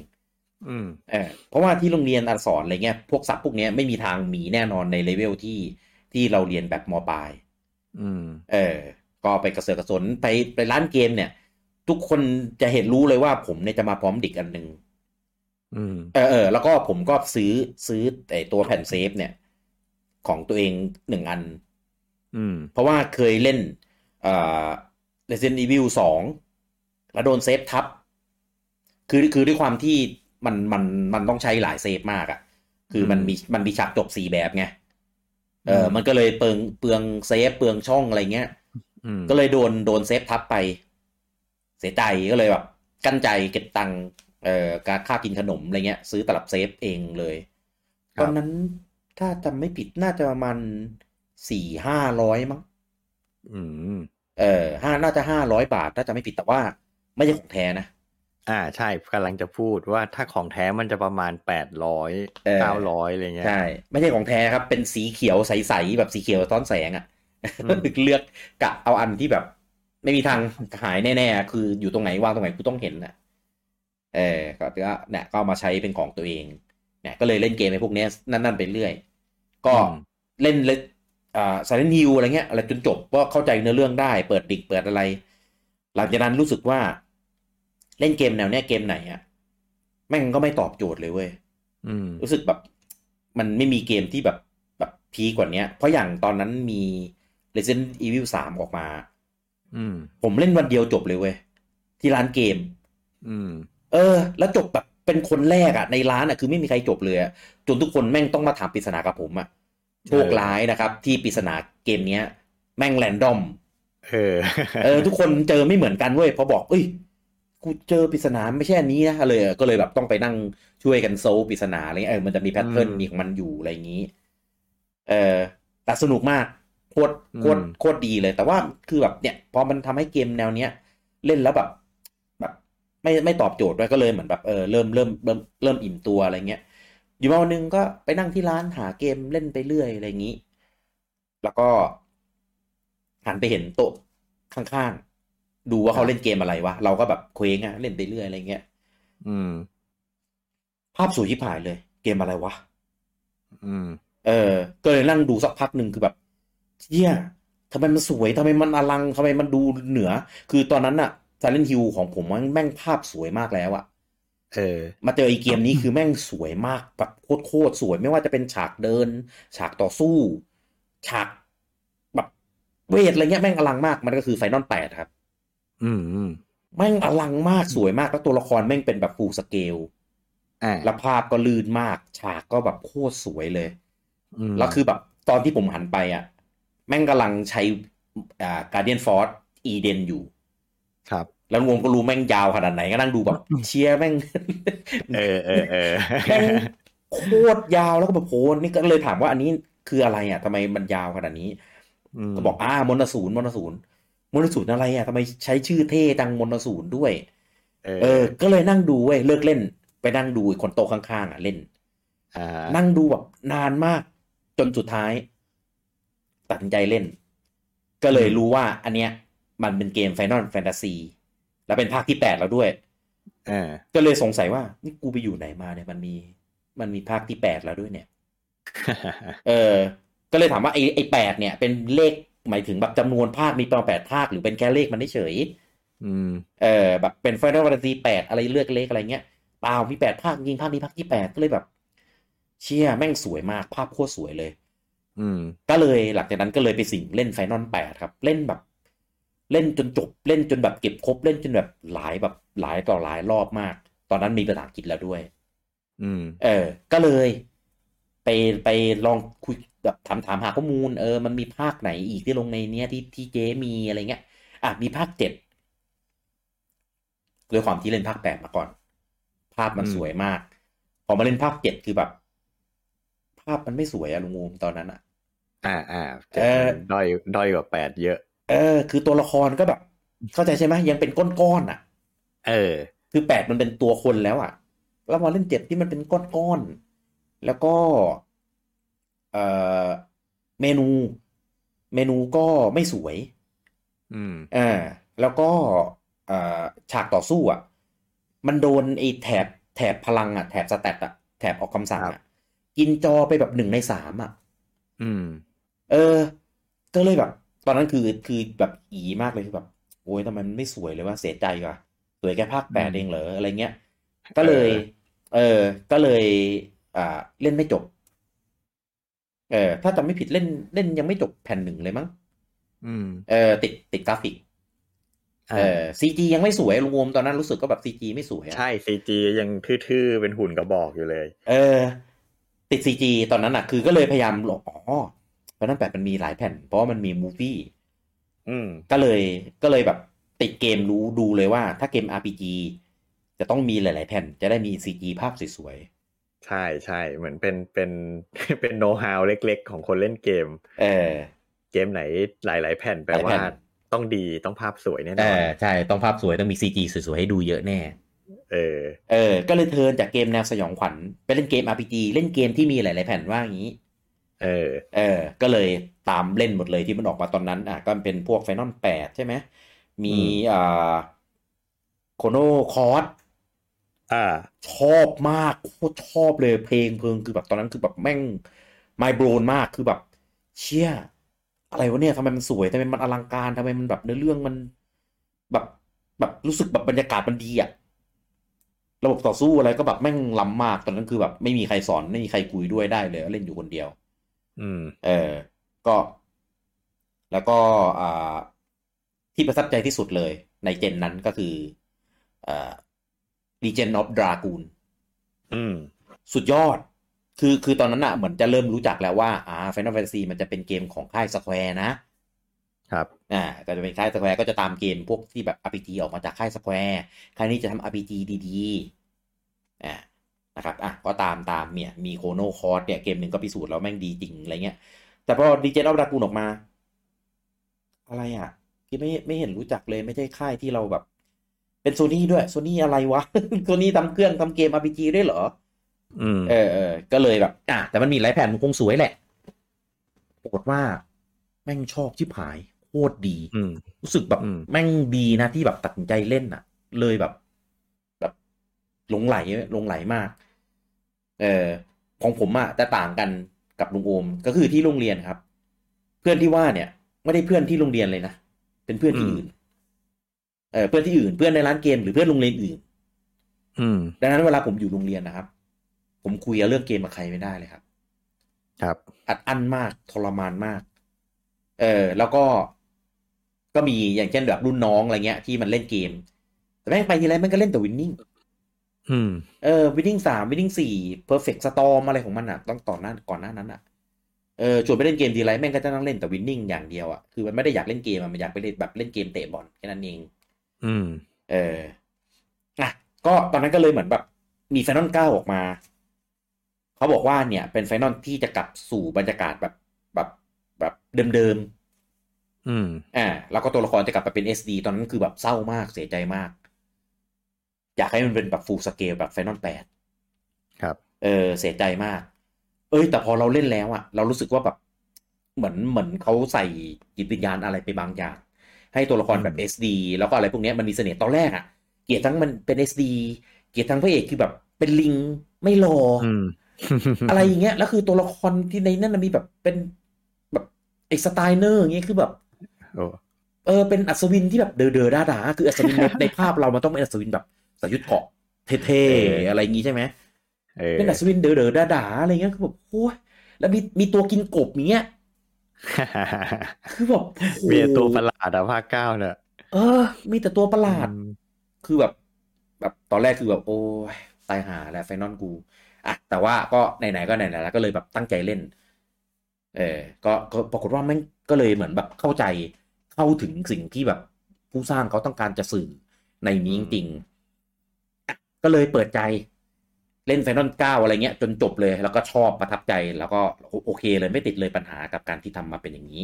Speaker 2: อืม
Speaker 1: เออเพราะว่าที่โรงเรียนอักษรอะไรเงี้ยพวกศัพท์พวกเนี้ยไม่มีทางมีแน่นอนในเลเวลที่ที่เราเรียนแบบมปลาย
Speaker 2: อืม
Speaker 1: เออ ก็ไปกระเสือกกระสนไปไปร้านเกมเนี่ย ทุกคนจะเห็นรู้เลยว่าผมเนี่ยจะมาพร้อมดิกอันหนึ่ง
Speaker 2: อืม
Speaker 1: เออเออแล้วก็ผมก็ซื้อซื้อไอตัวแผ่นเซฟเนี่ย ของตัวเองหนึ่งอัน
Speaker 2: อืม
Speaker 1: เพราะว่าเคยเล่นเอ่อ Resident Evil 2 แล้วโดนเซฟทับ คือคือด้วยความที่มันมันมันต้องใช้หลายเซฟมากอะ่ะ คือมัน
Speaker 2: อืม
Speaker 1: มีมันมีฉากจบสี่แบบไง เอออ
Speaker 2: ม
Speaker 1: มันก็เลยเปลืองเปลืองเซฟเปลืองช่องอะไรเงี้ย
Speaker 2: อืม
Speaker 1: ก็เลยโดนโดนเซฟทับไป เสียใจก็เลยแบบ กั้นใจเก็บตังค์เอ่อการค่ากินขนมอะไรเงี้ย ซื้อตลับเซฟเองเลย
Speaker 2: ครั
Speaker 1: ต
Speaker 2: บ
Speaker 1: อนนั้นถ้าจำไม่ผิดน่าจะประมาณสี่ห้าร้อยมั้ง
Speaker 2: อืม
Speaker 1: เออห้าน่าจะห้าร้อยบาทน่าจะไม่ผิดแต่ว่าไม่ใช่ของแท้นะ
Speaker 2: อ่าใช่กำลังจะพูดว่าถ้าของแท้มันจะประมาณแปดร้อย
Speaker 1: เออ
Speaker 2: เก้าร้อยอะไรเงี้ย
Speaker 1: ใช่ ไม่ใช่ของแท้ครับ เป็นสีเขียวใสๆแบบสีเขียวต้อนแสงอะ
Speaker 2: อืม
Speaker 1: [LAUGHS] เลือกกะเอาอันที่แบบ ไม่มีทางหายแน่ๆ คืออยู่ตรงไหนวางตรงไหนกูต้องเห็นน่ะ เออก็ก็เนี่ยก็เอามาใช้เป็นของตัวเองเนี่ยก็เลยเล่นเกมไอ้พวกเนี้ยนั่นๆไปเรื่อย ก็เล่นเลยอ่าซาเลนฮิวอะไรเงี้ยอะไรจนจบก็เข้าใจเนื้อเรื่องได้เปิดดิกเปิดอะไร หลังจากนั้นรู้สึกว่า เล่นเกมแนวเนี้ยเกมไหนอะแม่งก็ไม่ตอบโจทย์เลยเว้ย
Speaker 2: อืม
Speaker 1: รู้สึกแบบมันไม่มีเกมที่แบบแบบพีกกว่าเนี้ย เพราะอย่างตอนนั้นมี Resident Evil 3 ออกมา
Speaker 2: อืม
Speaker 1: ผมเล่นวันเดียวจบเลยเว้ย ที่ร้านเกม
Speaker 2: อืม
Speaker 1: เออ แล้วจบแบบเป็นคนแรกอะในร้านอะคือไม่มีใครจบเลยอะจนทุกคนแม่งต้องมาถามปริศนากับผมอะโชคร้ายนะครับ ที่ปริศนาเกมเนี้ย แม่งแรนดอม
Speaker 2: เออ [LAUGHS]
Speaker 1: เออทุกคนเจอไม่เหมือนกันเว้ยพอบอกเอ้ยกูเจอปริศนาไม่ใช่อันนี้นะอะไรเลยก็เลยแบบต้องไปนั่งช่วยกันโซลปริศนาอะไรเงี้ยเออมันจะมีแพทเทิร์น
Speaker 2: อืม
Speaker 1: มีของมันอยู่อะไรอย่างนี้ เออแต่สนุกมากโคตรโคตร
Speaker 2: อืม
Speaker 1: โคตรดีเลย แต่ว่าคือแบบเนี่ยพอมันทำให้เกมแนวเนี้ย เล่นแล้วแบบ แบบไม่ไม่ตอบโจทย์ด้วยก็เลยเหมือนแบบเออเริ่มเริ่มเริ่มเริ่มอิ่มตัวอะไรเงี้ย อยู่มาวันหนึงก็ไปนั่งที่ร้านหาเกมเล่นไปเรื่อยอะไรอย่างนี้ แล้วก็หันไปเห็นโต๊ะข้างๆ ดูว่าเขาเล่นเกมอะไรวะ เราก็แบบเคว้งอะเล่นไปเรื่อยอะไรเงี้ย
Speaker 2: อืม
Speaker 1: ภาพสวยชิบหายเลย เกมอะไรวะ
Speaker 2: อืม
Speaker 1: เออ ก็เลยนั่งดูสักพักหนึ่งคือแบบเฮียทำไมมันสวยทำไมมันอลังทำไมมันดูเหนือ คือตอนนั้นอะซาเลนฮิลของผมมันแม่งภาพสวยมากแล้วอะ
Speaker 2: เออ
Speaker 1: มาเจอไอีเกมนี้คือแม่งสวยมากแบบโคตรๆสวยไม่ว่าจะเป็นฉากเดิน ฉากต่อสู้ ฉากแบบเวทอะไรเงี้ยแม่งอลังมากมันก็คือไฟนอลแปดครับ
Speaker 2: อืมอืม
Speaker 1: แม่งอลังมากสวยมากแล้วตัวละครแม่งเป็นแบบฟูลสเกล
Speaker 2: อ่า
Speaker 1: แล้วภาพก็ลื่นมาก ฉากก็แบบโคตรสวยเลย
Speaker 2: ม
Speaker 1: แล้วคือแบบตอนที่ผมหันไปอ่ะ แม่งกำลังใช้อ่าการเดียนฟอร์สอีเดนอยู่
Speaker 2: ครับ
Speaker 1: แล้วรวมก็รู้แม่งยาวขนาดไหนก็นั่งดูแบบ เชียร์แม่ง
Speaker 2: เออเออเออ
Speaker 1: แม่งโคตรยาวแล้วก็แบบโหนี่ก็เลยถามว่าอันนี้คืออะไรอ่ะทำไมมันยาวขนาดนี้
Speaker 2: ม
Speaker 1: ก็บอกอ่ามนต์ศูนย์มนต์ศูนย์มนต์ศูนย์อะไรอ่ะทำไมใช้ชื่อเท่จังมนต์ศูนย์ด้วย
Speaker 2: เอ
Speaker 1: เอ
Speaker 2: อ
Speaker 1: อ ก็เลยนั่งดูเว้ยเลิกเล่น ไปนั่งดูไอ้คนโตะข้างๆอ่ะเล่น
Speaker 2: อ่า
Speaker 1: นั่งดูแบบนานมากจนสุดท้าย ตัดสินใจเล่น ก็เลยรู้ว่าอันเนี้ย มันเป็นเกม Final Fantasy และเป็นภาคที่แปดแล้วด้วย
Speaker 2: เออ [LAUGHS]
Speaker 1: ก็เลยสงสัยว่านี่กูไปอยู่ไหนมาเนี่ยมันมีมันมีภาคที่แปดแล้วด้วยเนี่ย เออ ก็เลยถามว่าไอ้ไอ้แปดเนี่ย เป็นเลขหมายถึงแบบจำนวนภาคมีประมาณแปดภาคหรือเป็นแค่เลขมันเฉย
Speaker 2: อืม
Speaker 1: ๆเออแบบเป็น Final Fantasy แปดอะไรเลือกเลขอะไรเงี้ยเปล่ามีแปดภาคจริงภาคนี้ภาคที่แปดก็เลยแบบ เชี่ยแม่งสวยมากภาพโคตรสวยเลย
Speaker 2: อืม
Speaker 1: ก็เลยหลังจากนั้นก็เลยไปสิงเล่นไฟนอลแปดครับ เล่นแบบ เล่นจนจบเล่นจนแบบเก็บครบเล่นจนแบบหลายแบบหลายต่อหลายรอบมาก ตอนนั้นมีภาษาอังกฤษแล้วด้วย
Speaker 2: อืม
Speaker 1: เออ ก็เลย ไปไปลองคุยแบบถามถามหาข้อมูล เออ มันมีภาคไหนอีกที่ลงในเนี้ยที่ที่เจ๊มีอะไรเงี้ย อ่ะ มีภาคเจ็ดด้วยความที่เล่นภาคแปดมาก่อน ภาพมัน
Speaker 2: อืม
Speaker 1: สวยมาก พอมาเล่นภาคเจ็ดคือแบบ ภาพมันไม่สวยอะลุงงูมตอนนั้นอะ
Speaker 2: อ่าอ่า
Speaker 1: เออ
Speaker 2: ด้อยด้อยกว่าแปดเยอะ
Speaker 1: เออ คือตัวละครก็แบบ เข้าใจใช่ไหมยังเป็นก้อนๆอะ
Speaker 2: เออ
Speaker 1: คือแปดมันเป็นตัวคนแล้วอะแล้วมาเล่นเจ็ดที่มันเป็นก้อนๆแล้วก็ เอ่อเมนู เมนูก็ไม่สวย
Speaker 2: อืม
Speaker 1: อ่าแล้วก็เอ่อฉากต่อสู้อ่ะ มันโดนไอ้แถบแถบพลังอ่ะแถบสแตตอ่ะแถบออกคำสั่ง
Speaker 2: ครั
Speaker 1: อ่ะ
Speaker 2: บ
Speaker 1: กินจอไปแบบหนึ่งในสามอ่ะ
Speaker 2: อืม
Speaker 1: เออ ก็เลยแบบ ตอนนั้นคือคือแบบอีมากเลยคือแบบโอ้ยทำไมมันไม่สวยเลยว่าเสียใจว่ะสวยแค่ภาคแปด
Speaker 2: อืม
Speaker 1: เองเหรออะไรเงี้ย ก็เลย
Speaker 2: เออ
Speaker 1: เออ ก็เลยอ่าเล่นไม่จบ เออ ถ้าจำไม่ผิดเล่นเล่นยังไม่จบแผ่นหนึ่งเลยมั้ง
Speaker 2: อืม
Speaker 1: เออติดติดกราฟิก
Speaker 2: อ่า
Speaker 1: เออซีจียังไม่สวยรวมตอนนั้นรู้สึกก็แบบซีจีไม่สวยอะ
Speaker 2: ใช่ซีจียังทื่อๆ เป็นหุ่นกระบอกอยู่เลย
Speaker 1: เออ ติดซีจีตอนนั้นอ่ะ คือก็เลยพยายามหลบอ๋อตอนนั้นแปดมันมีหลายแผ่น เพราะว่ามันมีมูฟี่
Speaker 2: อืม
Speaker 1: ก็เลยก็เลยแบบติดเกมรู้ดูเลยว่า ถ้าเกม RPG จะต้องมีหลาย ๆ แผ่นจะได้มี CG ภาพสวย
Speaker 2: ใช่ใช่เหมือนเป็นเป็น [LAUGHS] เป็นโน้ตฮาวเล็ก ๆ ของคนเล่นเกม
Speaker 1: ๆเออ
Speaker 2: เกมไหนหลาย ๆ แผ่นแปล
Speaker 1: หลายแผ่
Speaker 2: ว่าน ต้องดีต้องภาพสวยแน่น
Speaker 1: เอ
Speaker 2: อน
Speaker 1: อใช่ต้องภาพสวยต้องมี CG สวย ๆ ให้ดูเยอะแน่
Speaker 2: เออ
Speaker 1: เออ ก็เลยเทิร์นจากเกมแนวสยองขวัญไปเล่นเกม RPG เล่นเกมที่มีหลาย ๆ แผ่นว่าอย่างนี้
Speaker 2: เออ
Speaker 1: เออ ก็เลยตามเล่นหมดเลยที่มันออกมาตอนนั้น อ่ะ ก็เป็นพวกไฟนอลแปดใช่ไหม มี
Speaker 2: อืม
Speaker 1: อ่าโคโนคอร์ส
Speaker 2: อ่า
Speaker 1: ชอบมากโคตรชอบเลยเพลงเพลงคือแบบตอนนั้นคือแบบแม่งไมโบรนมากคือแบบ เชี่ย อะไรวะเนี่ยทำไมมันสวยทำไมมันอลังการทำไมมันแบบเนื้อเรื่องมัน แบบแบบรู้สึกแบบบรรยากาศมันดีอะระบบต่อสู้อะไรก็แบบแม่งล้ำมาก ตอนนั้นคือแบบไม่มีใครสอนไม่มีใครคุยด้วยได้เลยเล่นอยู่คนเดียว
Speaker 2: อืม
Speaker 1: เออ ก็ แล้วก็อ่าที่ประทับใจที่สุดเลยในเจนนั้นก็คืออ่า Legend of Dragoon
Speaker 2: อืม
Speaker 1: สุดยอด คือ คือตอนนั้นอะเหมือนจะเริ่มรู้จักแล้วว่า อ่า Final Fantasy มันจะเป็นเกมของค่ายสแควร์นะ
Speaker 2: ครับ
Speaker 1: อ่า ก็จะเป็นค่ายสแควร์ก็จะตามเกมพวกที่แบบ RPG ออกมาจากค่ายสแควร์ค่ายนี้จะทำ RPG ดีๆ อ่า นะครับ อ่ะ ก็ตามตามเนี่ย มีโคโนคอร์สเนี่ยเกมหนึ่งก็พิสูจน์แล้วแม่งดีจริงอะไรเงี้ย แต่พอดีเจนออฟดากูนออกมา อะไรอ่ะที่ไม่ไม่เห็นรู้จักเลยไม่ใช่ค่ายที่เราแบบ เป็นโซนี่ด้วยโซนี่อะไรวะ [LAUGHS] โซนี่ทำเครื่องทำเกม RPG ด้วยเหรอ
Speaker 2: อืม
Speaker 1: เออเออ ก็เลยแบบ อ่ะ แต่มันมีหลายแผ่นมันคงสวยแหละ ปรากฏว่า แม่งชอบชิบหาย โคตรดี
Speaker 2: อืม
Speaker 1: รู้สึกแบบ
Speaker 2: อืม
Speaker 1: แม่งดีนะที่แบบตัดสินใจเล่นอ่ะ เลยแบบ แบบหลงไหลหลงไหลมาก เออของผมอะจะต่างกันกับลุงโอม ก็คือที่โรงเรียนครับ เพื่อนที่ว่าเนี่ย ไม่ได้เพื่อนที่โรงเรียนเลยนะ เป็นเพื่อนที่อื่น เออเพื่อนที่อื่น เพื่อนในร้านเกมหรือเพื่อนโรงเรียนอื่น
Speaker 2: อืม
Speaker 1: ดังนั้นเวลาผมอยู่โรงเรียนนะครับ ผมคุยเรื่องเกมกับใครไม่ได้เลยครับ
Speaker 2: ครับ
Speaker 1: อัดอั้นมากทรมานมาก เออ แล้วก็ก็มีอย่างเช่นแบบรุ่นน้องอะไรเงี้ยที่มันเล่นเกม แต่แม่งไปทีไรแม่งก็เล่นแต่วินนิ่ง
Speaker 2: อืม
Speaker 1: เออวินนิ่งสามวินนิ่งสี่เพอร์เฟกต์สตอมอะไรของมันอ่ะต้องต่อหน้าก่อนหน้านั้นอ่ะเออชวนไปเล่นเกมทีไรแม่งก็จะนั่งเล่นแต่วินนิ่งอย่างเดียวอ่ะคือมันไม่ได้อยากเล่นเกมอะมันอยากไปเล่นแบบเล่นเกมเตะบอลแค่นั้นเอง
Speaker 2: อืม
Speaker 1: เอออ่ะก็ตอนนั้นก็เลยเหมือนแบบมีไฟนอลเก้าออกมา เขาบอกว่าเนี่ย เป็นไฟนอลที่จะกลับสู่บรรยากาศแบบแบบแบบเดิม
Speaker 2: อืม
Speaker 1: ๆ อ่า แล้วก็ตัวละครจะกลับไปเป็น SD ตอนนั้นคือแบบเศร้ามากเสียใจมาก อยากให้มันเป็นแบบฟูลสเกลแบบไฟนอลแปด
Speaker 2: ครับ
Speaker 1: เออ เสียใจมาก เอ้ย แต่พอเราเล่นแล้วอะเรารู้สึกว่าแบบเหมือนเหมือนเขาใส่จิตวิญญาณอะไรไปบางอย่าง ให้ตัวละครแบบ SD แล้วก็อะไรพวกเนี้ยมันมีเสน่ห์ตอนแรกอะเกลียดทั้งมันเป็น SD เกลียดทั้งพระเอกคือแบบเป็นลิงไม่รออ
Speaker 2: อืม
Speaker 1: อะไรอย่างเงี้ย แล้วคือตัวละครที่ในนั้นนะมีแบบเป็นแบบไอ้สไตล์เนอร์อย่างเงี้ยคือแบบ
Speaker 2: โอ้
Speaker 1: เออเป็นอัศวินที่แบบเดอเดอด่าดาๆคืออัศวินใน ในภาพเรามันต้องเป็นอัศวินแบบใสายุดเกราะเท่
Speaker 2: เออ
Speaker 1: ๆ
Speaker 2: อ
Speaker 1: อะไรอย่างงี้ใช่ไหม
Speaker 2: เออ
Speaker 1: เป็นอัศวินเดอเดอด่าดาๆอะไรเงี้ยคือแบบโอ้ยแล้วมีมีตัวกินกบอย่างเงี้ยคือแบบโอ้โห
Speaker 2: [LAUGHS] มีแต่ตัวประหลาดอะภาคเก้าเนี่ย
Speaker 1: เออ มีแต่ตัวประหลาด
Speaker 2: อืม
Speaker 1: คือแบบ แบบตอนแรกคือแบบโอ้ยตายหาแล้วไฟนอลกูอ่ะแต่ว่าก็ไหนๆก็ไหนๆแล้วก็เลยแบบตั้งใจเล่น เออก็ก็ปรากฏว่าแม่งก็เลยเหมือนแบบเข้าใจเข้าถึงสิ่งที่แบบผู้สร้างเขาต้องการจะสื่อในนี้จริงๆอ่ะก็เลยเปิดใจเล่นไฟนอลเก้าอะไรเงี้ย จนจบเลย แล้วก็ชอบประทับใจแล้วก็โอโอเคเลยไม่ติดเลยปัญหากับการที่ทำมาเป็นอย่างนี้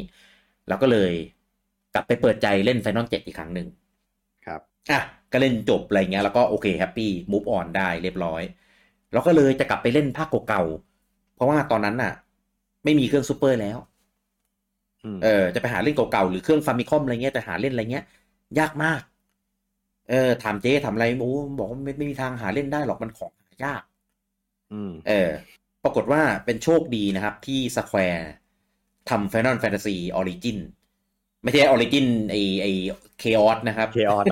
Speaker 1: แล้วก็เลยกลับไปเปิดใจเล่นไฟนอลเจ็ดอีกครั้งหนึ่ง
Speaker 2: ครับ
Speaker 1: อ่ะก็เล่นจบอะไรเงี้ยแล้วก็โอเคแฮปปี้มูฟออนได้เรียบร้อย แล้วก็เลยจะกลับไปเล่นภาคเก่าๆเพราะว่าตอนนั้นน่ะ ไม่มีเครื่องซูเปอร์แล้ว
Speaker 2: อืม
Speaker 1: เออจะไปหาเล่นเก่าๆ หรือเครื่องฟามิคอมอะไรเงี้ยแต่หาเล่นอะไรเงี้ย ยากมาก เออถามเจ๊ถามอะไรโอ้บอกว่าไม่ไม่มีทางหาเล่นได้หรอกมันของหายาก
Speaker 2: อืม
Speaker 1: เออ ปรากฏว่าเป็นโชคดีนะครับที่สแควร์ทำ Final Fantasy Origin ไม่ใช่ Origin ไอไอ Chaos นะครับ
Speaker 2: เคออส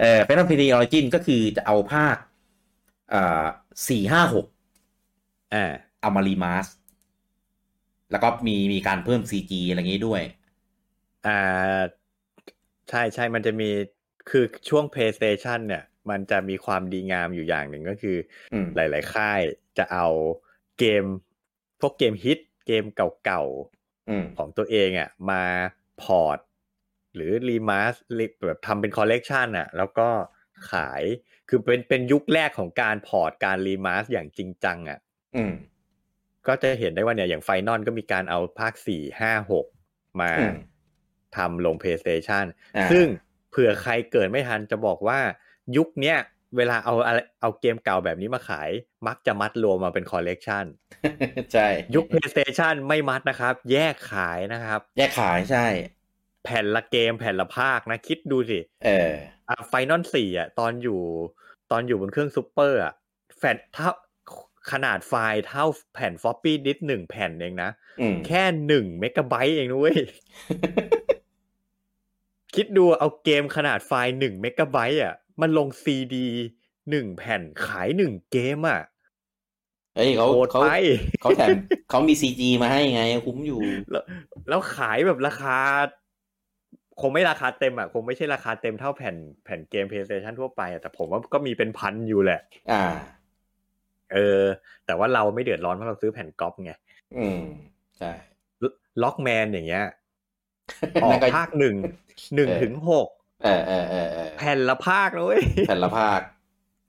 Speaker 1: เออ Final Fantasy Origin ก็คือจะเอาภาคอ่าสี่ห้าหก
Speaker 2: [LAUGHS] อ่า
Speaker 1: เอามารีมาสแล้วก็มีมีการเพิ่ม CG อะไรอย่างนี้ด้วย
Speaker 2: อ่า ใช่ใช่มันจะมี คือช่วง PlayStation เนี่ย มันจะมีความดีงามอยู่อย่างหนึ่งก็คือ
Speaker 1: อืม
Speaker 2: หลาย ๆ ค่ายจะเอาเกม พวกเกมฮิต เกมเก่า ๆ
Speaker 1: อืม
Speaker 2: ของตัวเองอะ่ะมาพอร์ต หรือรีมาสแบบทำเป็นคอลเลกชันอ่ะ แล้วก็ ขาย คือเป็นเป็นยุคแรกของการพอร์ตการรีมาสอย่างจริงจังอะ่ะ
Speaker 1: อืม
Speaker 2: ก็จะเห็นได้ว่าเนี่ยอย่างไฟนอลก็มีการเอาภาคสี่ห้าหกมา
Speaker 1: อืม
Speaker 2: ทำลง PlayStation
Speaker 1: อ่า
Speaker 2: ซึ่งเผื่อใครเกิดไม่ทันจะบอกว่ายุคเนี้ยเวลาเอาอะไรเอาเกมเก่าแบบนี้มาขาย มักจะมัดรวมมาเป็นคอลเลกชัน
Speaker 1: [LAUGHS] ใช่
Speaker 2: ยุค PlayStation ไม่มัดนะครับ แยกขายนะครับ
Speaker 1: แยกขายใช่
Speaker 2: แผ่นละเกมแผ่นละภาคนะ คิดดูสิ
Speaker 1: เออ
Speaker 2: อ่ะไฟนอลสี่อ่ะตอนอยู่ตอนอยู่บนเครื่องซูเปอร์อ่ะแฟนเท่าขนาดไฟล์เท่าแผ่นฟอปปี้ดิสหนึ่งแผ่นเองนะ
Speaker 1: อืม
Speaker 2: แค่หนึ่งเมกะไบต์เองนุ้ย [LAUGHS] คิดดูเอาเกมขนาดไฟล์หนึ่งเมกะไบต์อ่ะ มันลงซีดีหนึ่งแผ่นขายหนึ่งเกมอ่ะ
Speaker 1: เอ้ยเขา
Speaker 2: โหด
Speaker 1: เขา
Speaker 2: ไป
Speaker 1: เขาแถมเขามีซีจีมาให้ไง คุ้มอยู่
Speaker 2: แล้วแล้วขายแบบราคา คงไม่ราคาเต็มอ่ะ คงไม่ใช่ราคาเต็มเท่าแผ่นแผ่นเกม PlayStation ทั่วไปอะแต่ผมว่าก็มีเป็นพันอยู่แหละ
Speaker 1: อ่า
Speaker 2: เออ แต่ว่าเราไม่เดือดร้อนเพราะเราซื้อแผ่นก๊อปไง
Speaker 1: อืม ใช่
Speaker 2: ล็อกแมนอย่า
Speaker 1: [LAUGHS]
Speaker 2: งเงี้ย ออก
Speaker 1: นั่นก็
Speaker 2: ภาคหนึ่งหนึ่ง
Speaker 1: เออ
Speaker 2: ถึงหก
Speaker 1: เออเออเออเออ
Speaker 2: แผ่นละภาคนะเลย
Speaker 1: แผ่นละภาค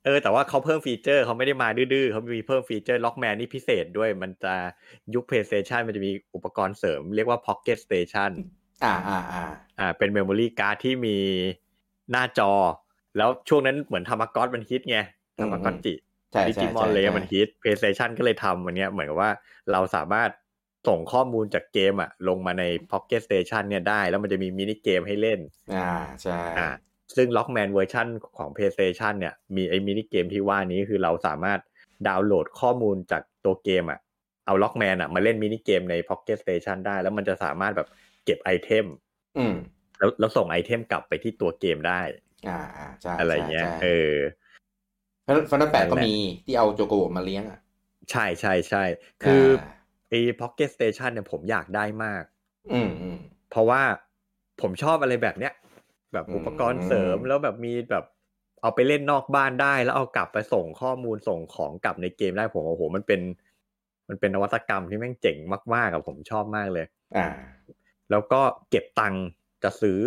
Speaker 2: เออแต่ว่าเขาเพิ่มฟีเจอร์เขาไม่ได้มาดื้อๆเขามีเพิ่มฟีเจอร์ล็อกแมนนี่พิเศษด้วย มันจะยุค PlayStation มันจะมีอุปกรณ์เสริมเรียกว่า Pocket Station
Speaker 1: อ่าอ่าอ่า
Speaker 2: อ่าเป็นเมมโมรี่การ์ดที่มีหน้าจอ แล้วช่วงนั้นเหมือนทามากอสมันฮิตไงทามากอจิ
Speaker 1: ใช่
Speaker 2: ดิ
Speaker 1: ใช่
Speaker 2: จิมอน
Speaker 1: ใช่
Speaker 2: เลย
Speaker 1: ใช่
Speaker 2: มันฮิต PlayStation ก็เลยทำอันเนี้ยเหมือนกับว่าเราสามารถส่งข้อมูลจากเกมอะลงมาใน Pocket Station เนี่ยได้ แล้วมันจะมีมินิเกมให้เล่น
Speaker 1: อ่าใช่
Speaker 2: อ่าซึ่ง Lockman เวอร์ชันของ PlayStation เนี่ย มีไอ้มินิเกมที่ว่านี้คือเราสามารถดาวน์โหลดข้อมูลจากตัวเกมอะเอา Lockman อะมาเล่นมินิเกมใน Pocket Station ได้ แล้วมันจะสามารถแบบเก็บไอเทม
Speaker 1: อืม
Speaker 2: แล้วแล้วส่งไอเทมกลับไปที่ตัวเกมได้
Speaker 1: อ่าอ่าใช่
Speaker 2: อะไรเงี้ย
Speaker 1: ใช่ใช่
Speaker 2: เออ
Speaker 1: ฟันนัทแปดก็
Speaker 2: นั่นแหละ
Speaker 1: มีที่เอาโจโกโบมาเลี้ยงอ่ะ
Speaker 2: ใช่ใช่ใช่คืออา ไอ้ Pocket Station เนี่ยผมอยากได้มาก
Speaker 1: อืมอืม
Speaker 2: เพราะว่าผมชอบอะไรแบบเนี้ย แบบ
Speaker 1: อืม
Speaker 2: อุปกรณ์เสริมแล้วแบบมีแบบเอาไปเล่นนอกบ้านได้ แล้วเอากลับไปส่งข้อมูลส่งของกลับในเกมได้ผมโอ้โหมันเป็น มันเป็นนวัตกรรมที่แม่งเจ๋งมากๆอะผมชอบมากเลย
Speaker 1: อ่า
Speaker 2: แล้วก็เก็บตังค์จะซื้อ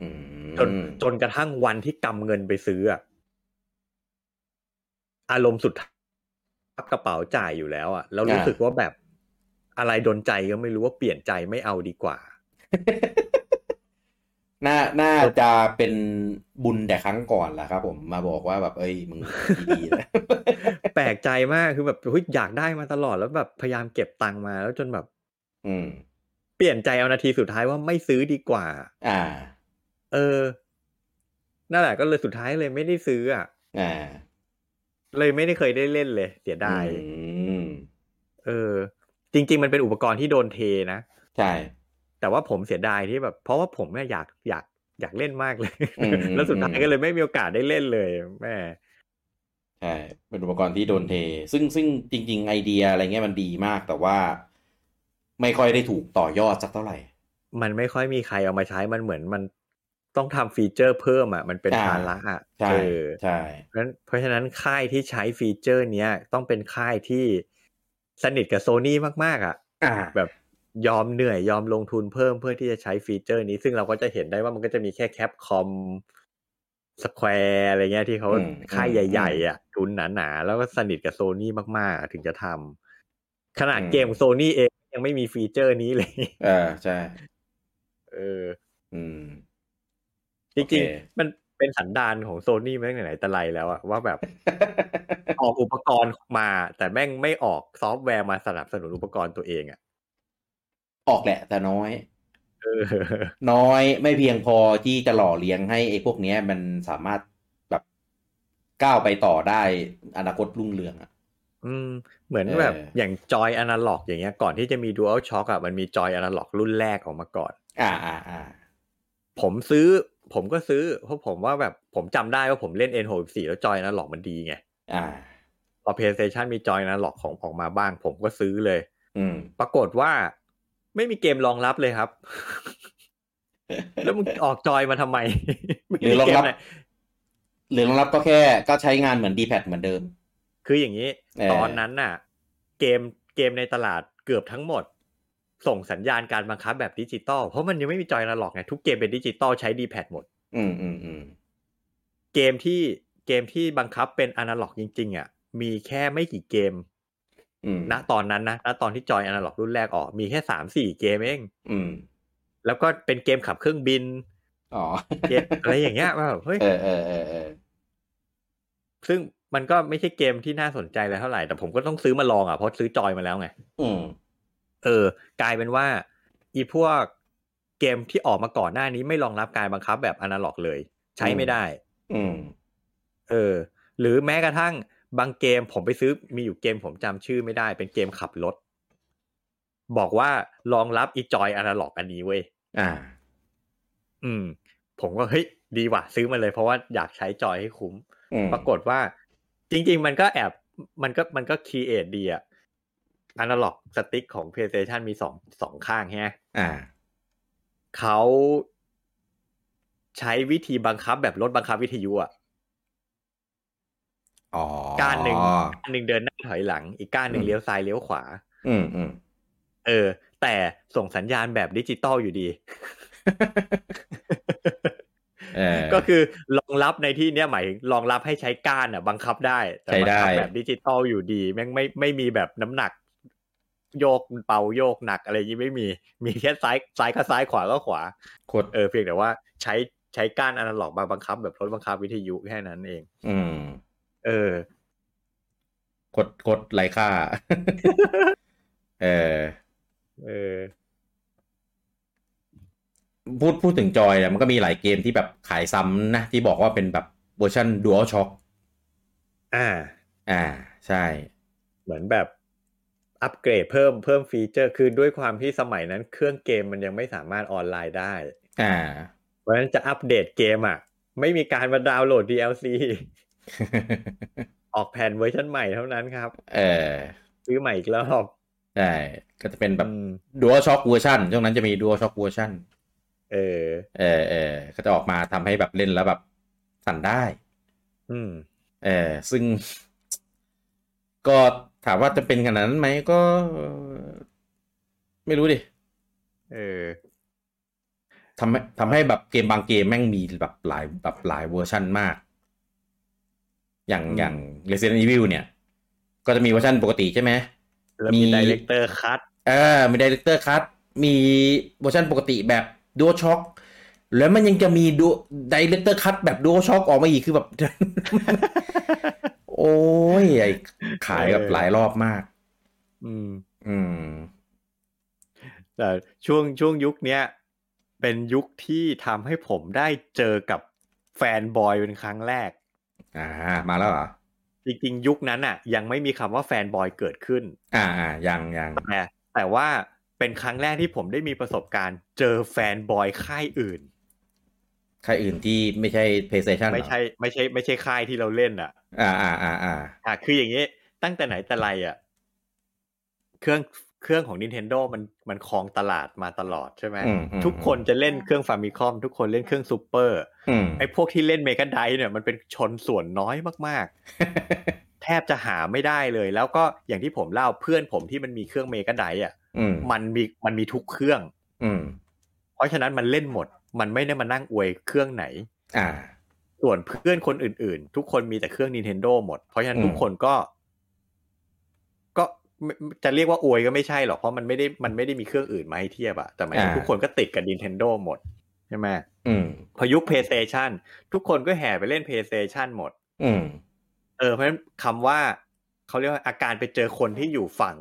Speaker 1: อืม
Speaker 2: อจนจนกระทั่งวันที่กำเงินไปซื้ออะอารมณ์สุดท้ายรับกระเป๋าจ่ายอยู่แล้วอะแล้วรู้สึกว่าแบบอะไรโดนใจก็ไม่รู้ว่าเปลี่ยนใจไม่เอาดีกว่า [LAUGHS]
Speaker 1: น่าน่าจะเป็นบุญแต่ครั้งก่อนแหละครับผมมาบอกว่าแบบเอ้ยมึงดีๆนะ [LAUGHS]
Speaker 2: แปลกใจมากคือแบบเฮ้ยอยากได้มาตลอดแล้วแบบพยายามเก็บตังค์มาแล้วจนแบบ
Speaker 1: อืม
Speaker 2: เปลี่ยนใจเอานาทีสุดท้ายว่าไม่ซื้อดีกว่า
Speaker 1: อ่า
Speaker 2: เออนั่นแหละก็เลยสุดท้ายเลยไม่ได้ซื้ออ่ะ
Speaker 1: อ่า
Speaker 2: เลยไม่ได้เคยได้เล่นเลย เสียดาย
Speaker 1: อืม
Speaker 2: เออ จริง ๆ มันเป็นอุปกรณ์ที่โดนเทนะ
Speaker 1: ใช่
Speaker 2: แต่ว่าผมเสียดายที่แบบ เพราะว่าผมเนี่ยอยากอยากอยากเล่นมากเลย
Speaker 1: อืม
Speaker 2: แล้วสุดท้ายก็เลยไม่มีโอกาสได้เล่นเลยแม่
Speaker 1: ใช่ เป็นอุปกรณ์ที่โดนเท ซึ่งซึ่งจริง ๆ ไอเดียอะไรเงี้ยมันดีมาก แต่ว่า ไม่ค่อยได้ถูกต่อยอดสักเท่าไหร่
Speaker 2: มันไม่ค่อยมีใครเอามาใช้มันเหมือนมันต้องทำฟีเจอร์เพิ่มอ่ะมันเป็น
Speaker 1: อ่า
Speaker 2: ภาระอ่ะ
Speaker 1: ใช่
Speaker 2: เออ
Speaker 1: ใช่
Speaker 2: เพราะฉะนั้นเพราะฉะนั้นค่ายที่ใช้ฟีเจอร์เนี้ยต้องเป็นค่ายที่สนิทกับโซนี่มากๆอะ่ะ
Speaker 1: อ่า
Speaker 2: แบบยอมเหนื่อยยอมลงทุนเพิ่มเพื่อที่จะใช้ฟีเจอร์นี้ ซึ่งเราก็จะเห็นได้ว่ามันก็จะมีแค่แคปคอมสแควร์อะไรเงี้ยที่เขา
Speaker 1: อืม
Speaker 2: ค่าย
Speaker 1: อืม
Speaker 2: ใหญ่ ๆ อ่ะ ทุนหนาๆ แล้วก็สนิทกับโซนี่มากๆอะถึงจะทำขนาด
Speaker 1: อืม
Speaker 2: เกมโซนี่เองยังไม่มีฟีเจอร์นี้เลย [LAUGHS]
Speaker 1: เออใช่
Speaker 2: เออ
Speaker 1: อืม
Speaker 2: จริง
Speaker 1: โอเค
Speaker 2: ๆมันเป็นสันดานของโซนี่มาตั้งแต่ไหนแต่ไรแล้วอะว่า
Speaker 1: [LAUGHS]
Speaker 2: แบบ ออกอุปกรณ์มา แต่แม่งไม่ออกซอฟต์แวร์มาสนับสนุนอุปกรณ์ตัวเองอะ่ะ
Speaker 1: ออกแหละแต่น้อย
Speaker 2: เออ
Speaker 1: น้อยไม่เพียงพอที่จะหล่อเลี้ยงให้ไอ้พวกเนี้ย มันสามารถแบบก้าวไปต่อได้อนาคตรุ่งเรืองอ่ะ
Speaker 2: อืม เหมือนแบบ
Speaker 1: เอออ
Speaker 2: อย่างจอยอนาล็อกอย่างเงี้ยก่อนที่จะมี Dual Shock อะ่ะมันมีจอยอนาล็อกรุ่นแรกออกมาก่อน
Speaker 1: อ่าอ่าอ่า
Speaker 2: ผมซื้อ ผมก็ซื้อ เพราะผมว่าแบบผมจำได้ว่าผมเล่น N64 แล้วจอยอนาล็อกมันดีไง
Speaker 1: อ่า
Speaker 2: พอ PlayStation มีจอยอนาล็อกของออกมาบ้าง ผมก็ซื้อเลย
Speaker 1: อืม
Speaker 2: ปรากฏว่าไม่มีเกมรองรับเลยครับ [LAUGHS] แล้วมึงออกจอยมาทำ [LAUGHS] ไมไม่
Speaker 1: หรือรองรับ
Speaker 2: มีเกมไหน
Speaker 1: หรือรองรับก็แค่ก็ใช้งานเหมือน D-pad เหมือนเดิม
Speaker 2: คืออย่างนี้
Speaker 1: เออ
Speaker 2: ตอนนั้นน่ะ เกมเกมในตลาดเกือบทั้งหมด ส่งสัญญาณการบังคับแบบดิจิตอลเพราะมันยังไม่มีจอยอนาล็อกไงทุกเกมเป็นดิจิตอลใช้ดีแพดหมด
Speaker 1: อืมอืมอืม
Speaker 2: เกมที่เกมที่บังคับเป็นอนาล็อกจริง ๆอ่ะมีแค่ไม่กี่เกม
Speaker 1: อืม
Speaker 2: ณตอนนั้นนะณตอนที่จอยอนาล็อกรุ่นแรกออกมีแค่สามสี่เกมเอง
Speaker 1: อืม
Speaker 2: แล้วก็เป็นเกมขับเครื่องบิน
Speaker 1: อ๋อ
Speaker 2: เกมอะไรอย่างเงี้ยว่าแบบเฮ้ย
Speaker 1: เออเออเออเออ
Speaker 2: ซึ่งมันก็ไม่ใช่เกมที่น่าสนใจเลยเท่าไหร่ แต่ผมก็ต้องซื้อมาลองอ่ะ เพราะซื้อจอยมาแล้วไง
Speaker 1: อืม
Speaker 2: เออ กลายเป็นว่า อีพวกเกมที่ออกมาก่อนหน้านี้ไม่รองรับการบังคับแบบอนาล็อกเลย ใช้ไม่ได้
Speaker 1: อืม
Speaker 2: เออ หรือแม้กระทั่งบางเกมผมไปซื้อมีอยู่เกมผมจำชื่อไม่ได้ เป็นเกมขับรถ บอกว่ารองรับอีจอยอนาล็อกอันนี้เว้ย
Speaker 1: อ่า
Speaker 2: อืม ผมก็เฮ้ยดีว่ะ ซื้อมาเลยเพราะว่าอยากใช้จอยให้คุ้ม
Speaker 1: อืม
Speaker 2: ปรากฏว่าจริง ๆ มันก็แอบมันก็มันก็ครีเอทดีอะอนาล็อกสติ๊กของ PlayStation มีสองสองข้างใช่ไหม
Speaker 1: อ่า
Speaker 2: เขาใช้วิธีบังคับแบบรถบังคับวิทยุอะ
Speaker 1: อ๋อ
Speaker 2: ก้านหนึ่ง อันหนึ่งเดินหน้าถอยหลัง อีกก้านหนึ่งเลี้ยวซ้ายเลี้ยวขวา
Speaker 1: อืมอืม
Speaker 2: เออ แต่ส่งสัญญาณแบบดิจิตอลอยู่ดี [LAUGHS]
Speaker 1: เออ
Speaker 2: ก็คือรองรับในที่เนี้ยหมายถึงรองรับให้ใช้ก้านอ่ะ บังคับได้แต่
Speaker 1: ใช้
Speaker 2: บั
Speaker 1: ได้
Speaker 2: คับแบบดิจิตอลอยู่ดีแม่งไม่ไม่มีแบบน้ำหนัก โยกเบาโยกหนักอะไรอย่างงี้ไม่มี มีแค่ซ้ายซ้ายก็ซ้ายขวาก็ขวา
Speaker 1: โคตร
Speaker 2: เออเพียงแต่ว่าใช้ใช้ก้านอนาล็อกมาบังคับแบบรถบังคับวิทยุแค่นั้นเอง
Speaker 1: อืม
Speaker 2: เออ
Speaker 1: โคตรโคตรไรค่า เออ
Speaker 2: เออ
Speaker 1: พูดพูดถึงจอยเนี่ยมันก็มีหลายเกมที่แบบขายซ้ำนะ ที่บอกว่าเป็นแบบเวอร์ชัน Dual Shock
Speaker 2: อ่า
Speaker 1: อ่า ใช่
Speaker 2: เหมือนแบบอัปเกรดเพิ่มเพิ่มฟีเจอร์คือด้วยความที่สมัยนั้นเครื่องเกมมันยังไม่สามารถออนไลน์ได้
Speaker 1: อ่า [LAUGHS]
Speaker 2: เพราะฉะนั้นจะอัปเดตเกมอ่ะ ไม่มีการมาดาวน์โหลด DLC [LAUGHS] ออกแผ่นเวอร์ชันใหม่เท่านั้นครับ
Speaker 1: เออ
Speaker 2: ซื้อใหม่อีกรอบ
Speaker 1: ใช่ก็จะเป็นแบบ
Speaker 2: อืม
Speaker 1: Dual Shock เวอร์ชันช่วงนั้นจะมี Dual Shock เวอร์ชัน
Speaker 2: เออ
Speaker 1: เออเออก็จะออกมาทำให้แบบเล่นแล้วแบบสั่นได้
Speaker 2: อืม
Speaker 1: เออซึ่ง ก็ถามว่าจะเป็นขนาดนั้นไหมก็ไม่รู้ดิ
Speaker 2: เออ
Speaker 1: ทำให้ทำให้แบบเกมบางเกมแม่งมีแบบหลายแบบหลายเวอร์ชันมาก อย่าง
Speaker 2: อืม
Speaker 1: อย่าง Resident Evil เนี่ย ก็จะมีเวอร์ชันปกติใช่ไหม
Speaker 2: แล้วมี
Speaker 1: มี
Speaker 2: ดีเลกเตอร์คัต
Speaker 1: เออมี Director Cut มีเวอร์ชันปกติแบบ Dual Shock แล้วมันยังจะมีดู Director Cut แบบ Dual Shock ออกมาอีกคือแบบ [LAUGHS] โอ้ยไอ้ขายแบบหลายรอบมาก
Speaker 2: อืม
Speaker 1: อืม
Speaker 2: แต่ช่วงช่วงยุคเนี้ย เป็นยุคที่ทำให้ผมได้เจอกับแฟนบอยเป็นครั้งแรก
Speaker 1: อ่า มาแล้วเหรอ
Speaker 2: จริงๆ ยุคนั้นอ่ะ ยังไม่มีคำว่าแฟนบอยเกิดขึ้น
Speaker 1: อ่าอ่ายังยัง
Speaker 2: แต่แต่ว่าเป็นครั้งแรกที่ผมได้มีประสบการณ์ เจอแฟนบอยค่ายอื่น
Speaker 1: ใครอื่นที่ไม่ใช่ PlayStation เหรอ
Speaker 2: ไม่ใช่ไม่ใช่ไม่ใช่ค่ายที่เราเล่นอ่ะ
Speaker 1: อ่าอ่าอ่าอ่า
Speaker 2: อ่ะคืออย่างนี้ ตั้งแต่ไหนแต่ไรอ่ะเครื่องเครื่องของ Nintendo มันมันครองตลาดมาตลอดใช่ไหม
Speaker 1: อืมอืม
Speaker 2: ทุกคนจะเล่นเครื่องฟามิคอมทุกคนเล่นเครื่องซูเปอร์
Speaker 1: อืม
Speaker 2: ไอ้พวกที่เล่นเมก d ไดเนี่ยมันเป็นชนส่วนน้อยมาก
Speaker 1: [LAUGHS]
Speaker 2: ๆ แทบจะหาไม่ได้เลย แล้วก็อย่างที่ผมเล่าเพื่อนผมที่มันมีเครื่องเมก d ไดอ่ะ
Speaker 1: อืม
Speaker 2: มันมีมันมีทุกเครื่อง
Speaker 1: อืม
Speaker 2: เพราะฉะนั้นมันเล่นหมด มันไม่ได้มานั่งอวยเครื่องไหน
Speaker 1: อ่า
Speaker 2: ส่วนเพื่อนคนอื่นๆ ทุกคนมีแต่เครื่อง Nintendo หมด เพราะฉะนั้
Speaker 1: อื
Speaker 2: น
Speaker 1: ม
Speaker 2: ทุกคนก็ ก็ไม่จะเรียกว่าอวยก็ไม่ใช่หรอก เพราะมันไม่ได้มันไม่ได้มีเครื่องอื่นมาให้เทียบอะแต่หมายถึงทุกคนก็ติดกับ Nintendo หมด ใช่ไหม
Speaker 1: อืม
Speaker 2: พอยุค PlayStation ทุกคนก็แห่ไปเล่น PlayStation หมด
Speaker 1: อืม
Speaker 2: เออเพราะฉะนั้นคำว่าเขาเรียกว่าอาการไปเจอคนที่อยู่ฝั่ง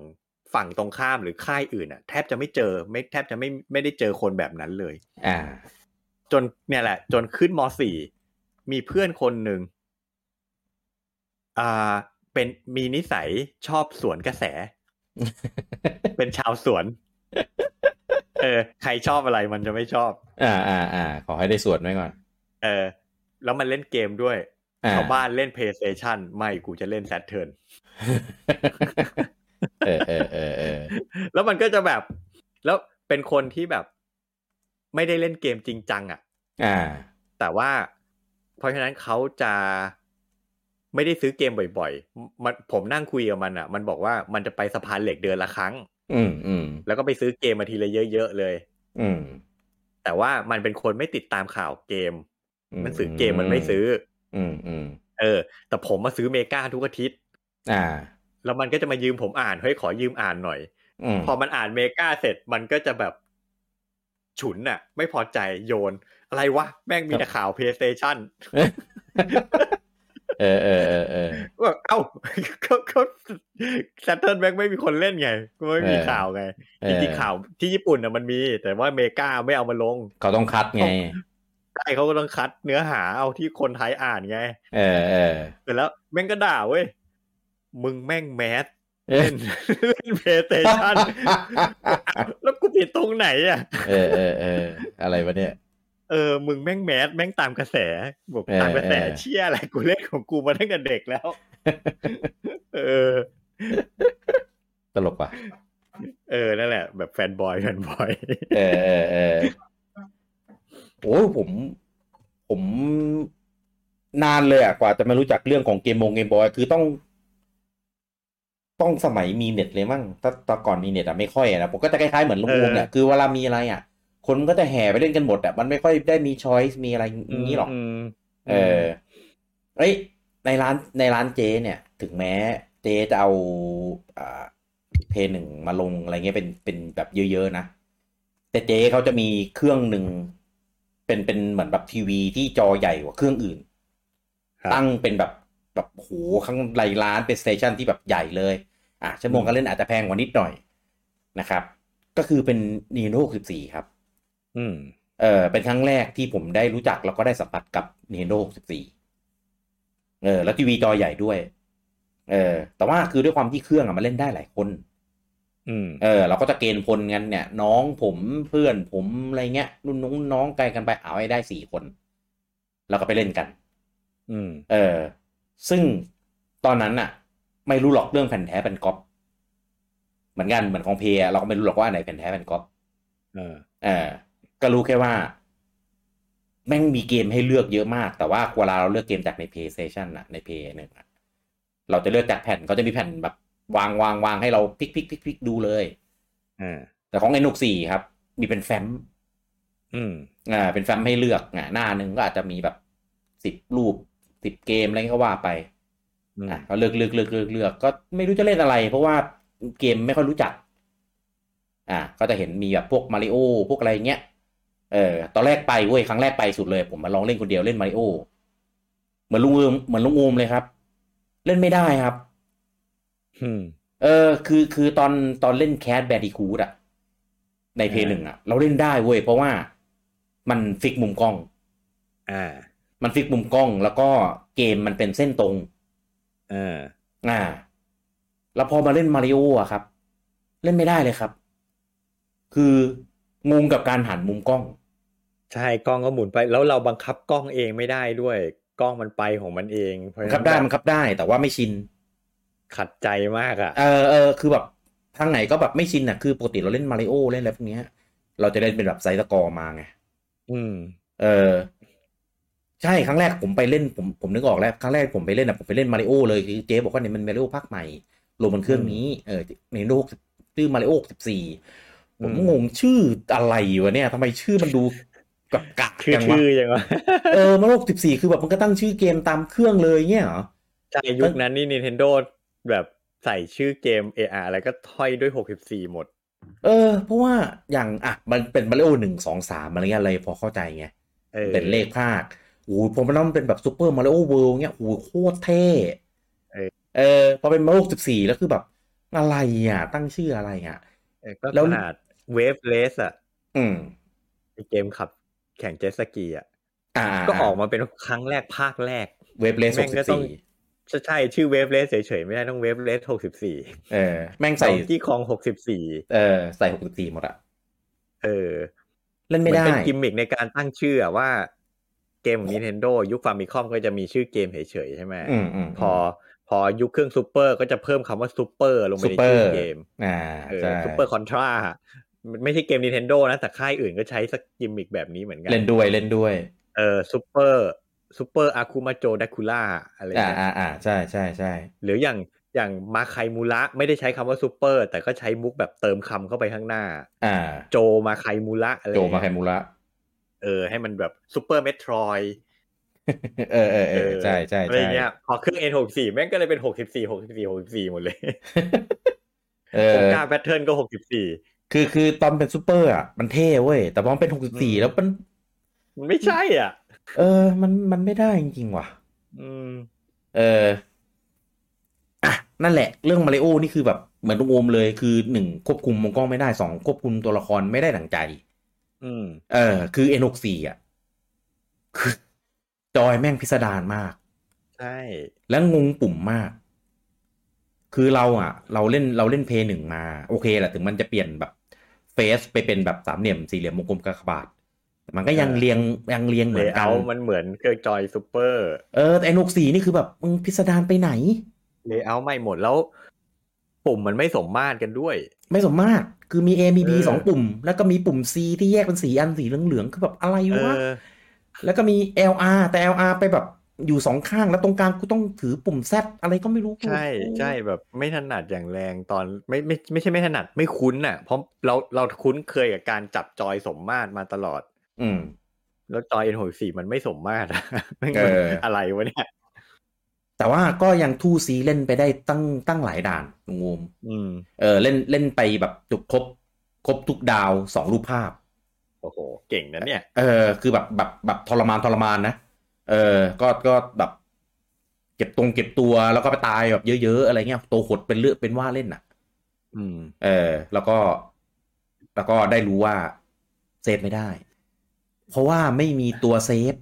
Speaker 2: ฝั่งตรงข้ามหรือค่ายอื่นอะแทบจะไม่เจอ ไม่แทบจะไม่ไม่ได้เจอคนแบบนั้นเลย
Speaker 1: อ่า
Speaker 2: จนเนี่ยแหละ จนขึ้นมสี่มีเพื่อนคนหนึ่งอ่าเป็นมีนิสัยชอบสวนกระ
Speaker 1: [LAUGHS]
Speaker 2: แส เป็นชาวสวน เออ ใครชอบอะไรมันจะไม่ชอบ
Speaker 1: อ่าอ่าอ่าขอให้ได้สวดไว้ก่อน
Speaker 2: เออ แล้วมันเล่นเกมด้วย
Speaker 1: อ่า
Speaker 2: ชาวบ้านเล่น PlayStation ไม่กูจะเล่น Saturn
Speaker 1: เออเออเออเออ
Speaker 2: แล้วมันก็จะแบบ แล้วเป็นคนที่แบบ ไม่ได้เล่นเกมจริงจังอ่ะ
Speaker 1: อ่า
Speaker 2: แต่ว่าเพราะฉะนั้นเขาจะไม่ได้ซื้อเกมบ่อยๆ มันผมนั่งคุยกับมันอ่ะ มันบอกว่ามันจะไปสะพานเหล็กเดือนละครั้ง
Speaker 1: อืมอืม
Speaker 2: แล้วก็ไปซื้อเกมมาทีละเยอะๆเลย
Speaker 1: อืม
Speaker 2: แต่ว่ามันเป็นคนไม่ติดตามข่าวเกม
Speaker 1: ม
Speaker 2: มันซื้อเกมมันไม่ซื้อ
Speaker 1: อืมอืม
Speaker 2: เออ แต่ผมมาซื้อเมกาทุกอาทิตย์
Speaker 1: อ่า
Speaker 2: แล้วมันก็จะมายืมผมอ่านเฮ้ยขอยืมอ่านหน่อย
Speaker 1: อืม
Speaker 2: พอมันอ่านเมกาเสร็จมันก็จะแบบฉุนน่ะ ไม่พอใจโยน อะไรวะ แม่งมีแต่ข่าว PlayStation
Speaker 1: เออเออเออเออ
Speaker 2: แบบเอ้า [LAUGHS] ก็ก็แซตเทิลแม่งไม่มีคนเล่นไงก็ไม่มี
Speaker 1: เออ
Speaker 2: ข่าวไง
Speaker 1: เอ
Speaker 2: จ
Speaker 1: อ
Speaker 2: ริงๆข่าวที่ญี่ปุ่นน่ะมันมี แต่ว่าอเมริกาไม่เอามาลง
Speaker 1: เขาต้องคัดไง
Speaker 2: ใช่เขาก็ต้องคัดเนื้อหาเอาที่คนไทยอ่านไง
Speaker 1: เออเออ
Speaker 2: เสร็จแล้วแม่งก็ด่าเว้ย มึงแม่งแมส
Speaker 1: เออ
Speaker 2: เล่น [LAUGHS] เล่นเพย์สเตชันแล้วกูผิดตรงไหนอ่ะ
Speaker 1: เออเออเอออะไรวะเนี่ย
Speaker 2: เออ มึงแม่งแมสแม่งตามกระแสบอก
Speaker 1: เออ
Speaker 2: ตามกระแส
Speaker 1: เออ
Speaker 2: เชี่ยอะไรกูเล่นของกูมาตั้งแต่เด็ก
Speaker 1: [LAUGHS]
Speaker 2: แล้ว เออ
Speaker 1: ตลกว่ะ
Speaker 2: เออ นั่นแหละ แบบแฟนบอยแฟนบอย
Speaker 1: เออเออเออโอ้ยผม ผมนานเลยอะกว่าจะมารู้จักเรื่องของเกมบงเกมบอยคือต้อง ต้องสมัยมีเน็ตเลยมั้งถ้าแต่ก่อนมีเน็ตอะไม่ค่อยอะนะผมก็จะคล้ายๆเหมือนลุง
Speaker 2: เออ
Speaker 1: อูมเนี่ยคือเวลามีอะไรอะคนก็จะแห่ไปเล่นกันหมดอะมันไม่ค่อยได้มีช้อยส์มีอะไรอย่างนี้หรอก
Speaker 2: ม
Speaker 1: เออเอ้ย ในร้านในร้านเจเนี่ย ถึงแม้เจจะเอาอ่าเพหนึ่งมาลงอะไรเงี้ยเป็นเป็นแบบเยอะ ๆ นะ แต่เจเขาจะมีเครื่องหนึ่งเป็นเป็นเหมือนแบบทีวีที่จอใหญ่กว่าเครื่องอื่น
Speaker 2: ครับ
Speaker 1: ตั้งเป็นแบบแบบโหข้างไรร้านเป็นสเตชันที่แบบใหญ่เลย อ่ะชั่วโมงการเล่นอาจจะแพงกว่านิดหน่อยนะครับ ก็คือเป็น n ีโน่14 ครับ
Speaker 2: อืม
Speaker 1: เออเป็นครั้งแรกที่ผมได้รู้จักแล้วก็ได้สัมผัสกับ Nintendo 64 เออ แล้วทีวีจอใหญ่ด้วย เออ แต่ว่าคือด้วยความที่เครื่องอะมันเล่นได้หลายคน
Speaker 2: อืม
Speaker 1: เออ เราก็จะเกณฑ์พลกันเนี่ย น้องผมเพื่อนผมอะไรเงี้ยรุ่นน้องน้องไกลกันไปเอาให้ได้สี่คน แล้วก็ไปเล่นกัน
Speaker 2: อืม
Speaker 1: เออ ซึ่งตอนนั้นอะไม่รู้หรอกเรื่องแผ่นแท้แผ่นก๊อปเหมือนกันเหมือนของเพย์อะเราก็ไม่รู้หรอกว่าอันไหนแผ่นแท้แผ่นก๊อป
Speaker 2: เออ
Speaker 1: เออก็รู้แค่ว่า แม่งมีเกมให้เลือกเยอะมาก แต่ว่าเวลาเราเลือกเกมจากใน PlayStation อะใน Play หนึ่งอะเราจะเลือกจากแผ่นเขาจะมีแผ่นแบบวางวางวางให้เราพลิกพลิกพลิกพลิกดูเลย
Speaker 2: เออ
Speaker 1: แต่ของ n 6 4ครับ มีเป็นแฟ้ม
Speaker 2: อืม
Speaker 1: อ่าเป็นแฟ้มให้เลือกอ่ะหน้าหนึ่งก็อาจจะมีแบบสิบรูปสิบเกมอะไรก็ว่าไป
Speaker 2: อืม
Speaker 1: อ่ะก็เลือกเลือกเลือกเลือกเลือกก็ไม่รู้จะเล่นอะไร เพราะว่าเกมไม่ค่อยรู้จัก อ่ะก็จะเห็นมีแบบพวกมาริโอพวกอะไรเงี้ย เออ ตอนแรกไปเว้ยครั้งแรกไปสุดเลย ผมมาลองเล่นคนเดียวเล่นมาริโอ เหมือนลุงอูมเหมือนลุงอูมเลยครับ เล่นไม่ได้ครับ
Speaker 2: อืม
Speaker 1: เออ คือคือตอนตอนเล่นแคสแบ d ิคูดอะในเพย์หนึ่งอะเราเล่นได้เว้ยเพราะว่ามันฟิกมุมกล้อง
Speaker 2: อ่า
Speaker 1: มันฟิกมุมกล้อง แล้วก็เกมมันเป็นเส้นตรง
Speaker 2: เออ
Speaker 1: อ่า แล้วพอมาเล่นมาริโออะครับ เล่นไม่ได้เลยครับ คืองงกับการหันมุมกล้อง
Speaker 2: ใช่กล้องก็หมุนไป แล้วเราบังคับกล้องเองไม่ได้ด้วย กล้องมันไปของมันเองเพราะฉะ
Speaker 1: มัน
Speaker 2: นั้น
Speaker 1: ขับได้
Speaker 2: แบบ
Speaker 1: มันขับได้แต่ว่าไม่ชิน
Speaker 2: ขัดใจมากอ่ะ
Speaker 1: เออเออคือแบบทางไหนก็แบบไม่ชินอ่ะคือปกติเราเล่นมาริโอเล่นอะไรพวกเนี้ย เราจะเล่นเป็นแบบไซส์ตะกอมาไง
Speaker 2: อืม
Speaker 1: เออ ใช่ครั้งแรกผมไปเล่นผมผมนึกออกแล้วครั้งแรกผมไปเล่นอ่ะผมไปเล่นมาริโอเลยคือเจ๊บอกว่าเนี่ยมันมาริโอภาคใหม่ลงบนเครื่องนี้เออในโลกชื่อมาริโอสิบสี่ผม
Speaker 2: อืม
Speaker 1: งงชื่ออะไรวะเนี่ยทำไมชื่อมันดู [LAUGHS] กับกะ
Speaker 2: คือ
Speaker 1: จังวะ
Speaker 2: ชื่อยังว [LAUGHS] ะ
Speaker 1: เออมาริโอสิบสี่คือแบบมันก็ตั้งชื่อเกมตามเครื่องเลยเนี่ยเหรอ
Speaker 2: ใช่ยุคนั้นนี่ Nintendo แบบใส่ชื่อเกม AR อะไรก็ถ้อยด้วย 64 หมด
Speaker 1: เออ เพราะว่าอย่างอ่ะมันเป็นมาริโอหนึ่งสองสามอะไรเงี้ยอะไรพอเข้าใจไง
Speaker 2: เออ
Speaker 1: เป็นเลขภาคโอ้โหผมมันต้องเป็นแบบซูเปอร์มาริโอเวิลด์เงี้ยโอ้โหโคตรเท่ เออ พอเป็นมาริโอสิบสี่แล้วคือแบบ อะไรอ่ะ ตั้งชื่ออะไรอ่ะ
Speaker 2: เออก็
Speaker 1: แล้ว
Speaker 2: ขนาดเวฟเลสอ่ะ
Speaker 1: อืม
Speaker 2: ไอ้เกมขับแข่งเจตสกีอ่ะ
Speaker 1: อ่า
Speaker 2: ก็ออกมาเป็นครั้งแรกภาคแรก
Speaker 1: เวฟเลส
Speaker 2: แม่
Speaker 1: หก
Speaker 2: ง
Speaker 1: สิ
Speaker 2: ก็
Speaker 1: บ
Speaker 2: ต้อง
Speaker 1: สี่
Speaker 2: ใช่ใช่ชื่อเวฟเลสเฉยๆ ไม่ได้ต้องเวฟเลส64
Speaker 1: เออ แม่งใส่
Speaker 2: ที่คอง 64
Speaker 1: เออ ใส่หกสิบสี่หมดอะ
Speaker 2: เออ
Speaker 1: เล่นไม่ได้
Speaker 2: นเป็นกิมมิกในการตั้งชื่ออะว่าเกมของ Nintendo ยุคฟามิคอมก็จะมีชื่อเกมเฉยๆ ใช่ไหม
Speaker 1: อืมอืม
Speaker 2: พอพอยุคเครื่องซูเปอร์ก็จะเพิ่มคำว่าซูเปอร์ลงไป
Speaker 1: ซู
Speaker 2: ใน
Speaker 1: เปอ
Speaker 2: ชื่อ
Speaker 1: ร์
Speaker 2: เกม
Speaker 1: อ่า
Speaker 2: เออ
Speaker 1: ใช่
Speaker 2: ซูเปอร์คอนทราไม่ใช่เกม Nintendo นะ แต่ค่ายอื่นก็ใช้สกกิมมิกแบบนี้เหมือนกัน
Speaker 1: เล่นด้วยเล่นด้วย
Speaker 2: เออซูเปอร์ซูเปอร์อาคุมาโจดักคูล่าอะไร
Speaker 1: อ่า
Speaker 2: เงี้ย
Speaker 1: อ่าอ่าใช่ใช่ใช่
Speaker 2: หรืออย่างอย่างมาไคมูระไม่ได้ใช้คำว่าซูเปอร์ แต่ก็ใช้มุกแบบเติมคำเข้าไปข้างหน้า
Speaker 1: อ่า
Speaker 2: โจมาไคมูระอะไร
Speaker 1: โจมาไคมูระ [LAUGHS]
Speaker 2: เออให้มันแบบซูเปอร์เมโทรย
Speaker 1: เออเออเออใช่ใช่
Speaker 2: อะไร
Speaker 1: ใช่
Speaker 2: เงี้ยพอเครื่อง N64 แม่งก็เลยเป็น 64 64 64 หมดเลย
Speaker 1: เอ
Speaker 2: โอ
Speaker 1: อ
Speaker 2: กาแพทเทิร์นก็ 64
Speaker 1: คือคือตอนเป็นซูเปอร์อ่ะมันเท่เว้ย แต่พอมันเป็นหกสิบสี่แล้วมัน
Speaker 2: มันไม่ใช่อ่ะ
Speaker 1: เออ มันมันไม่ได้จริงๆว่ะ
Speaker 2: อืม
Speaker 1: เอออ่ะนั่นแหละ เรื่องมาริโอนี่คือแบบเหมือนลุงโอมเลยคือหนึ่งควบคุมมงกล้องไม่ได้สองควบคุมตัวละครไม่ได้ดั่งใจ
Speaker 2: อืม
Speaker 1: เออ คือ N64 อ่ะ คือ จอยแม่งพิสดารมาก
Speaker 2: ใช่
Speaker 1: และงงปุ่มมาก คือเราอ่ะ เราเล่นเราเล่นเพย์หนึ่งมา โอเคแหละถึงมันจะเปลี่ยนแบบเฟสไปเป็นแบบสามเหลี่ยมสี่เหลี่ยมวงกลมกากบาทแต่มันก็ยัง
Speaker 2: เออ
Speaker 1: เรียงยังเรียงเหมื
Speaker 2: เล
Speaker 1: อ
Speaker 2: เย
Speaker 1: น
Speaker 2: อ
Speaker 1: กัน
Speaker 2: ร์มันเหมือนเครื่องจอยซูเปอร์
Speaker 1: เออแต่ N64 นี่คือแบบมึงพิสดารไปไหน
Speaker 2: เลเยอร์ใหม่หมดแล้ว ปุ่มมันไม่สมมาตรกันด้วย
Speaker 1: ไม่สมมาตรคือมี A มี B
Speaker 2: เออ
Speaker 1: สองปุ่ม แล้วก็มีปุ่ม C ที่แยกเป็นสีอันสีเหลืองๆคือแบบอะไร
Speaker 2: เอ
Speaker 1: วะ
Speaker 2: อ
Speaker 1: แล้วก็มี LR แต่ LR ไปแบบอยู่สองข้างแล้วตรงกลางกูต้องถือปุ่ม Z อะไรก็ไม่รู้
Speaker 2: ใช่ใช่แบบไม่ถนัดอย่างแรงตอนไม่ไม่ไม่ใช่ไม่ถนัดไม่คุ้นน่ะ เพราะเราเราคุ้นเคยกับการจับจอยสมมาตรมาตลอด
Speaker 1: อืม
Speaker 2: แล้วจอย N64 มันไม่สมมาตร [LAUGHS] อะแม่ง
Speaker 1: เออ
Speaker 2: มันอะไรวะเนี่ย
Speaker 1: แต่ว่าก็ยังทู่ซีเล่นไปได้ตั้งตั้งหลายด่านลุงโอม
Speaker 2: อืม
Speaker 1: เออเล่นเล่นไปแบบจบครบครบทุกดาวสองรูปภาพ
Speaker 2: โอ้โห เก่งนะเนี่ย
Speaker 1: เออคือแบบแบบแบบทรมานทรมานนะ เออก็ก็แบบ เก็บตรงเก็บตัวแล้วก็ไปตายแบบเยอะๆอะไรเงี้ยตัวหดเป็นเลือกเป็นว่าเล่นน่ะ
Speaker 2: อืม
Speaker 1: เออแล้วก็ แล้วก็ได้รู้ว่าเซฟไม่ได้ เพราะว่าไม่มีตัวเซฟ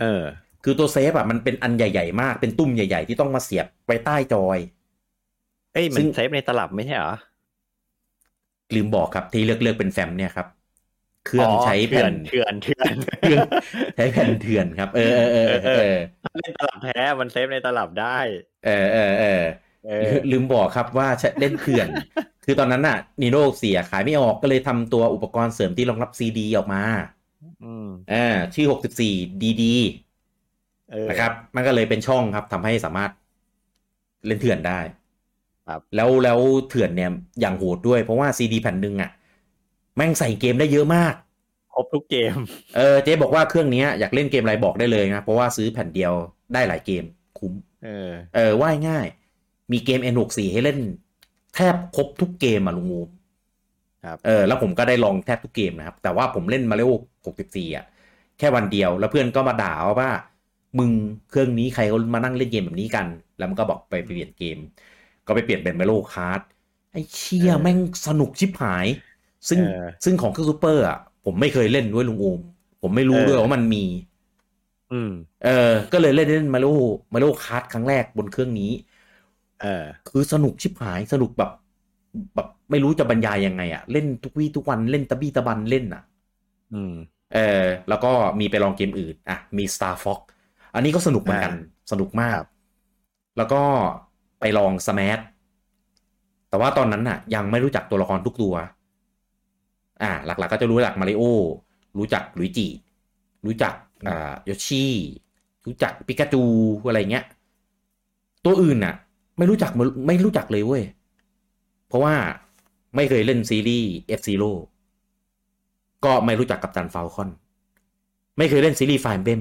Speaker 2: เออ
Speaker 1: คือตัวเซฟอ่ะมันเป็นอันใหญ่ๆ มากเป็นตุ่มใหญ่ๆ ที่ต้องมาเสียบไว้ใต้จอย
Speaker 2: เอ้ย มั
Speaker 1: ซึ่
Speaker 2: น
Speaker 1: ง
Speaker 2: เซฟในตลับไม่ใช่เหรอ
Speaker 1: ลืมบอกครับที่เลือกเลือกเป็นแฟมเนี่ยครับ เครื่องใช้แผ่น
Speaker 2: เถื่อนเถื่อน
Speaker 1: เครื่องใช้แผ่นเถื่อนครับ เออเออเออเออ
Speaker 2: เล่นตลับแท้ มัน [LAUGHS] เซฟในตลับได้
Speaker 1: เออเออเออ
Speaker 2: เอ
Speaker 1: ลื
Speaker 2: อ
Speaker 1: มลืมบอกครับว่าใช้เล่นเถื่อน คือตอนนั้นน่ะนีโน่เสียขายไม่ออกก็เลยทำตัวอุปกรณ์เสริมที่รองรับซีดีออกมา
Speaker 2: อืม
Speaker 1: อ่าชื่อ 64 DD
Speaker 2: เออ
Speaker 1: นะครับ มันก็เลยเป็นช่องครับทำให้สามารถเล่นเถื่อนได้
Speaker 2: ครับ
Speaker 1: แล้วแล้วเถื่อนเนี่ยอย่างโหดด้วยเพราะว่าซีดีแผ่นหนึ่งอ่ะ แม่งใส่เกมได้เยอะมาก
Speaker 2: ครบทุกเกม
Speaker 1: เออเจ๊บอกว่าเครื่องเนี้ยอยากเล่นเกมอะไรบอกได้เลยนะ เพราะว่าซื้อแผ่นเดียวได้หลายเกมคุ้ม
Speaker 2: เออ
Speaker 1: เออว่ายง่าย มีเกม N64 ให้เล่น แทบครบทุกเกมอ่ะลุงงู
Speaker 2: ครับ
Speaker 1: เออแล้วผมก็ได้ลองแทบทุกเกมนะครับ แต่ว่าผมเล่นมาเรโอ64 อ่ะ แค่วันเดียวแล้วเพื่อนก็มาด่าว่า มึงเครื่องนี้ใครเขามานั่งเล่นเกมแบบนี้กัน แล้วมันก็บอกไปเปลี่ยนเกม ก็ไปเปลี่ยนเป็นมาเรโอคาร์ดไอ้เชี่ย
Speaker 2: เออ
Speaker 1: แม่งสนุกชิบหาย ซึ่ง
Speaker 2: เออ
Speaker 1: ซึ่งของเครื่องซูเปอร์อ่ะผมไม่เคยเล่นด้วยลุงอูมผมไม่รู้
Speaker 2: เออ
Speaker 1: ด้วยว่ามันมี
Speaker 2: อืม
Speaker 1: เออ ก็เลยเล่นเล่นมาริโอมาริโอคาร์ดครั้งแรกบนเครื่องนี้
Speaker 2: เออ
Speaker 1: คือสนุกชิบหายสนุกแบบแบบไม่รู้จะบรรยายยังไงอะเล่นทุกวี่ทุกวันเล่นตะบี้ตะบันเล่นอะ
Speaker 2: อืม
Speaker 1: เออแล้วก็มีไปลองเกมอื่นอ่ะมี Star Fox อันนี้ก็สนุกเหมือนกัน
Speaker 2: อ่
Speaker 1: สนุกมาก
Speaker 2: ครับ
Speaker 1: แล้วก็ไปลอง Smash แต่ว่าตอนนั้นน่ะ ยังไม่รู้จักตัวละครทุกตัว อ่า หลักๆก็จะรู้จักมาริโอรู้จักลุยจิรู้จักอ่าโยชิรู้จักปิกาจูอะไรเงี้ย ตัวอื่นน่ะ ไม่รู้จักไม่ไม่รู้จักเลยเว้ย เพราะว่าไม่เคยเล่นซีรีส์ F Zero ก็ไม่รู้จักกัปตันฟ a ลคอน ไม่เคยเล่นซีรีส์ไฟเบม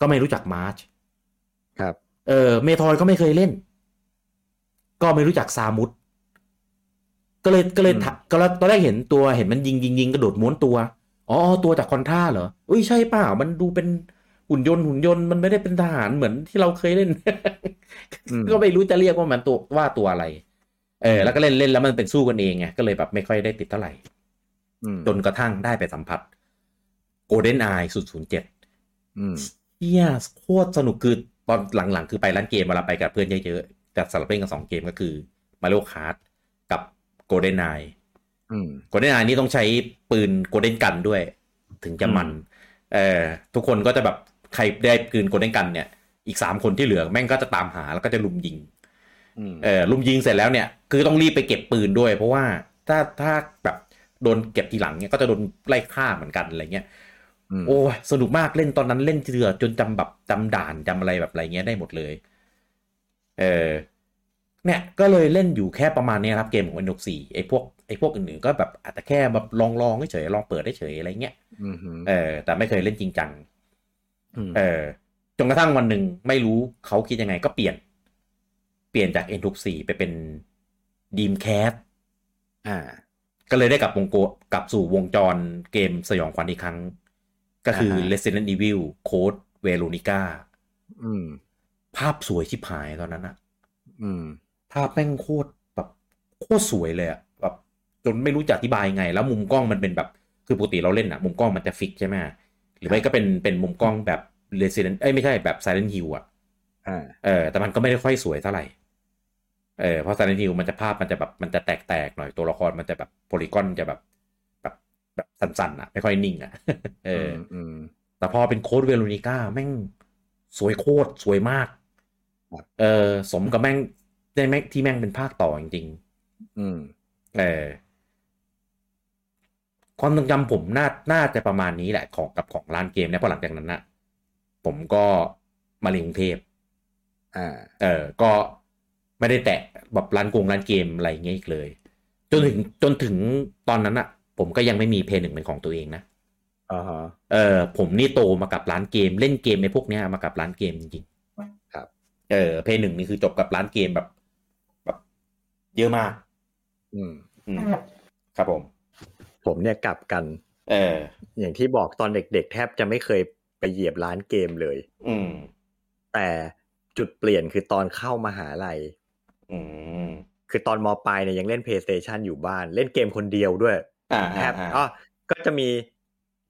Speaker 1: ก็ไม่รู้จักมาร์ช
Speaker 2: ครับ
Speaker 1: เออเมทอยก็ไม่เคยเล่น ก็ไม่รู้จักซามุตก็เลยก็เลยถะก็แล้วตอนแรกเห็นตัวเห็นมันยิงยิงยิงกระโดดม้วนตัว อ๋อ ตัวจากคอนท่าเหรออุ้ยใช่เปล่ามันดูเป็นหุ่นยนต์หุ่นยนต์มันไม่ได้เป็นทหารเหมือนที่เราเคยเล่น
Speaker 2: อืม
Speaker 1: ก็ไม่รู้จะเรียกว่ามันตัวว่าตัวอะไร เออ แล้วก็เล่นเล่นแล้วมันเป็นสู้กันเองไงก็เลยแบบไม่ค่อยได้ติดเท่าไหร่
Speaker 2: อืม
Speaker 1: จนกระทั่งได้ไปสัมผัสโกลเด้นไอศูนย์ศูนย์เจ็ด
Speaker 2: อืม
Speaker 1: เฮียโคตรสนุกคือตอนหลังๆ คือไปร้านเกมเวลาไปกับเพื่อนเยอะๆแต่สำหรับเล่นกันสองเกมก็คือมาริโอคาร์ดกับโกลเด้นไน
Speaker 2: อืม
Speaker 1: โกลเด้นไนนี่ต้องใช้ปืนโกลเด้นกันด้วย ถึงจะมัน เออทุกคนก็จะแบบใครได้ปืนโกลเด้นกันเนี่ย อีกสามคนที่เหลือแม่งก็จะตามหาแล้วก็จะลุมยิง
Speaker 2: อืม
Speaker 1: เออลุมยิงเสร็จแล้วเนี่ย คือต้องรีบไปเก็บปืนด้วย เพราะว่าถ้าถ้าแบบโดนเก็บทีหลังเนี่ยก็จะโดนไล่ฆ่าเหมือนกันอะไรเงี้ย
Speaker 2: อืม
Speaker 1: โอ้ยสนุกมากเล่นตอนนั้นเล่นเถื่อจนจำแบบจำด่านจำอะไรแบบอะไรเงี้ยได้หมดเลย เออเนี่ยก็เลยเล่นอยู่แค่ประมาณเนี้ยครับเกมของ Windows 4ไอ้พวกไอ้พวกอื่นๆก็แบบอาจจะแค่แบบลองลองๆเฉยๆลองเปิดได้เฉยๆอะไรเงี้ย
Speaker 2: อืมฮึ
Speaker 1: เออแต่ไม่เคยเล่นจริงจัง เออจนกระทั่งวันหนึ่งไม่รู้เขาคิดยังไงก็เปลี่ยน เปลี่ยนจาก N64 ไปเป็น Dreamcast
Speaker 2: อ่า
Speaker 1: ก็เลยได้กลับวงโกกลับสู่วงจรเกมสยองขวัญอีกครั้ง ก็คือ
Speaker 2: อ่าฮะ
Speaker 1: Resident Evil Code Veronica
Speaker 2: อืม
Speaker 1: ภาพสวยชิบหายตอนนั้นอะ
Speaker 2: อืม
Speaker 1: ภาพแม่งโคตรแบบโคตรสวยเลยอะแบบจนไม่รู้จะอธิบายไง แล้วมุมกล้องมันเป็นแบบ คือปกติเราเล่นอะมุมกล้องมันจะฟิกใช่ไหมหรือไม่ก็เป็นเป็นมุมกล้องแบบ Resident เอ้ยไม่ใช่แบบ Silent Hill อะ
Speaker 2: อ่า
Speaker 1: เออแต่มันก็ไม่ได้ค่อยสวยเท่าไหร่ เออเพราะซานิทิวมันจะภาพมันจะแบบมันจะแตกๆหน่อยตัวละครมันจะแบบโพลีกอนจะแบบแบบแบบสั้นๆอ่ะ ไม่ค่อยนิ่งอ่ะ [LAUGHS] เอออ
Speaker 2: อืม
Speaker 1: แต่พอเป็นโค้ดเวลูนิก้าแม่งสวยโคตรสวยมาก
Speaker 2: ครับ
Speaker 1: เออสมกับแม่งได้แม่งที่แม่งเป็นภาคต่อจริง
Speaker 2: อืม
Speaker 1: ๆเออความทรงจำผมน่าน่าจะประมาณนี้แหละของกับของร้านเกมเนี่ยเพอหลังจากนั้นนะผมก็มาเรียนกรุงเทพ
Speaker 2: อ่า
Speaker 1: เออก็ไม่ได้แตะแบบร้านกงร้านเกมอะไรอย่างเงี้ยอีกเลย จนถึงจนถึงตอนนั้นอะผมก็ยังไม่มีเพย์หนึ่งเป็นของตัวเองนะ
Speaker 2: อ่าฮะ
Speaker 1: เออผมนี่โตมากับร้านเกม เล่นเกมในพวกเนี้ยมากับร้านเกมจริงๆ
Speaker 2: ครับ
Speaker 1: เออเพย์หนึ่งนี่คือจบกับร้านเกมแบบแบบเยอะมาก
Speaker 2: อืม
Speaker 1: อืมครับผม
Speaker 2: ผมเนี่ยกลับกัน
Speaker 1: เออ
Speaker 2: อย่างที่บอกตอนเด็กๆ แทบจะไม่เคยไปเหยียบร้านเกมเลย
Speaker 1: อืม
Speaker 2: แต่จุดเปลี่ยนคือตอนเข้ามหาลัย
Speaker 1: อืม
Speaker 2: คือตอนมปลายเนี่ยยังเล่น PlayStation อยู่บ้าน เล่นเกมคนเดียวด้วย
Speaker 1: อ่า
Speaker 2: แท
Speaker 1: อ่า
Speaker 2: บ
Speaker 1: อ่า
Speaker 2: อ๋อก็จะมี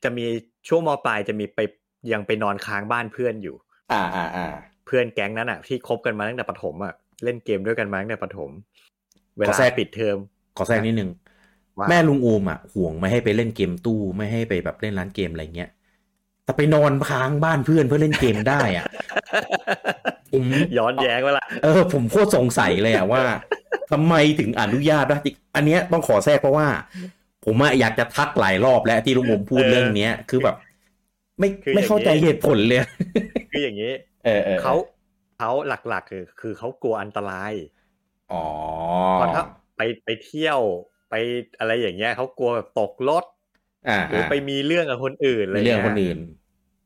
Speaker 2: จะมีช่วงมปลายจะมีไปยังไปนอนค้างบ้านเพื่อนอยู่
Speaker 1: อ่าอ่าอ่า
Speaker 2: เพื่อนแก๊งนั้นอ่ะที่คบกันมาตั้งแต่ประถมอ่ะเล่นเกมด้วยกันมาตั้งแต่ประถม เวลาปิดเท
Speaker 1: [LAUGHS]
Speaker 2: อม
Speaker 1: ขอแทรกนิดนึง
Speaker 2: ว่า
Speaker 1: แม่ลุงอูมอ่ะห่วงไม่ให้ไปเล่นเกมตู้ไม่ให้ไปแบบเล่นร้านเกมอะไรเงี้ยแต่ไปนอนค้างบ้านเพื่อนเพื่อเล่นเกมได้
Speaker 2: [LAUGHS]
Speaker 1: อ่ะ ผม
Speaker 2: ย้อนแย้งเวลา
Speaker 1: เออผมโคตรสงสัยเลยอ่ะว่าทำไมถึงอนุญาตนะจริงอันเนี้ยต้องขอแทรกเพราะว่า ผมอะอยากจะทักหลายรอบแล้วที่ลุงอูมพูดเรื่องเนี้ย คือแบบ ไม่
Speaker 2: คืออย่างนี้
Speaker 1: ไม่เข้าใจเหตุผลเลย
Speaker 2: คืออย่างนี้
Speaker 1: เออออ
Speaker 2: เขาเขาหลักๆ คือคือเขากลัวอันตราย
Speaker 1: อ๋อ
Speaker 2: เพราะถ้าไปไปเที่ยวไปอะไรอย่างเงี้ยเขากลัวแบบตกรถ
Speaker 1: อ่า
Speaker 2: หรือไปมีเรื่องกับคนอื่นอะไร
Speaker 1: มีเรื่องคน
Speaker 2: เงี้ย
Speaker 1: อื่น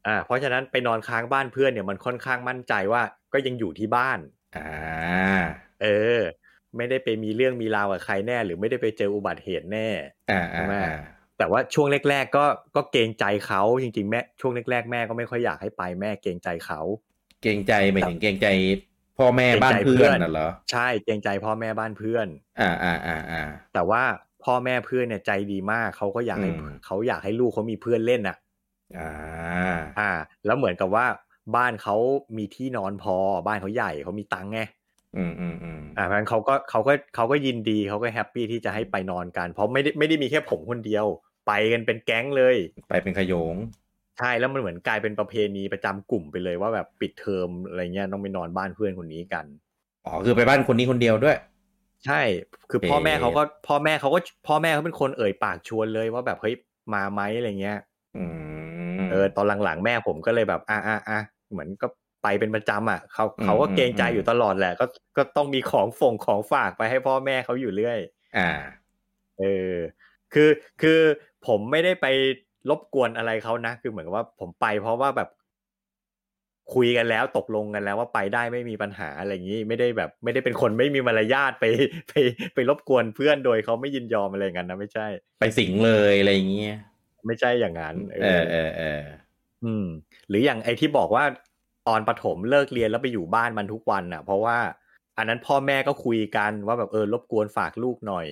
Speaker 2: อ่าเพราะฉะนั้นไปนอนค้างบ้านเพื่อนเนี่ยมันค่อนข้างมั่นใจว่าก็ยังอยู่ที่บ้าน
Speaker 1: อ่า
Speaker 2: เออ ไม่ได้ไปมีเรื่องมีราวกับใครแน่ หรือไม่ได้ไปเจออุบัติเหตุแน่
Speaker 1: อ่าอ่าอ่า
Speaker 2: แต่ว่าช่วงแรก ๆ ก็ก็เกรงใจเขาจริงๆแม่ช่วงแรกๆแม่ก็ไม่ค่อยอยากให้ไปแม่เกรงใจเขา
Speaker 1: เกรงใจหมายถึงเกรงใจ พ่อแม่บ้านเพื่อนน่ะเหรอ
Speaker 2: ใช่เกรงใจพ่อแม่บ้านเพื่อน
Speaker 1: อ่าอ่าอ่าอ่า
Speaker 2: แต่ว่าพ่อแม่เพื่อนเนี่ยใจดีมากเขาก็อยากให้
Speaker 1: อืม
Speaker 2: เขาอยากให้ลูกเขามีเพื่อนเล่นน่ะ
Speaker 1: อ่า
Speaker 2: อ่า แล้วเหมือนกับว่าบ้านเขามีที่นอนพอบ้านเขาใหญ่เขามีตังค์ไง
Speaker 1: อืมอืมอืม
Speaker 2: อ่าเพราะฉะนั้นเขาก็เขาก็เขาก็ยินดีเขาก็แฮปปี้ที่จะให้ไปนอนกัน เพราะไม่ได้ไม่ได้มีแค่ผมคนเดียว ไปกันเป็นแก๊งเลย
Speaker 1: ไปเป็นขโยง
Speaker 2: ใช่แล้วมันเหมือนกลายเป็นประเพณีประจำกลุ่มไปเลยว่าแบบปิดเทอมอะไรเงี้ยต้องไปนอนบ้านเพื่อนคนนี้กัน
Speaker 1: อ๋อ คือไปบ้านคนนี้คนเดียวด้วย
Speaker 2: ใช่คือ
Speaker 1: เอ๊ะ
Speaker 2: พ่อแม่เขาก็พ่อแม่เขาก็พ่อแม่เขาเป็นคนเอ่ยปากชวนเลยว่าแบบเฮ้ยมาไหมอะไรเงี้ย
Speaker 1: อืม
Speaker 2: เออตอนหลังๆแม่ผมก็เลยแบบอ่ะอ่ะอ่ะเหมือนก็ไปเป็นประจำอ่ะเขา
Speaker 1: อืม
Speaker 2: เขาก็เกรงใจ
Speaker 1: อืม
Speaker 2: อยู่ตลอดแหละ ก็ก็ต้องมีของฝงของฝากไปให้พ่อแม่เขาอยู่เรื่อย
Speaker 1: อ่า
Speaker 2: เออ คือคือผมไม่ได้ไปรบกวนอะไรเขานะ คือเหมือนกับว่าผมไปเพราะว่าแบบ คุยกันแล้วตกลงกันแล้วว่าไปได้ไม่มีปัญหาอะไรอย่างนี้ ไม่ได้แบบ ไม่ได้เป็นคนไม่มีมารยาทไป [LAUGHS] ไปไปรบกวนเพื่อนโดยเขาไม่ยินยอมอะไรอย่างนั้นนะไม่ใช่
Speaker 1: ไปสิงเลยอะไรอย่างเงี้ย
Speaker 2: ไม่ใช่อย่างนั้น
Speaker 1: เออเออเออ
Speaker 2: อืม หรืออย่างไอที่บอกว่าตอนประถมเลิกเรียนแล้วไปอยู่บ้านมันทุกวันอ่ะ เพราะว่า อันนั้นพ่อแม่ก็คุยกันว่าแบบเออรบกวนฝากลูกหน่อย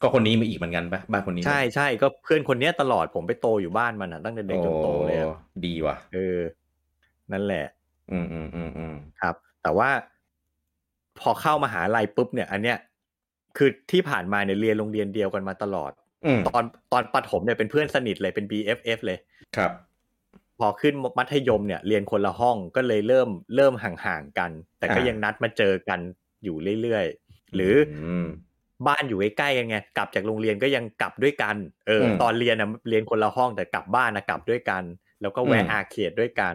Speaker 1: ก็คนนี้มาอีกเหมือนกันปะบ้านคนนี้
Speaker 2: ใช่ใช่ก็เพื่อนคนเนี้ยตลอดผมไปโตอยู่บ้านมันอ่ะตั้งแต่เด็กจนโตเลยอะ
Speaker 1: โอ้ดีว่ะ
Speaker 2: เออ นั่นแหละ
Speaker 1: อืมอืมอืมอืม
Speaker 2: ครับ แต่ว่าพอเข้ามหาลัยปุ๊บเนี่ย อันเนี้ย คือที่ผ่านมาเนี่ยเรียนโรงเรียนเดียวกันมาตลอด
Speaker 1: อืม
Speaker 2: ตอนตอนประถมเนี่ยเป็นเพื่อนสนิทเลยเป็น BFF เลย
Speaker 1: ครับ
Speaker 2: พอขึ้นมัธยมเนี่ย เรียนคนละห้องก็เลยเริ่มเริ่มห่างๆกัน แต่ก็
Speaker 1: อ่ายั
Speaker 2: ยังนัดมาเจอกันอยู่เรื่อยๆหรืออ
Speaker 1: ม
Speaker 2: บ้านอยู่ใกล้ๆกันไงกลับจากโรงเรียนก็ยังกลับด้วยกันเอออ
Speaker 1: ม
Speaker 2: ตอนเรียนนะเรียนคนละห้องแต่กลับบ้านนะกลับด้วยกัน แล้วก็แวะ
Speaker 1: อืม
Speaker 2: อาเขตด้วยกัน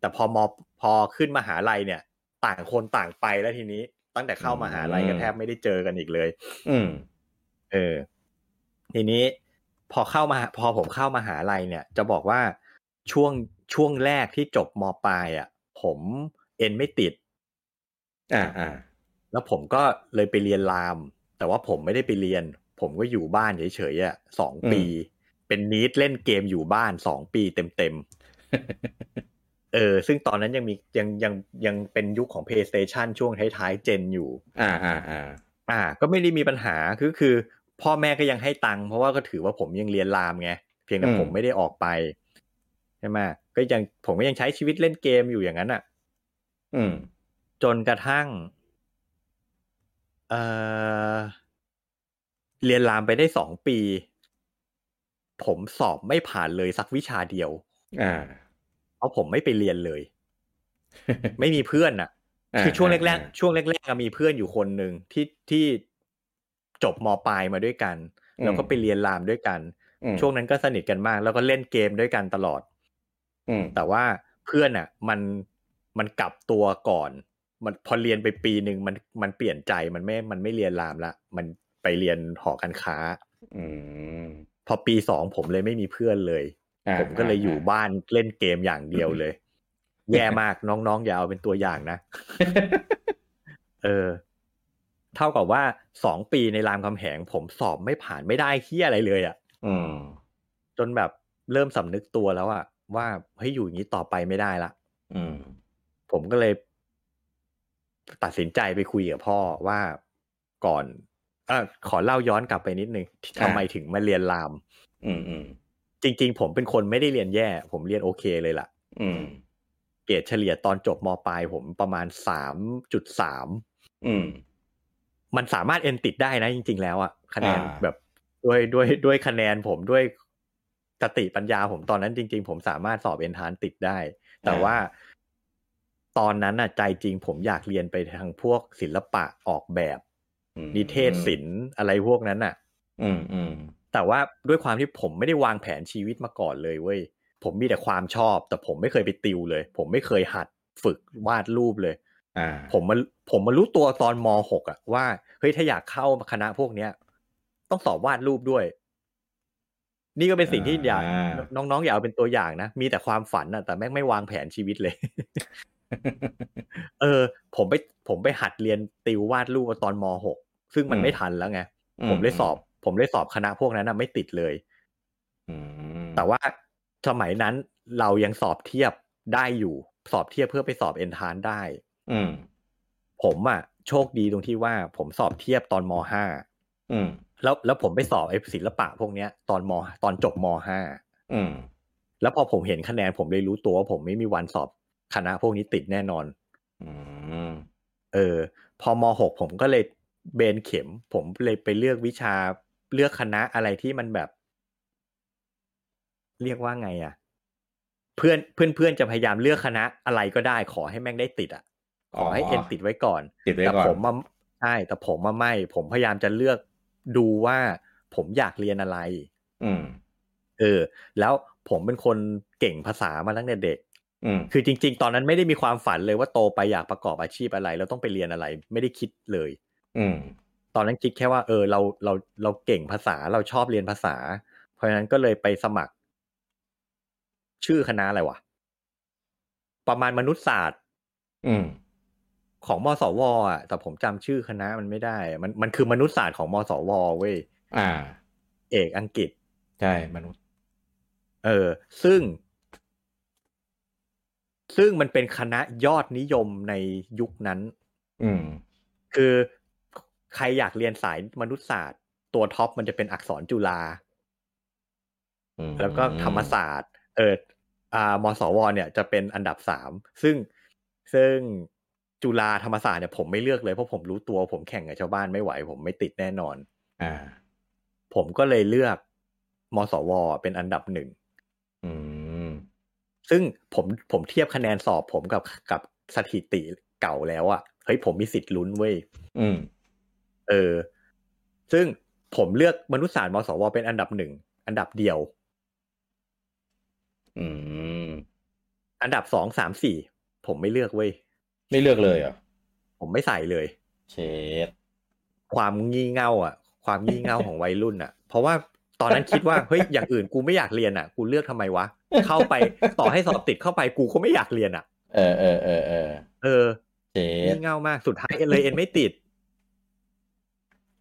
Speaker 2: แต่พอมพอขึ้นมหาลัยเนี่ย ต่างคนต่างไปแล้วทีนี้ ตั้งแต่เข้ามหาลัยก็แทบไม่ได้เจอกันอีกเลย
Speaker 1: อืม
Speaker 2: เออ ทีนี้พอเข้ามาพอผมเข้ามหาลัยเนี่ย จะบอกว่าช่วง ช่วงแรกที่จบมปลายอ่ะ ผมเอ็นไม่ติด
Speaker 1: อ่าอ่า
Speaker 2: แล้วผมก็เลยไปเรียนราม แต่ว่าผมไม่ได้ไปเรียน ผมก็อยู่บ้านเฉยๆอ่ะสองปี เป็นนีดเล่นเกมอยู่บ้านสองปีเต็ม [LAUGHS] ๆเออ ซึ่งตอนนั้นยังมียังยังยังเป็นยุคของ PlayStation ช่วงท้ายๆเจนอยู่
Speaker 1: อ่าอ่าอ่า
Speaker 2: อ่า ก็ไม่ได้มีปัญหาคือคือ พ่อแม่ก็ยังให้ตังค์เพราะว่าก็ถือว่าผมยังเรียนรามไงเพียงแต่ผมไม่ได้ออกไปใช่ไหมก็ยังผมก็ยังใช้ชีวิตเล่นเกมอยู่อย่างนั้นอ่ะ
Speaker 1: อืม
Speaker 2: จนกระทั่งเอ่อเรียนรามไปได้สองปี ผมสอบไม่ผ่านเลยสักวิชาเดียว
Speaker 1: อ่า
Speaker 2: เพราะผมไม่ไปเรียนเลย ไม่มีเพื่อนอ่ะ
Speaker 1: า
Speaker 2: คือช่วงแรกๆช่วงแรกๆอะมีเพื่อนอยู่คนหนึ่งที่ที่จบมปลายมาด้วยกัน
Speaker 1: อืม
Speaker 2: แล้วก็ไปเรียนรามด้วยกัน
Speaker 1: อืม
Speaker 2: ช่วงนั้นก็สนิทกันมาก แล้วก็เล่นเกมด้วยกันตลอด
Speaker 1: อืม
Speaker 2: แต่ว่าเพื่อนอ่ะ มันมันกลับตัวก่อน มันพอเรียนไปปีหนึ่งมันมันเปลี่ยนใจมันไม่มันไม่เรียนรามละมันไปเรียนหอการค้า
Speaker 1: อืม
Speaker 2: พอปีสองผมเลยไม่มีเพื่อนเลย
Speaker 1: อ่า
Speaker 2: ผมก็เลยอยู่
Speaker 1: า
Speaker 2: บ้านเล่นเกมอย่างเดียวเลย แย่มากน้องๆอย่าเอาเป็นตัวอย่างนะ [LAUGHS] เออ เท่ากับว่าสองปีในรามคำแหง ผมสอบไม่ผ่านไม่ได้เฮียอะไรเลยอะ่ะ
Speaker 1: อืม
Speaker 2: จนแบบเริ่มสำนึกตัวแล้วอะ่ะ ว่าเฮ้ยอยู่อย่างนี้ต่อไปไม่ได้ละ
Speaker 1: อืม
Speaker 2: ผมก็เลยตัดสินใจไปคุยกับพ่อว่าก่อน เออขอเล่าย้อนกลับไปนิดนึงที่ทำไมถึงมาเรียนราม
Speaker 1: อืมอืม
Speaker 2: จริง ๆ ผมเป็นคนไม่ได้เรียนแย่ ผมเรียนโอเคเลยล่ะ
Speaker 1: อืม
Speaker 2: เกรดเฉลี่ยตอนจบมปลายผมประมาณสามจุดสาม
Speaker 1: อืม
Speaker 2: มันสามารถเอ็นติดได้นะจริง ๆ แล้วอะคะแนน
Speaker 1: อ่า
Speaker 2: แบบด้วยด้วยด้วยคะแนนผมด้วยสติปัญญาผมตอนนั้นจริง ๆ ผมสามารถสอบเอนทานติดได้ แต่ว่าตอนนั้นน่ะใจจริง ผมอยากเรียนไปทางพวกศิลปะออกแบบ
Speaker 1: อืม
Speaker 2: นิเทศศิลป์อะไรพวกนั้นน่ะ
Speaker 1: อืมอืม
Speaker 2: แต่ว่าด้วยความที่ผมไม่ได้วางแผนชีวิตมาก่อนเลยเว้ยผมมีแต่ความชอบ แต่ผมไม่เคยไปติวเลย ผมไม่เคยหัดฝึกวาดรูปเลย
Speaker 1: อ่า
Speaker 2: ผมมาผมมารู้ตัวตอนม .6 อะว่าเฮ้ยถ้าอยากเข้าคณะพวกเนี้ย ต้องสอบวาดรูปด้วย นี่ก็เป็นสิ่งที่อยากน้องๆอย่าเอาเป็นตัวอย่างนะ มีแต่ความฝันอะแต่แม่งไม่วางแผนชีวิตเลย [LAUGHS] เออ ผมไปผมไปหัดเรียนติววาดรูปตอนม .6 ซึ่งมันไม่ทันแล้วไง ผมเลยสอบ ผมเลยสอบคณะพวกนั้นอะไม่ติดเลย
Speaker 1: อืม
Speaker 2: แต่ว่าสมัยนั้นเรายังสอบเทียบได้อยู่ สอบเทียบเพื่อไปสอบเอนทานได้
Speaker 1: อืม
Speaker 2: ผมอะโชคดีตรงที่ว่าผมสอบเทียบตอนมห้า
Speaker 1: อืม
Speaker 2: แล้วแล้วผมไปสอบไอ้ศิลปะพวกเนี้ยตอนมตอนจบมห้า
Speaker 1: อืม
Speaker 2: แล้วพอผมเห็นคะแนนผมเลยรู้ตัวว่าผมไม่มีวันสอบคณะพวกนี้ติดแน่นอน
Speaker 1: อืม
Speaker 2: เออ พอมหกผมก็เลยเบนเข็ม ผมเลยไปเลือกวิชาเลือกคณะอะไรที่มันแบบ เรียกว่าไงอะเพื่อนเพื่อนเพื่อนจะพยายามเลือกคณะอะไรก็ได้ ขอให้แม่งได้ติดอะขอให้เอ็นติดไว้ก่อน
Speaker 1: ติดไว้
Speaker 2: แต่
Speaker 1: ก่อน
Speaker 2: ผมมาใช่แต่ผมมาไม่ ผมพยายามจะเลือกดูว่าผมอยากเรียนอะไร
Speaker 1: อืม
Speaker 2: เออ แล้วผมเป็นคนเก่งภาษามาตั้งแต่เด็ก
Speaker 1: อืม
Speaker 2: คือจริง ๆ ตอนนั้นไม่ได้มีความฝันเลยว่าโตไปอยากประกอบอาชีพอะไร แล้วต้องไปเรียนอะไร ไม่ได้คิดเลย
Speaker 1: อืม
Speaker 2: ตอนนั้นคิดแค่ว่า เออ เราเราเราเก่งภาษาเราชอบเรียนภาษา เพราะฉะนั้นก็เลยไปสมัคร ชื่อคณะอะไรวะประมาณมนุษยศาสตร์
Speaker 1: อืม
Speaker 2: ของมสวอ่ะแต่ผมจำชื่อคณะมันไม่ได้อะมันมันคือมนุษยศาสตร์ของมสวเว้ย
Speaker 1: อ่า
Speaker 2: เอกอังกฤษ
Speaker 1: ใช่มนุษย์
Speaker 2: เออ ซึ่ง ซึ่งมันเป็นคณะยอดนิยมในยุคนั้น
Speaker 1: อืม
Speaker 2: คือใครอยากเรียนสายมนุษยศาสตร์ ตัวท็อปมันจะเป็นอักษรจุฬา
Speaker 1: อืม
Speaker 2: แล้วก็ธรรมศาสตร์ เอออ่ามสวเนี่ยจะเป็นอันดับสามซึ่งซึ่งจุฬาธรรมศาสตร์เนี่ยผมไม่เลือกเลยเพราะผมรู้ตัวผมแข่งกับชาวบ้านไม่ไหว ผมไม่ติดแน่นอน
Speaker 1: อ่า
Speaker 2: ผมก็เลยเลือกมสว เป็นอันดับหนึ่ง
Speaker 1: อืม
Speaker 2: ซึ่งผมผมเทียบคะแนนสอบผมกับกับสถิติเก่าแล้วอะ่ะ เฮ้ยผมมีสิทธิ์ลุ้นเว้ย
Speaker 1: อืม
Speaker 2: เออ ซึ่งผมเลือกมนุษยศาสตร์มสว เป็นอันดับหนึ่ง อันดับเดียว
Speaker 1: อืม
Speaker 2: อันดับสองสามสี่ผมไม่เลือกเว้ย
Speaker 1: ไม่เลือกเลยเหรอ
Speaker 2: ผมไม่ใส่เลย
Speaker 1: เชด
Speaker 2: ความงี่เง่า อ่ะ ความงี่เง่าของวัยรุ่นอ่ะ เพราะว่า ตอนนั้นคิดว่า เฮ้ยอย่างอื่นกูไม่อยากเรียนอ่ะ กูเลือกทำไมวะ เข้าไปต่อให้สอบติดเข้าไปกูก็ไม่อยากเรียนอ่ะ
Speaker 1: เออเออเออเออ
Speaker 2: เออ
Speaker 1: เจ็ด
Speaker 2: งี่เง่ามากสุดท้ายเอ็นเลยเอ็นไม่ติด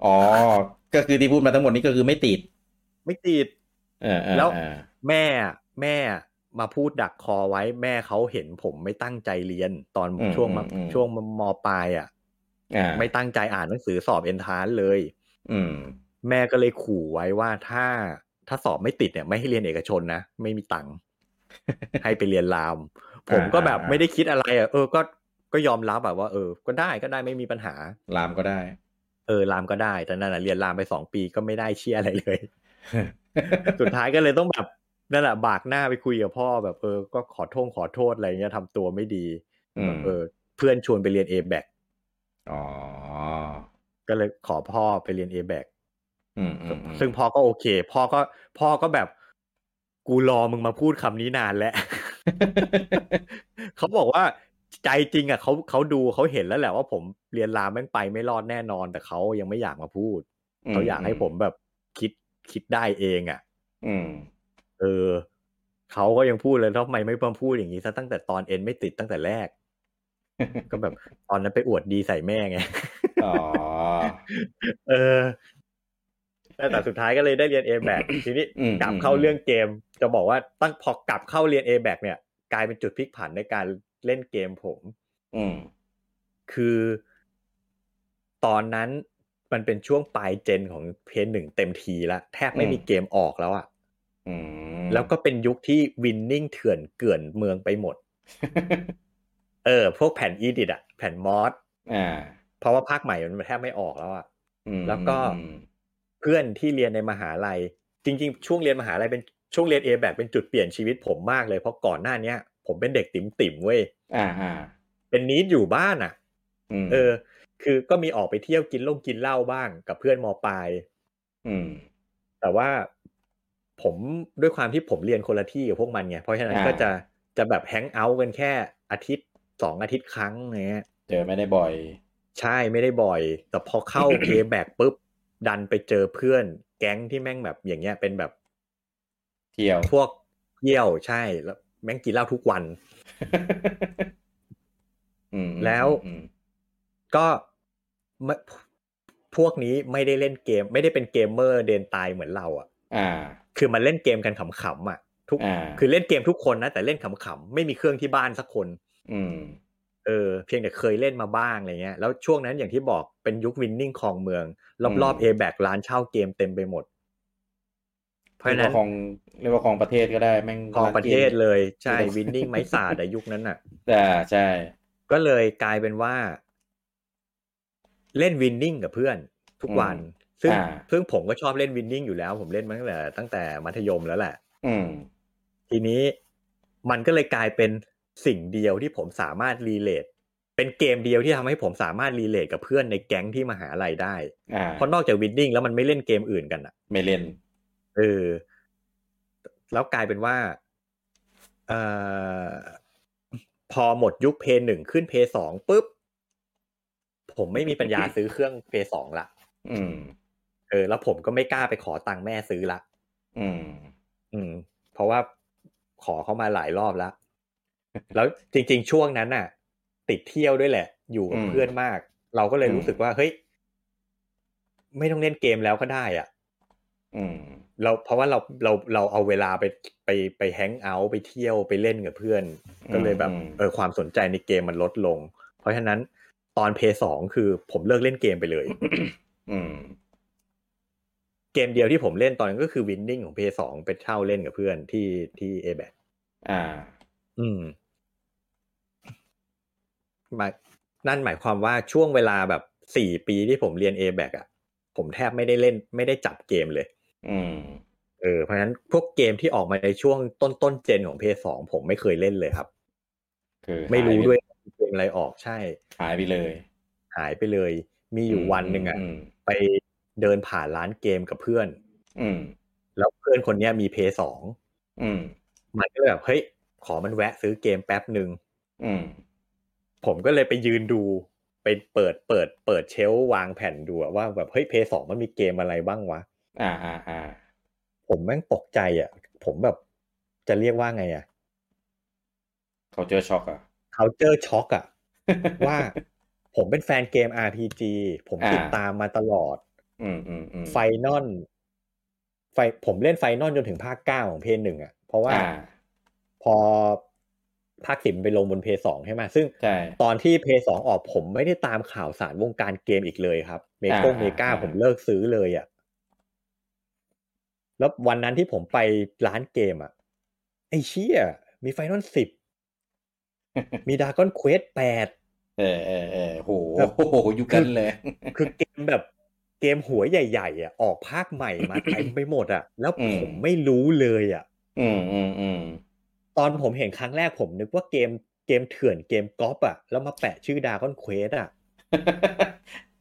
Speaker 1: อ๋อ ก็คือที่พูดมาทั้งหมดนี้ก็คือไม่ติด
Speaker 2: ไม่ติด
Speaker 1: เออเออ
Speaker 2: แล้ว
Speaker 1: เออ
Speaker 2: แม่แม่มาพูดดักคอไว้ แม่เขาเห็นผมไม่ตั้งใจเรียนตอนช่วงมาช่วงมปลายอ่ะ
Speaker 1: อ่า
Speaker 2: ไม่ตั้งใจอ่านหนังสือสอบเอนทรานซ์เลย
Speaker 1: อืม
Speaker 2: แม่ก็เลยขู่ไว้ว่าถ้าถ้าสอบไม่ติดเนี่ย ไม่ให้เรียนเอกชนนะไม่มีตังค์ [LAUGHS] ให้ไปเรียนราม ผมก็แบบ
Speaker 1: อ่า
Speaker 2: ไม่ได้คิดอะไรอ่ะเออก็ก็ยอมรับแบบว่า เออ ก็ได้ก็ได้ไม่มีปัญหา
Speaker 1: ลามก็ได้ [LAUGHS]
Speaker 2: เออรามก็ได้ แต่นั่นน่ะเรียนรามไปสองปีก็ไม่ได้เชี่ยอะไรเลย [LAUGHS] สุดท้ายก็เลยต้องแบบนั่นแหละบากหน้าไปคุยกับพ่อแบบเออก็ขอโทษขอโทษอะไรเงี้ยทำตัวไม่ดี
Speaker 1: อืม
Speaker 2: แบบเออ เพื่อนชวนไปเรียนเอแบก
Speaker 1: อ๋อ
Speaker 2: ก็เลยขอพ่อไปเรียนเอแบก
Speaker 1: อืมอืมอืม
Speaker 2: ซึ่งพ่อก็โอเค พ่อก็พ่อก็แบบ กูรอมึงมาพูดคำนี้นานแล้ว [LAUGHS] เขาบอกว่าใจจริงอ่ะเขาเขาดูเขาเห็นแล้วแหละว่าผมเรียนรามแม่งไปไม่รอดแน่นอน แต่เขายังไม่อยากมาพูดเขาอยากให้ผมแบบคิดคิดได้เองอ่ะ
Speaker 1: อืม
Speaker 2: เออเขาก็ยังพูดเลยแล้วทำไมไม่มาพูดอย่างนี้ซะตั้งแต่ตอนเอ็นไม่ติดตั้งแต่แรก [LAUGHS] ก็แบบตอนนั้นไปอวดดีใส่แม่ไง [LAUGHS]
Speaker 1: อ๋อ
Speaker 2: เออแต่แต่สุดท้ายก็เลยได้เรียน A b a c ทีนี้
Speaker 1: อืม
Speaker 2: กลับ
Speaker 1: อืม
Speaker 2: เข้าเรื่องเกม จะบอกว่าตั้งพอกลับเข้าเรียน A b a c เนี่ย กลายเป็นจุดพลิกผันในการเล่นเกมผม
Speaker 1: อืม
Speaker 2: คือ ตอนนั้นมันเป็นช่วงปลายเจนของเพนหนึ่งเต็มทีแล้วแทบไม่มีเกมออกแล้วอะ
Speaker 1: อืม
Speaker 2: แล้วก็เป็นยุคที่วินนิ่งเถื่อนเกลื่อนเมืองไปหมด เออ พวกแผ่นอีดิตอะแผ่นมอส
Speaker 1: [LAUGHS] อ่า
Speaker 2: เพราะว่าภาคใหม่มันแทบไม่ออกแล้วอะ
Speaker 1: อืม
Speaker 2: แล้วก็
Speaker 1: อืม
Speaker 2: เพื่อนที่เรียนในมหาลัย จริง ๆ ช่วงเรียนมหาลัยเป็นช่วงเรียน A แบบเป็นจุดเปลี่ยนชีวิตผมมากเลย เพราะก่อนหน้าเนี้ย ผมเป็นเด็กติ่มติ่มๆเว้ย
Speaker 1: อ่าอ่า
Speaker 2: เป็นนิดอยู่บ้านอ่ะ
Speaker 1: ม
Speaker 2: เออ คือก็มีออกไปเที่ยวกินล่งกินเหล้าบ้างกับเพื่อนมปลาย
Speaker 1: อืม
Speaker 2: แต่ว่าผมด้วยความที่ผมเรียนคนละที่กับพวกมันไงเพราะฉะนั้น
Speaker 1: อ่า
Speaker 2: ก็จะจะแบบแฮงเอาท์กันแค่อาทิตย์สองอาทิตย์ครั้งอะไรเงี้ย
Speaker 1: เจอไม่ได้บ่อย
Speaker 2: ใช่ไม่ได้บ่อย แต่พอเข้า เ a แบกปุ๊บ ดันไปเจอเพื่อน แก๊งที่แม่งแบบอย่างเงี้ยเป็นแบบ
Speaker 1: เที่ยว [LAUGHS]
Speaker 2: พวกเที่ยวใช่แล้วแม่งกินเหล้าทุกวัน
Speaker 1: อืมอืม
Speaker 2: แล้ว
Speaker 1: อืม
Speaker 2: ก็ไม่พวกนี้ไม่ได้เล่นเกม ไม่ได้เป็นเกมเมอร์เดนตายเหมือนเราอะ่ะ
Speaker 1: อ่า
Speaker 2: คือมันเล่นเกมกันขำๆอะ่ะ ทุก
Speaker 1: อ่า
Speaker 2: คือเล่นเกมทุกคนนะแต่เล่นขำๆไม่มีเครื่องที่บ้านสักคน
Speaker 1: อืม
Speaker 2: เออเพียงแต่เคยเล่นมาบ้างอะไรเงี้ยแล้วช่วงนั้นอย่างที่บอกเป็นยุควินนิ่งของเมือง รอบๆ
Speaker 1: อื
Speaker 2: เอ
Speaker 1: ม
Speaker 2: แบกร้านเช่าเกมเต็มไปหมด เพราะ
Speaker 1: เรี
Speaker 2: ฉะ
Speaker 1: ยก
Speaker 2: นั้
Speaker 1: ว่าน ของเรียกว่าของประเทศก็ได้แม่ง
Speaker 2: ของประเทศ
Speaker 1: ร้านกม
Speaker 2: เลยใช่
Speaker 1: เกม
Speaker 2: วินนิ่งไม้สาดอะยุคนั้นน่ะ
Speaker 1: อ่าใช่
Speaker 2: ก็เลยกลายเป็นว่า เล่นวินนิ่งกับเพื่อน ทุกวัน ซึ่ง
Speaker 1: อ่า
Speaker 2: ซึ่งผมก็ชอบเล่นวินนิ่งอยู่แล้ว ผมเล่นมาตั้งแต่ตั้งแต่มัธยมแล้วแหละ
Speaker 1: อืม
Speaker 2: ทีนี้มันก็เลยกลายเป็นสิ่งเดียวที่ผมสามารถรีเลทเป็นเกมเดียวที่ทำให้ผมสามารถรีเลทกับเพื่อนในแก๊งที่มหาลัยได้
Speaker 1: อ่า
Speaker 2: เพราะนอกจากวินนิ่งแล้วมันไม่เล่นเกมอื่นกันอ่ะ
Speaker 1: ไม่เล่น
Speaker 2: เออ แล้วกลายเป็นว่าเอ่อพอหมดยุคเพย์หนึ่งขึ้นเพย์สองปุ๊บ ผมไม่มีปัญ
Speaker 1: [LAUGHS]
Speaker 2: ญาซื้อเครื่องเพย์สองละ
Speaker 1: อืม
Speaker 2: เออแล้วผมก็ไม่กล้าไปขอตังค์แม่ซื้อละ
Speaker 1: อืม
Speaker 2: อืม เพราะว่าขอเขามาหลายรอบละแล้วจริง ๆ ช่วงนั้นน่ะ ติดเที่ยวด้วยแหละ อยู่กับ
Speaker 1: อืม
Speaker 2: เพื่อนมาก เราก็เลย
Speaker 1: อืม
Speaker 2: รู้สึกว่า เฮ้ย ไม่ต้องเล่นเกมแล้วก็ได้อ่ะ
Speaker 1: อืม
Speaker 2: เราเพราะว่าเราเราเราเอาเวลาไปไปไปแฮงเอาท์ไปเที่ยวไปเล่นกับเพื่อน
Speaker 1: อืม
Speaker 2: ก็เลยแบบ
Speaker 1: อืม
Speaker 2: เออความสนใจในเกมมันลดลง เพราะฉะนั้นตอนเพย์สองคือผมเลิกเล่นเกมไปเลย
Speaker 1: อืม
Speaker 2: เกมเดียวที่ผมเล่นตอนนั้นก็คือวินนิ่งของเพย์สองไปเช่าเล่นกับเพื่อนที่ที่เอแบ
Speaker 1: อ่า
Speaker 2: อืมหมายนั่นหมายความว่าช่วงเวลาแบบสี่ปีที่ผมเรียน a b a c อ่ะ ผมแทบไม่ได้เล่น ไม่ได้จับเกมเลย
Speaker 1: อืม
Speaker 2: เออเพราะฉะนั้นพวกเกมที่ออกมาในช่วงต้นต้นๆเจนของเพย์สองผมไม่เคยเล่นเลยครับ
Speaker 1: คือ
Speaker 2: ไม่รู้
Speaker 1: หาป
Speaker 2: ด้วยเกมอะไรออกใช่
Speaker 1: หายไปเลย
Speaker 2: หายไปเลย มีอยู่วันหนึ่งอ่ะ
Speaker 1: ม
Speaker 2: ไปเดินผ่านร้านเกมกับเพื่อน
Speaker 1: อืม
Speaker 2: แล้วเพื่อนคนเนี้ยมีเพย์สอง
Speaker 1: อืม
Speaker 2: มันก็เลยแบบเฮ้ยขอมันแวะซื้อเกมแป๊บหนึ่ง
Speaker 1: อืม
Speaker 2: ผมก็เลยไปยืนดู ไปเปิดเปิดเปิดเชลฟ์วางแผ่นดูอะว่าแบบเฮ้ยเพย์สองมันมีเกมอะไรบ้างวะ
Speaker 1: อ่าอ่าอ่า
Speaker 2: ผมแม่งตกใจอ่ะ ผมแบบจะเรียกว่าไงอ่ะ
Speaker 1: เขาเจอช็อกอะ
Speaker 2: c u เจอร์ช็อกอ่ะ [LAUGHS] ว่าผมเป็นแฟนเกม RPG ผมติด
Speaker 1: อ่า
Speaker 2: ตามมาตลอด
Speaker 1: อืมอืมอืม
Speaker 2: ไฟนอลไฟผมเล่นไฟนอลจนถึงภาคเก้าของเพย์หนึ่งอ่ะ เพราะว่า
Speaker 1: อ่า
Speaker 2: พอภาคสิบไปลงบนเพย์สองใช่ไหมซึ่ง
Speaker 1: ใช่
Speaker 2: ตอนที่เพย์สองออกผมไม่ได้ตามข่าวสารวงการเกมอีกเลยครับ เมโก
Speaker 1: อ่า
Speaker 2: เมกา
Speaker 1: อ่า
Speaker 2: ผมเลิกซื้อเลยอ่ะ แล้ววันนั้นที่ผมไปร้านเกมอ่ะ ไอ้เชี่ยมีไฟนอลสิบมีดากอนเควสแปด
Speaker 1: เออเออเออโห
Speaker 2: แบบ
Speaker 1: โอ้โห [LAUGHS] ยุคนั้นเลย
Speaker 2: คือเกมแบบเกมหัวใหญ่ๆอ่ะออกภาคใหม่มา เต็มไปหมดอ่ะ แล้ว
Speaker 1: อืม
Speaker 2: ผมไม่รู้เลยอ่ะ
Speaker 1: อืมอืมอืม [LAUGHS]
Speaker 2: ตอนผมเห็นครั้งแรกผมนึกว่าเกมเกมเถื่อนเกมกอล์ฟอ่ะ แล้วมาแปะชื่อดาคอนเควสอ่ะ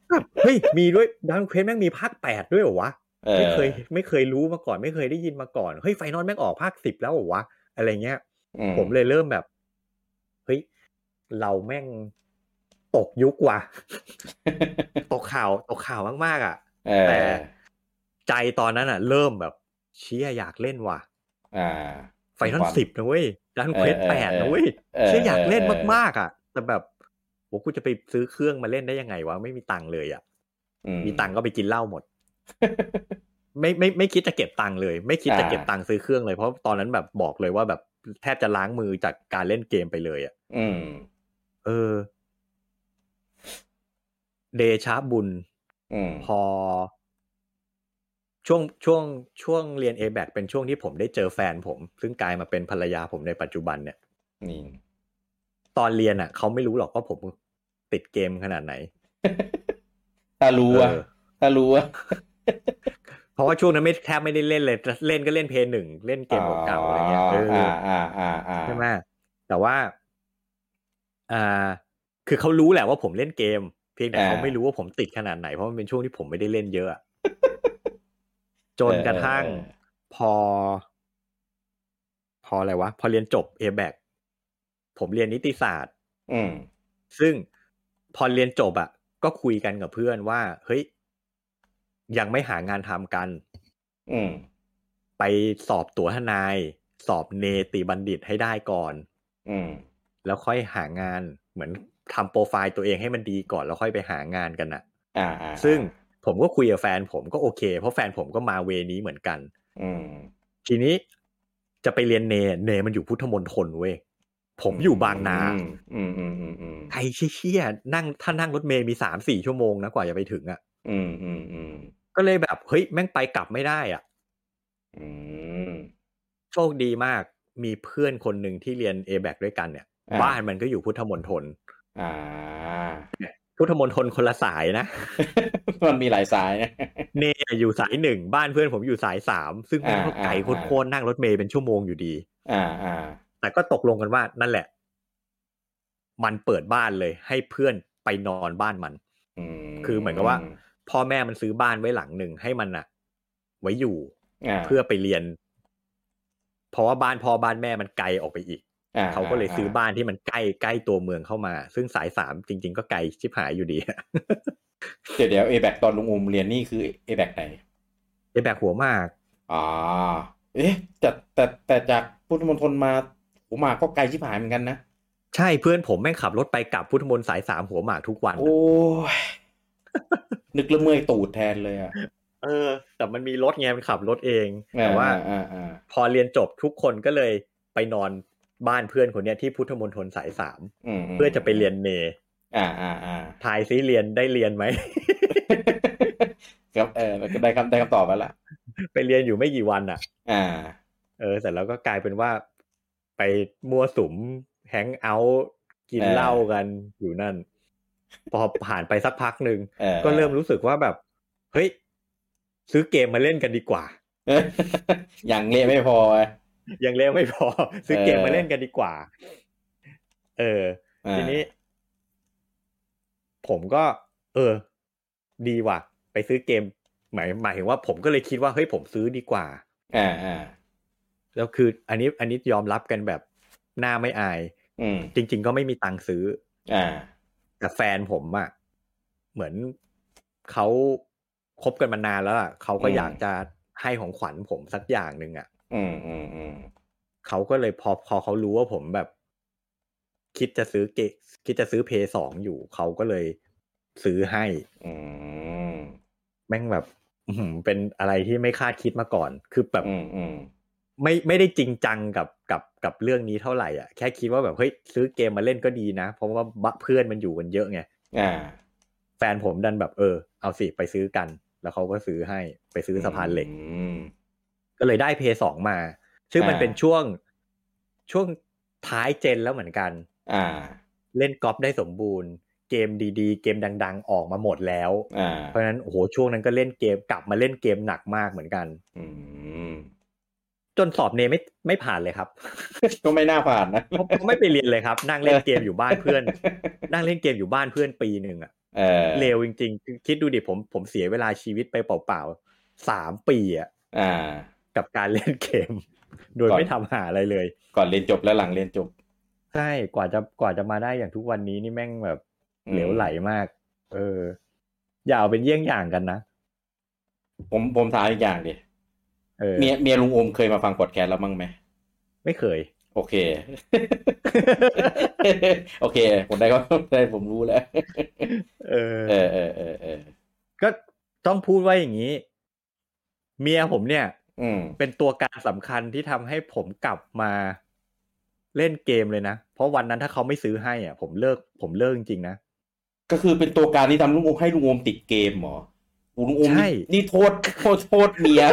Speaker 2: แบบเฮ้ย มีด้วยดาคอนเควสแม่งมีภาคแปดด้วยเหรอวะ
Speaker 1: ออ
Speaker 2: ไม่เคยไม่เคยรู้มาก่อน ไม่เคยได้ยินมาก่อน เฮ้ยไฟนอลแม่งออกภาคสิบแล้วเหรอวะ อะไรเงี้ย
Speaker 1: อื
Speaker 2: ผมเลยเริ่มแบบ เฮ้ย เราแม่งตกยุคว่ะ ตกข่าวตกข่าวมากๆอ่ะ
Speaker 1: เออ
Speaker 2: แต่ ใจตอนนั้นอ่ะ เริ่มแบบเชียอยากเล่นว่ะ
Speaker 1: อ่า
Speaker 2: ไฟนอลสิบนะเว้ยดันเควส
Speaker 1: เออ
Speaker 2: แป
Speaker 1: เออ
Speaker 2: ด
Speaker 1: เออ
Speaker 2: นะเว้ย
Speaker 1: เออ
Speaker 2: เชื่ออยากเล่น
Speaker 1: เออเออ
Speaker 2: มากๆอ่ะ แต่แบบโหกูจะไปซื้อเครื่องมาเล่นได้ยังไงวะ ไม่มีตังค์เลยอ่ะ
Speaker 1: อื
Speaker 2: มีตังค์ก็ไปกินเหล้าหมด ไม่ไม่ไม่คิดจะเก็บตังค์เลย ไม่คิดจะเก็บตังค์ซื้อเครื่องเลย เพราะตอนนั้นแบบบอกเลยว่าแบบแทบจะล้างมือจากการเล่นเกมไปเลยอ่ะ
Speaker 1: อืม
Speaker 2: เออ เดชาบุญ
Speaker 1: อืม
Speaker 2: พอ ช่วงช่วงช่วงเรียน a b a c เป็นช่วงที่ผมได้เจอแฟนผม ซึ่งกลายมาเป็นภรรยาผมในปัจจุบันเนี่ย
Speaker 1: นี่
Speaker 2: ตอนเรียนอ่ะเขาไม่รู้หรอกว่าผมติดเกมขนาดไหน
Speaker 1: ถ้ารู้อะ
Speaker 2: เออ
Speaker 1: ถ้ารู้อะ
Speaker 2: เพราะว่าช่วงนั้นไม่แทบไม่ได้เล่นเลย เล่นก็เล่นเพย์หนึ่งเล่นเกมเก่าๆอะไรเงี้ยเอออ
Speaker 1: อ่าอ่าอ่าอ่า
Speaker 2: ใช่ไหมแต่ว่าอ่าคือเขารู้แหละว่าผมเล่นเกม เพียงแต่เขาไม่รู้ว่าผมติดขนาดไหนเพราะมันเป็นช่วงที่ผมไม่ได้เล่นเย [LAUGHS] อะอะจนกระทั่ง
Speaker 1: เออ
Speaker 2: พอ พออะไรวะ พอเรียนจบเอแบกผมเรียนนิติศาสตร์
Speaker 1: เอออืม
Speaker 2: ซึ่งพอเรียนจบอะ่ะ ก็คุยกันกับเพื่อนว่า เฮ้ย ยังไม่หางานทำกัน
Speaker 1: อืม
Speaker 2: ไปสอบตัวทนาย สอบเนติบัณฑิตให้ได้ก่อน
Speaker 1: อืม
Speaker 2: แล้วค่อยหางานเหมือนทำโปรไฟล์ตัวเองให้มันดีก่อนแล้วค่อยไปหางานกันน่ะ
Speaker 1: อ่าอ่า
Speaker 2: ซึ่งผมก็คุยกับแฟนผมก็โอเค เพราะแฟนผมก็มาเวนี้เหมือนกัน
Speaker 1: อืม
Speaker 2: ทีนี้จะไปเรียนเนเนมันอยู่พุทธมณฑลเว้ยผมอยู่บางนา
Speaker 1: อืมอืมอืมอืมอืม
Speaker 2: ไอ้เชี่ยๆนั่งถ้านั่งรถเมย์มีสามสี่ชั่วโมงนะกว่าจะไปถึงอ่ะ
Speaker 1: อืมอืมอืม
Speaker 2: ก็เลยแบบเฮ้ยแม่งไปกลับไม่ได้อะ
Speaker 1: อืม
Speaker 2: โชคดีมากมีเพื่อนคนหนึ่งที่เรียน a b a c ด้วยกันเนี่ย
Speaker 1: อ่า
Speaker 2: บ้านมันก็อยู่พุทธมณฑล
Speaker 1: อ่า [LAUGHS]
Speaker 2: พุทธมณฑลคนละสายนะ
Speaker 1: มันมีหลายสายนะ
Speaker 2: เนยอยู่สายหนึ่งบ้านเพื่อนผมอยู่สายสามซึ่งแม่งก็
Speaker 1: อ่าอ่า
Speaker 2: ไกลโคตรๆนั่งรถเมย์เป็นชั่วโมงอยู่ดี
Speaker 1: อ่าอ่า
Speaker 2: แต่ก็ตกลงกันว่านั่นแหละ มันเปิดบ้านเลย ให้เพื่อนไปนอนบ้านมัน
Speaker 1: อืม
Speaker 2: คือเหมือนกับว่า พ่อแม่มันซื้อบ้านไว้หลังหนึ่งให้มันอะไว้อยู่
Speaker 1: า
Speaker 2: เพื่อไปเรียน เพราะว่าบ้านพ่อบ้านแม่มันไกลออกไปอีก
Speaker 1: อ่
Speaker 2: เขาก็เลยซื้อบ้านที่มันใกล้ใกล้ตัวเมืองเข้ามา ซึ่งสายสามจริง ๆ ก็ไกลชิบหายอยู่ดี [LAUGHS]
Speaker 1: เดี๋ยวเดี๋ยวเอแบกตอนลุงอุมเรียนนี่คือเอแบกไหน
Speaker 2: ไอ้แบกหัวหมาก
Speaker 1: อ่า เอ๊ะแต่แต่แต่จากพุทธมณฑลมาโอมาก็ไกลชิบหายเหมือนกันนะ
Speaker 2: ใช่เพื่อนผมแม่งขับรถไปกลับพุทธมนต์สายสามหัวหมากทุกวัน
Speaker 1: โอ้ย นึกและเมื่อยตูดแทนเลยอ่ะ
Speaker 2: เออ แต่มันมีรถไงมันขับรถเองแต่ว่า
Speaker 1: อ่าอ่า
Speaker 2: พอเรียนจบทุกคนก็เลยไปนอนบ้านเพื่อนคนเนี้ยที่พุทธมนตรสายสาม
Speaker 1: ม
Speaker 2: เพื่อจะไปเรียนเน
Speaker 1: อ่าอ่าอ่า [LAUGHS]
Speaker 2: ทายซิเรียนได้เรียนไหม [LAUGHS]
Speaker 1: ครับเออแล้วก็ได้คำได้คำตอบแล้วล่ะ
Speaker 2: ไปเรียนอยู่ไม่กี่วันอ่ะ
Speaker 1: อ่า
Speaker 2: เออเสร็จแล้วก็กลายเป็นว่า ไปมั่วสุมแฮงเอาท์กิน
Speaker 1: เออ
Speaker 2: เหล้ากันอยู่นั่น พอผ่านไปสักพักหนึ่ง
Speaker 1: เออ
Speaker 2: ก็เริ่มรู้สึกว่าแบบ เฮ้ย ซื้อเกมมาเล่นกันดีกว่า
Speaker 1: เออ [LAUGHS] อย่างเละไม่พออ่ะ
Speaker 2: ยังเล่นไม่พอ [LAUGHS] ซื้อเกม
Speaker 1: เออ
Speaker 2: มาเล่นกันดีกว่า เออ
Speaker 1: อ่า
Speaker 2: ทีนี้ ผมก็ เออ ดีว่ะ ไปซื้อเกม หมายหมายถึงว่าผมก็เลยคิดว่าเฮ้ยผมซื้อดีกว่า
Speaker 1: อ่าอ่า
Speaker 2: แล้วคือ อันนี้ อันนี้ยอมรับกันแบบหน้าไม่อาย
Speaker 1: อืม
Speaker 2: จริง ๆ ก็ไม่มีตังค์ซื้อ
Speaker 1: อ่า
Speaker 2: แต่แฟนผมอะเหมือนเขาคบกันมานานแล้วอะเขาก็
Speaker 1: อืม
Speaker 2: อยากจะ ให้ของขวัญผมสักอย่างหนึ่งอ่ะ
Speaker 1: อืมอืมอืม
Speaker 2: เขาก็เลยพอพอเขารู้ว่าผมแบบ คิดจะซื้อเกคิดจะซื้อเพย์สองอยู่เขาก็เลยซื้อให้
Speaker 1: อืม
Speaker 2: แม่งแบบอื้อหือเป็นอะไรที่ไม่คาดคิดมาก่อน คือแบบ
Speaker 1: อืมอืม
Speaker 2: ไม่ไม่ได้จริงจังกับกับกับเรื่องนี้เท่าไหร่อ่ะแค่คิดว่าแบบเฮ้ยซื้อเกมมาเล่นก็ดีนะ เพราะว่าบะเพื่อนมันอยู่กันเยอะไง
Speaker 1: อ่า
Speaker 2: แฟนผมดันแบบเออเอาสิไปซื้อกัน แล้วเขาก็ซื้อให้ไปซื้อสะพานเหล็ก
Speaker 1: อืม
Speaker 2: ก็เลยได้เพย์สองมา ซึ่งมัน
Speaker 1: อ่า
Speaker 2: เป็นช่วงช่วงท้ายเจนแล้วเหมือนกัน
Speaker 1: อ่า
Speaker 2: เล่นกอล์ฟได้สมบูรณ์ เกมดีๆ เกมดัง ๆ ออกมาหมดแล้ว
Speaker 1: อ่า
Speaker 2: เพราะฉะนั้นโอ้โหช่วงนั้นก็เล่นเกมกลับมาเล่นเกมหนักมากเหมือนกัน
Speaker 1: อืม [LAUGHS]
Speaker 2: จนสอบเนไม่ไม่ผ่านเลยครับ [LAUGHS]
Speaker 1: ก็ไม่น่าผ่านนะ [LAUGHS]
Speaker 2: ผมผมไม่ไปเรียนเลยครับ นั่งเล่นเกมอยู่บ้านเพื่อน นั่งเล่นเกมอยู่บ้านเพื่อนปีหนึ่งอะ
Speaker 1: เออ
Speaker 2: เลวจริงๆคือคิดดูดิผมผมเสียเวลาชีวิตไปเปล่าๆสามปีอะ
Speaker 1: อ่า
Speaker 2: กับการเล่นเกม [LAUGHS] โดย
Speaker 1: ก่อน
Speaker 2: ไม่ทำหาอะไรเลย
Speaker 1: ก่อนเรียนจบและหลังเรียนจบ
Speaker 2: ใช่กว่าจะกว่าจะมาได้อย่างทุกวันนี้นี่แม่งแบบ
Speaker 1: อืม
Speaker 2: เหลวไหลมาก เออ อย่าเอาเป็นเยี่ยงอย่างกันนะ
Speaker 1: ผมผมถามอีกอย่างดิ
Speaker 2: เออ
Speaker 1: เมียเมียลุงโอมเคยมาฟังพอดแคสต์เราบ้างไหม [LAUGHS]
Speaker 2: ไม่เคย
Speaker 1: โอเค โอเค ผมได้ก็ได้ผมรู้แล้ว
Speaker 2: เออ
Speaker 1: เออเออเออเออ
Speaker 2: ก็ต้องพูดว่าอย่างนี้ เมียผมเนี่ย
Speaker 1: อืม
Speaker 2: เป็นตัวการสำคัญที่ทำให้ผมกลับมาเล่นเกมเลยนะ เพราะวันนั้นถ้าเขาไม่ซื้อให้อ่ะ ผมเลิกผมเลิกจริงๆนะ
Speaker 1: ก็คือเป็นตัวการที่ทำลุงโอมให้ลุงโอมติดเกมเหรอลุงโอม
Speaker 2: ใช่
Speaker 1: นี่นี่โทษโทษโทษเมีย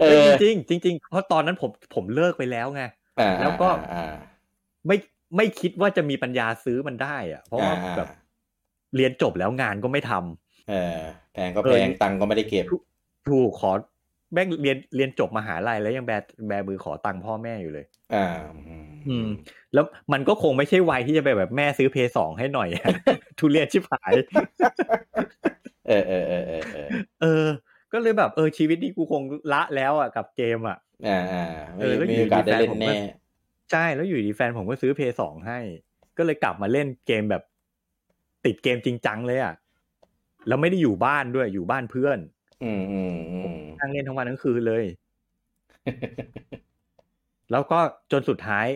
Speaker 1: เอ
Speaker 2: [LAUGHS] เอ
Speaker 1: อ
Speaker 2: อจริงๆจริงๆเพราะตอนนั้นผมผมเลิกไปแล้วไง
Speaker 1: อ่า
Speaker 2: แล้วก็
Speaker 1: อ่า
Speaker 2: ไม่ไม่คิดว่าจะมีปัญญาซื้อมันได้อ่ะ เพราะว่า
Speaker 1: อ่า
Speaker 2: แบบเรียนจบแล้วงานก็ไม่ทำ
Speaker 1: เออแพงก็
Speaker 2: เอ
Speaker 1: แพ
Speaker 2: อ
Speaker 1: งตังค์ก็ไม่ได้เก็บ
Speaker 2: ถูกขอแม่งเรียนเรียนจบมหาลัยแล้วยังแบแบมือขอตังค์พ่อแม่อยู่เลย
Speaker 1: อ่า
Speaker 2: อืม แล้วมันก็คงไม่ใช่วัยที่จะไปแบบแม่ซื้อเพย์สองให้หน่อยอะ [LAUGHS] ทุเรียนชิบหาย
Speaker 1: เออเออเออเออเออ
Speaker 2: เออ ก็เลยแบบเออชีวิตนี้กูคงละแล้วอ่ะกับเกมอ่ะ
Speaker 1: อ่าอ่าไม่
Speaker 2: เออแล้ว
Speaker 1: มี
Speaker 2: อยู่
Speaker 1: โอกาส
Speaker 2: ดี
Speaker 1: ได้
Speaker 2: แฟน
Speaker 1: เล่น
Speaker 2: ผมก็
Speaker 1: แน่
Speaker 2: ใช่แล้วอยู่ดีแฟนผมก็ซื้อเพย์สองให้ ก็เลยกลับมาเล่นเกมแบบ ติดเกมจริงจังเลยอ่ะ แล้วไม่ได้อยู่บ้านด้วยอยู่บ้านเพื่อน
Speaker 1: อืมอืมอืม
Speaker 2: นั่งเล่นทั้งวันทั้งคืนเลย
Speaker 1: [LAUGHS]
Speaker 2: แล้วก็จนสุดท้าย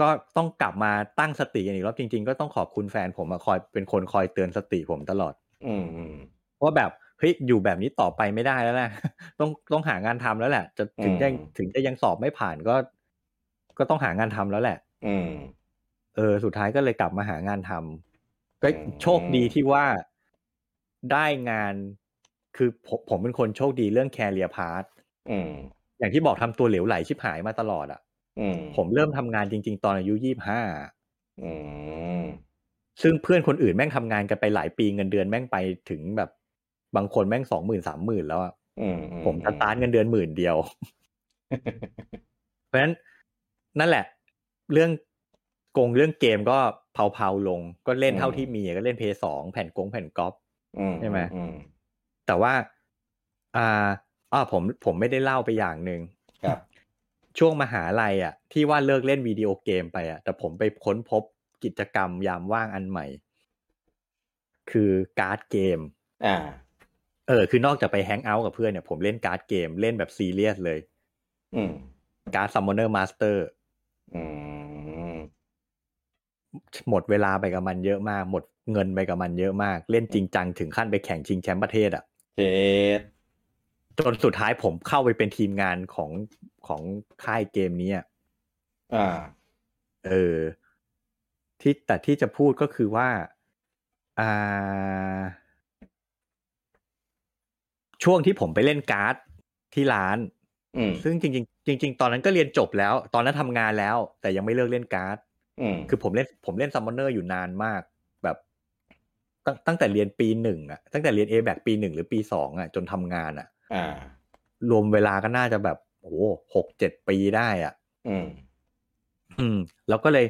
Speaker 2: ก็ต้องกลับมาตั้งสติกันอีกรอบจริง ๆ ก็ต้องขอบคุณแฟนผมมาคอยเป็นคนคอยเตือนสติผมตลอด
Speaker 1: อืมอืม
Speaker 2: ว่าแบบเฮ้ยอยู่แบบนี้ต่อไปไม่ได้แล้วแหละ [LAUGHS] ต้องต้องหางานทำแล้วแหละ จะถึงจะ
Speaker 1: อืม
Speaker 2: ถึงจะยังสอบไม่ผ่านก็ ก็ต้องหางานทำแล้วแหละ
Speaker 1: อืม
Speaker 2: เออสุดท้ายก็เลยกลับมาหางานทำก็
Speaker 1: อืม
Speaker 2: โชคดีที่ว่าได้งานคือผมผมเป็นคนโชคดีเรื่องแคเรียพาร์ท
Speaker 1: อืม
Speaker 2: อย่างที่บอกทำตัวเหลวไหลชิบหายมาตลอดอะ่ะ
Speaker 1: อืม
Speaker 2: ผมเริ่มทำงานจริง ๆ ตอนอายุยี่บห้า
Speaker 1: อืม
Speaker 2: ซึ่งเพื่อนคนอื่นแม่งทำงานกันไปหลายปีเงินเดือนแม่งไปถึงแบบบางคนแม่งสองหมื่นสามหมื่นแล้วอะ
Speaker 1: อืมอื
Speaker 2: ผมสตาร์ทเงินเดือนหมื่นเดียว เพราะฉะนั้นนั่นแหละ เรื่องโกงเรื่องเกมก็เผาๆลง ก็เล่นเท่าที่มีก็เล่นเพย์สองแผ่นกงแผ่นก๊อป
Speaker 1: [LAUGHS] อื
Speaker 2: ใช่ไหม
Speaker 1: อืม
Speaker 2: แต่ว่า อ่าอ่าผมผมไม่ได้เล่าไปอย่างหนึ่ง
Speaker 1: ครับ
Speaker 2: ช่วงมหาลัยอ่ะ ที่ว่าเลิกเล่นวิดีโอเกมไปอ่ะ แต่ผมไปค้นพบกิจกรรมยามว่างอันใหม่ คือการ์ดเกม
Speaker 1: อ่า
Speaker 2: เออ คือนอกจากไปแฮงเอาท์กับเพื่อนเนี่ยผมเล่นการ์ดเกมเล่นแบบซีเรียสเลย
Speaker 1: อืม
Speaker 2: การ์ดซัมมอนเนอร์มาสเตอร์
Speaker 1: อืม
Speaker 2: หมดเวลาไปกับมันเยอะมาก หมดเงินไปกับมันเยอะมาก เล่นจริงจังถึงขั้นไปแข่งชิงแชมป์ประเทศอะ่ะ
Speaker 1: เจ็ด
Speaker 2: จนสุดท้ายผมเข้าไปเป็นทีมงานของของค่ายเกมนี้อะ
Speaker 1: อ่า
Speaker 2: เออ ที่แต่ที่จะพูดก็คือว่าอ่าช่วงที่ผมไปเล่นการ์ดที่ร้าน
Speaker 1: อืม
Speaker 2: ซึ่งจริงๆจริง ๆ ตอนนั้นก็เรียนจบแล้ว ตอนนั้นทำงานแล้ว แต่ยังไม่เลิกเล่นการ์ด
Speaker 1: อืม
Speaker 2: คือผมเล่นผมเล่นซัมมอนเนอร์อยู่นานมากแบบตั้งตั้งแต่เรียนปีหนึ่งอะตั้งแต่เรียน A แบปีหนึ่งหรือปีสองอะจนทำงานอะ
Speaker 1: อ่า
Speaker 2: รวมเวลาก็น่าจะแบบโอ้โหหกเจ็ดปีได้อะ
Speaker 1: อืม
Speaker 2: อืม แล้วก็เลย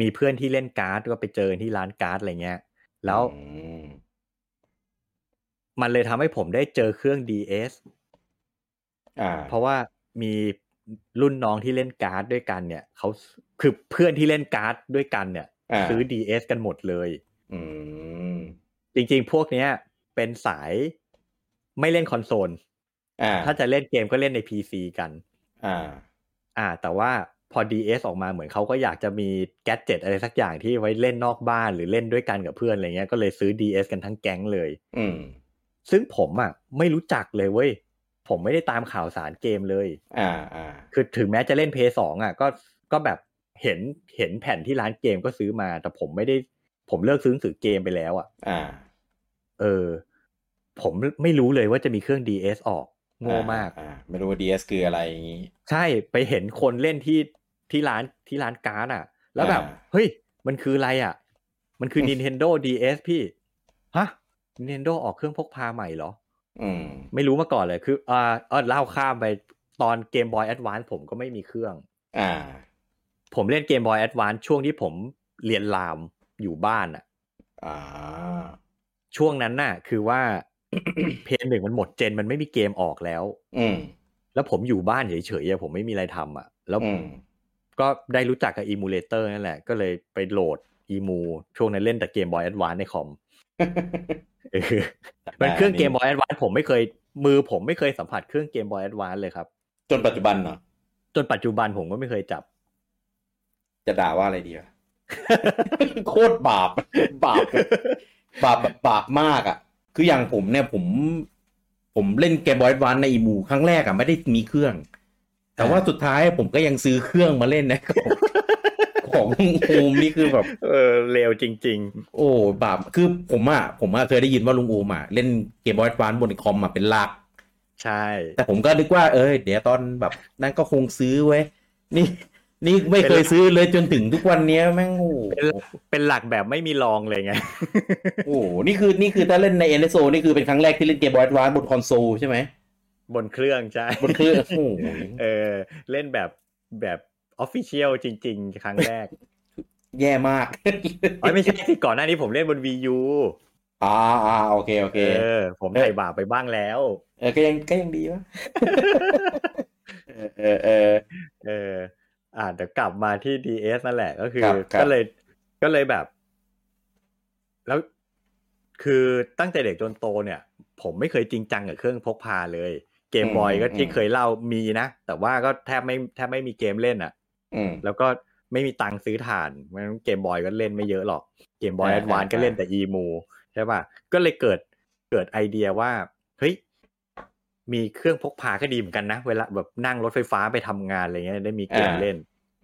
Speaker 2: มีเพื่อนที่เล่นการ์ดก็ไปเจอที่ร้านการ์ดอะไรเงี้ย แล้ว
Speaker 1: อืม
Speaker 2: มันเลยทำให้ผมได้เจอเครื่อง DS
Speaker 1: อ่า
Speaker 2: เพราะว่ามีรุ่นน้องที่เล่นการ์ดด้วยกันเนี่ยเขาคือเพื่อนที่เล่นการ์ดด้วยกันเนี่ย
Speaker 1: า
Speaker 2: ซื้อ DS กันหมดเลย
Speaker 1: อืม
Speaker 2: จริงๆ พวกเนี้ยเป็นสายไม่เล่นคอนโซล
Speaker 1: อ่า
Speaker 2: ถ้าจะเล่นเกมก็เล่นใน PC กัน
Speaker 1: อ่า
Speaker 2: อ่า แต่ว่าพอ DS ออกมาเหมือนเขาก็อยากจะมีแกดเจ็ตอะไรสักอย่างที่ไว้เล่นนอกบ้านหรือเล่นด้วยกันกับเพื่อนอะไรเงี้ยก็เลยซื้อ DS กันทั้งแก๊งเลย
Speaker 1: อืม
Speaker 2: ซึ่งผมอ่ะไม่รู้จักเลยเว้ย ผมไม่ได้ตามข่าวสารเกมเลย
Speaker 1: อ่าอ่า
Speaker 2: คือถึงแม้จะเล่น PS 2อ่ะก็ก็แบบเห็นเห็นแผ่นที่ร้านเกมก็ซื้อมา แต่ผมไม่ได้ผมเลิกซื้อหนังสือเกมไปแล้วอ่ะ
Speaker 1: อ่า
Speaker 2: เออ ผมไม่รู้เลยว่าจะมีเครื่อง DS ออกโง่มาก
Speaker 1: อ่ไม่รู้ว่า DS คืออะไรอย่างนี้
Speaker 2: ใช่ไปเห็นคนเล่นที่ที่ร้านที่ร้านการ์ดอ่ะ แล้วแบบ
Speaker 1: อ่า
Speaker 2: เฮ้ย มันคืออะไรอ่ะ มันคือ Nintendo DS พี่ ฮะ Nintendo ออกเครื่องพกพาใหม่เหรอ
Speaker 1: อืม
Speaker 2: ไม่รู้มาก่อนเลยคืออ่าเออเล่าข้ามไปตอนเกมบอยแอดวานผมก็ไม่มีเครื่อง
Speaker 1: อ่า
Speaker 2: ผมเล่นเกมบอยแอดวานช่วงที่ผมเรียนรามอยู่บ้านอ่ะ
Speaker 1: อ่า
Speaker 2: ช่วงนั้นน่ะ คือว่า [COUGHS] เพนหนึ่งมันหมดเจนมันไม่มีเกมออกแล้ว
Speaker 1: อืม
Speaker 2: แล้วผมอยู่บ้านเฉยๆอะผมไม่มีอะไรทำอ่ะ แล้ว
Speaker 1: อืม
Speaker 2: ก็ได้รู้จักกับอีมูเลเตอร์นั่นแหละ ก็เลยไปโหลดอีมูช่วงนั้นเล่นแต่เกมบอยแอดวานในคอมเออมัน [LAUGHS] เครื่องเกมบอยแอดวานผมไม่เคย มือผมไม่เคยสัมผัสเครื่องเกมบอยแอดวานเลยครับ
Speaker 1: [LAUGHS] จนปัจจุบันเหรอ
Speaker 2: จนปัจจุบันผมก็ไม่เคยจับ
Speaker 1: จะด่าว่าอะไรดี
Speaker 2: [LAUGHS]
Speaker 1: อะ โคตรบาป บาปแบบบาปแบบบาปมากอ่ะ คืออย่างผมเนี่ยผม ผมเล่นเกมบอยวันในอีมูครั้งแรกอ่ะไม่ได้มีเครื่อง แต่ว่าสุดท้ายผมก็ยังซื้อเครื่องมาเล่นนะ [LAUGHS] ของของโฮมนี่คือแบบ
Speaker 2: เออเร็วจริง
Speaker 1: โอ้บาปคือผมอ่ะผมอ่ะเคยได้ยินว่าลุงโอมอ่ะเล่นเกมบอยวันบนคอมอ่ะเป็นหลัก
Speaker 2: ๆ ใช่
Speaker 1: แต่ผมก็นึกว่าเอ้ยเดี๋ยวตอนแบบนั้นก็คงซื้อไว้ยนี่ นี่ไม่เคยซื้อเลยจนถึงทุกวันเนี้ยแม่งโอ้โห
Speaker 2: เป็นหลักแบบไม่มีรองเลยไง [LAUGHS]
Speaker 1: โอ้โหนี่คือ นี่คือถ้าเล่นใน NSO นี่คือเป็นครั้งแรกที่เล่นเกมบอยแอดวานบนคอนโซลใช่ไหม
Speaker 2: บนเครื่อง
Speaker 1: [LAUGHS]
Speaker 2: ใช่
Speaker 1: บนเครื่องโอ้โห
Speaker 2: เออ เล่นแบบแบบออฟฟิเชียลจริง ๆ ครั้งแรก [LAUGHS]
Speaker 1: แย่มาก [LAUGHS]
Speaker 2: เอ้ยไม่ใช่ที่ก่อนหน้านี้ผมเล่นบน VU
Speaker 1: อ่าอ่าโอเค โอเค
Speaker 2: เออ ผมใส่บาปไปบ้างแล้ว
Speaker 1: เออ ก็ยัง ก็ยังดีวะ [LAUGHS] เออเออเออ
Speaker 2: เออ อ่าเดี๋ยวกลับมาที่ DS นั่นแหละก็คือ
Speaker 1: ครับครับ
Speaker 2: ก็เลยก็เลยแบบ แล้วคือตั้งแต่เด็กจนโตเนี่ย ผมไม่เคยจริงจังกับเครื่องพกพาเลย เกมบอยก็ที่เคยเล่ามีนะ แต่ว่าก็แทบไม่แทบไม่มีเกมเล่นอ่ะ
Speaker 1: อืม
Speaker 2: แล้วก็ไม่มีตังค์ซื้อถ่านเพราะฉะนั้นเกมบอยก็เล่นไม่เยอะหรอก เกมบอย
Speaker 1: อ่า
Speaker 2: แอดวาน
Speaker 1: อ่า
Speaker 2: ก็เล่นแต่อีมูใช่ป่ะ ก็เลยเกิดเกิดไอเดียว่า เฮ้ย มีเครื่องพกพาก็ดีเหมือนกันนะ เวลาแบบนั่งรถไฟฟ้าไปทำงานอะไรเงี้ยได้มีเกมเล่น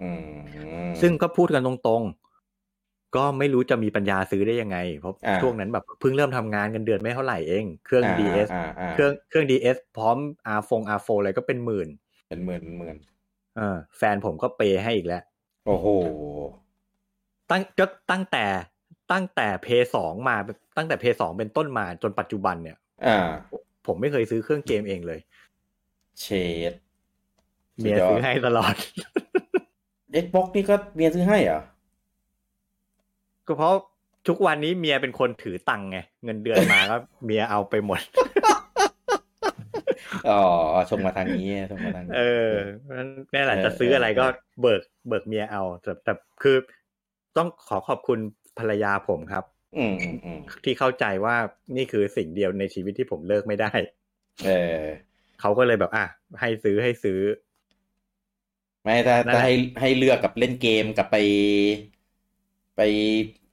Speaker 1: อืม
Speaker 2: ซึ่งก็พูดกันตรงๆ ก็ไม่รู้จะมีปัญญาซื้อได้ยังไง เพราะ
Speaker 1: า
Speaker 2: ช่วงนั้นแบบเพิ่งเริ่มทำงานกันเดือนไม่เท่าไหร่เอง เครื่อง DS
Speaker 1: อ่าาา
Speaker 2: เครื่องเครื่อง DS พร้อม R ฟง R โฟอะไรก็เป็นหมื่น
Speaker 1: เป็นหมื่นเป็นหมื่น
Speaker 2: เออแฟนผมก็เปให้อีกแล้ว
Speaker 1: โอ้โห
Speaker 2: ตั้งก็ตั้งแต่ตั้งแต่เพย์สองมาตั้งแต่เพย์สองเป็นต้นมาจนปัจจุบันเนี่ย
Speaker 1: อ่า
Speaker 2: ผมไม่เคยซื้อเครื่องเกมเองเลย
Speaker 1: เชด สุดยอด
Speaker 2: เมียซื้อให้ตลอด [LAUGHS]
Speaker 1: Xbox นี่ก็เมียซื้อให้เหรอ
Speaker 2: ก็เพราะทุกวันนี้เมียเป็นคนถือตังค์ไงเงินเดือนมาก็ เมียเอาไปหมด
Speaker 1: อ๋อ ชมมาทางนี้ [LAUGHS] ชมมาทางนี้
Speaker 2: เออนั่นนี่แหละ
Speaker 1: เออ
Speaker 2: จะซื้ออะไรก็
Speaker 1: เออ
Speaker 2: เบิกเบิกเมียเอาแต่แต่คือต้องขอขอบคุณภรรยาผมครับ
Speaker 1: อืมอืมอืม
Speaker 2: ที่เข้าใจว่านี่คือสิ่งเดียวในชีวิตที่ผมเลิกไม่ได้
Speaker 1: เออ
Speaker 2: เขาก็เลยแบบอ่ะให้ซื้อให้ซื้อ
Speaker 1: ไม่ถ้า
Speaker 2: นั่นแห
Speaker 1: ถ้า
Speaker 2: ละ
Speaker 1: ให้ให้เลือกกับเล่นเกมกับไป ไป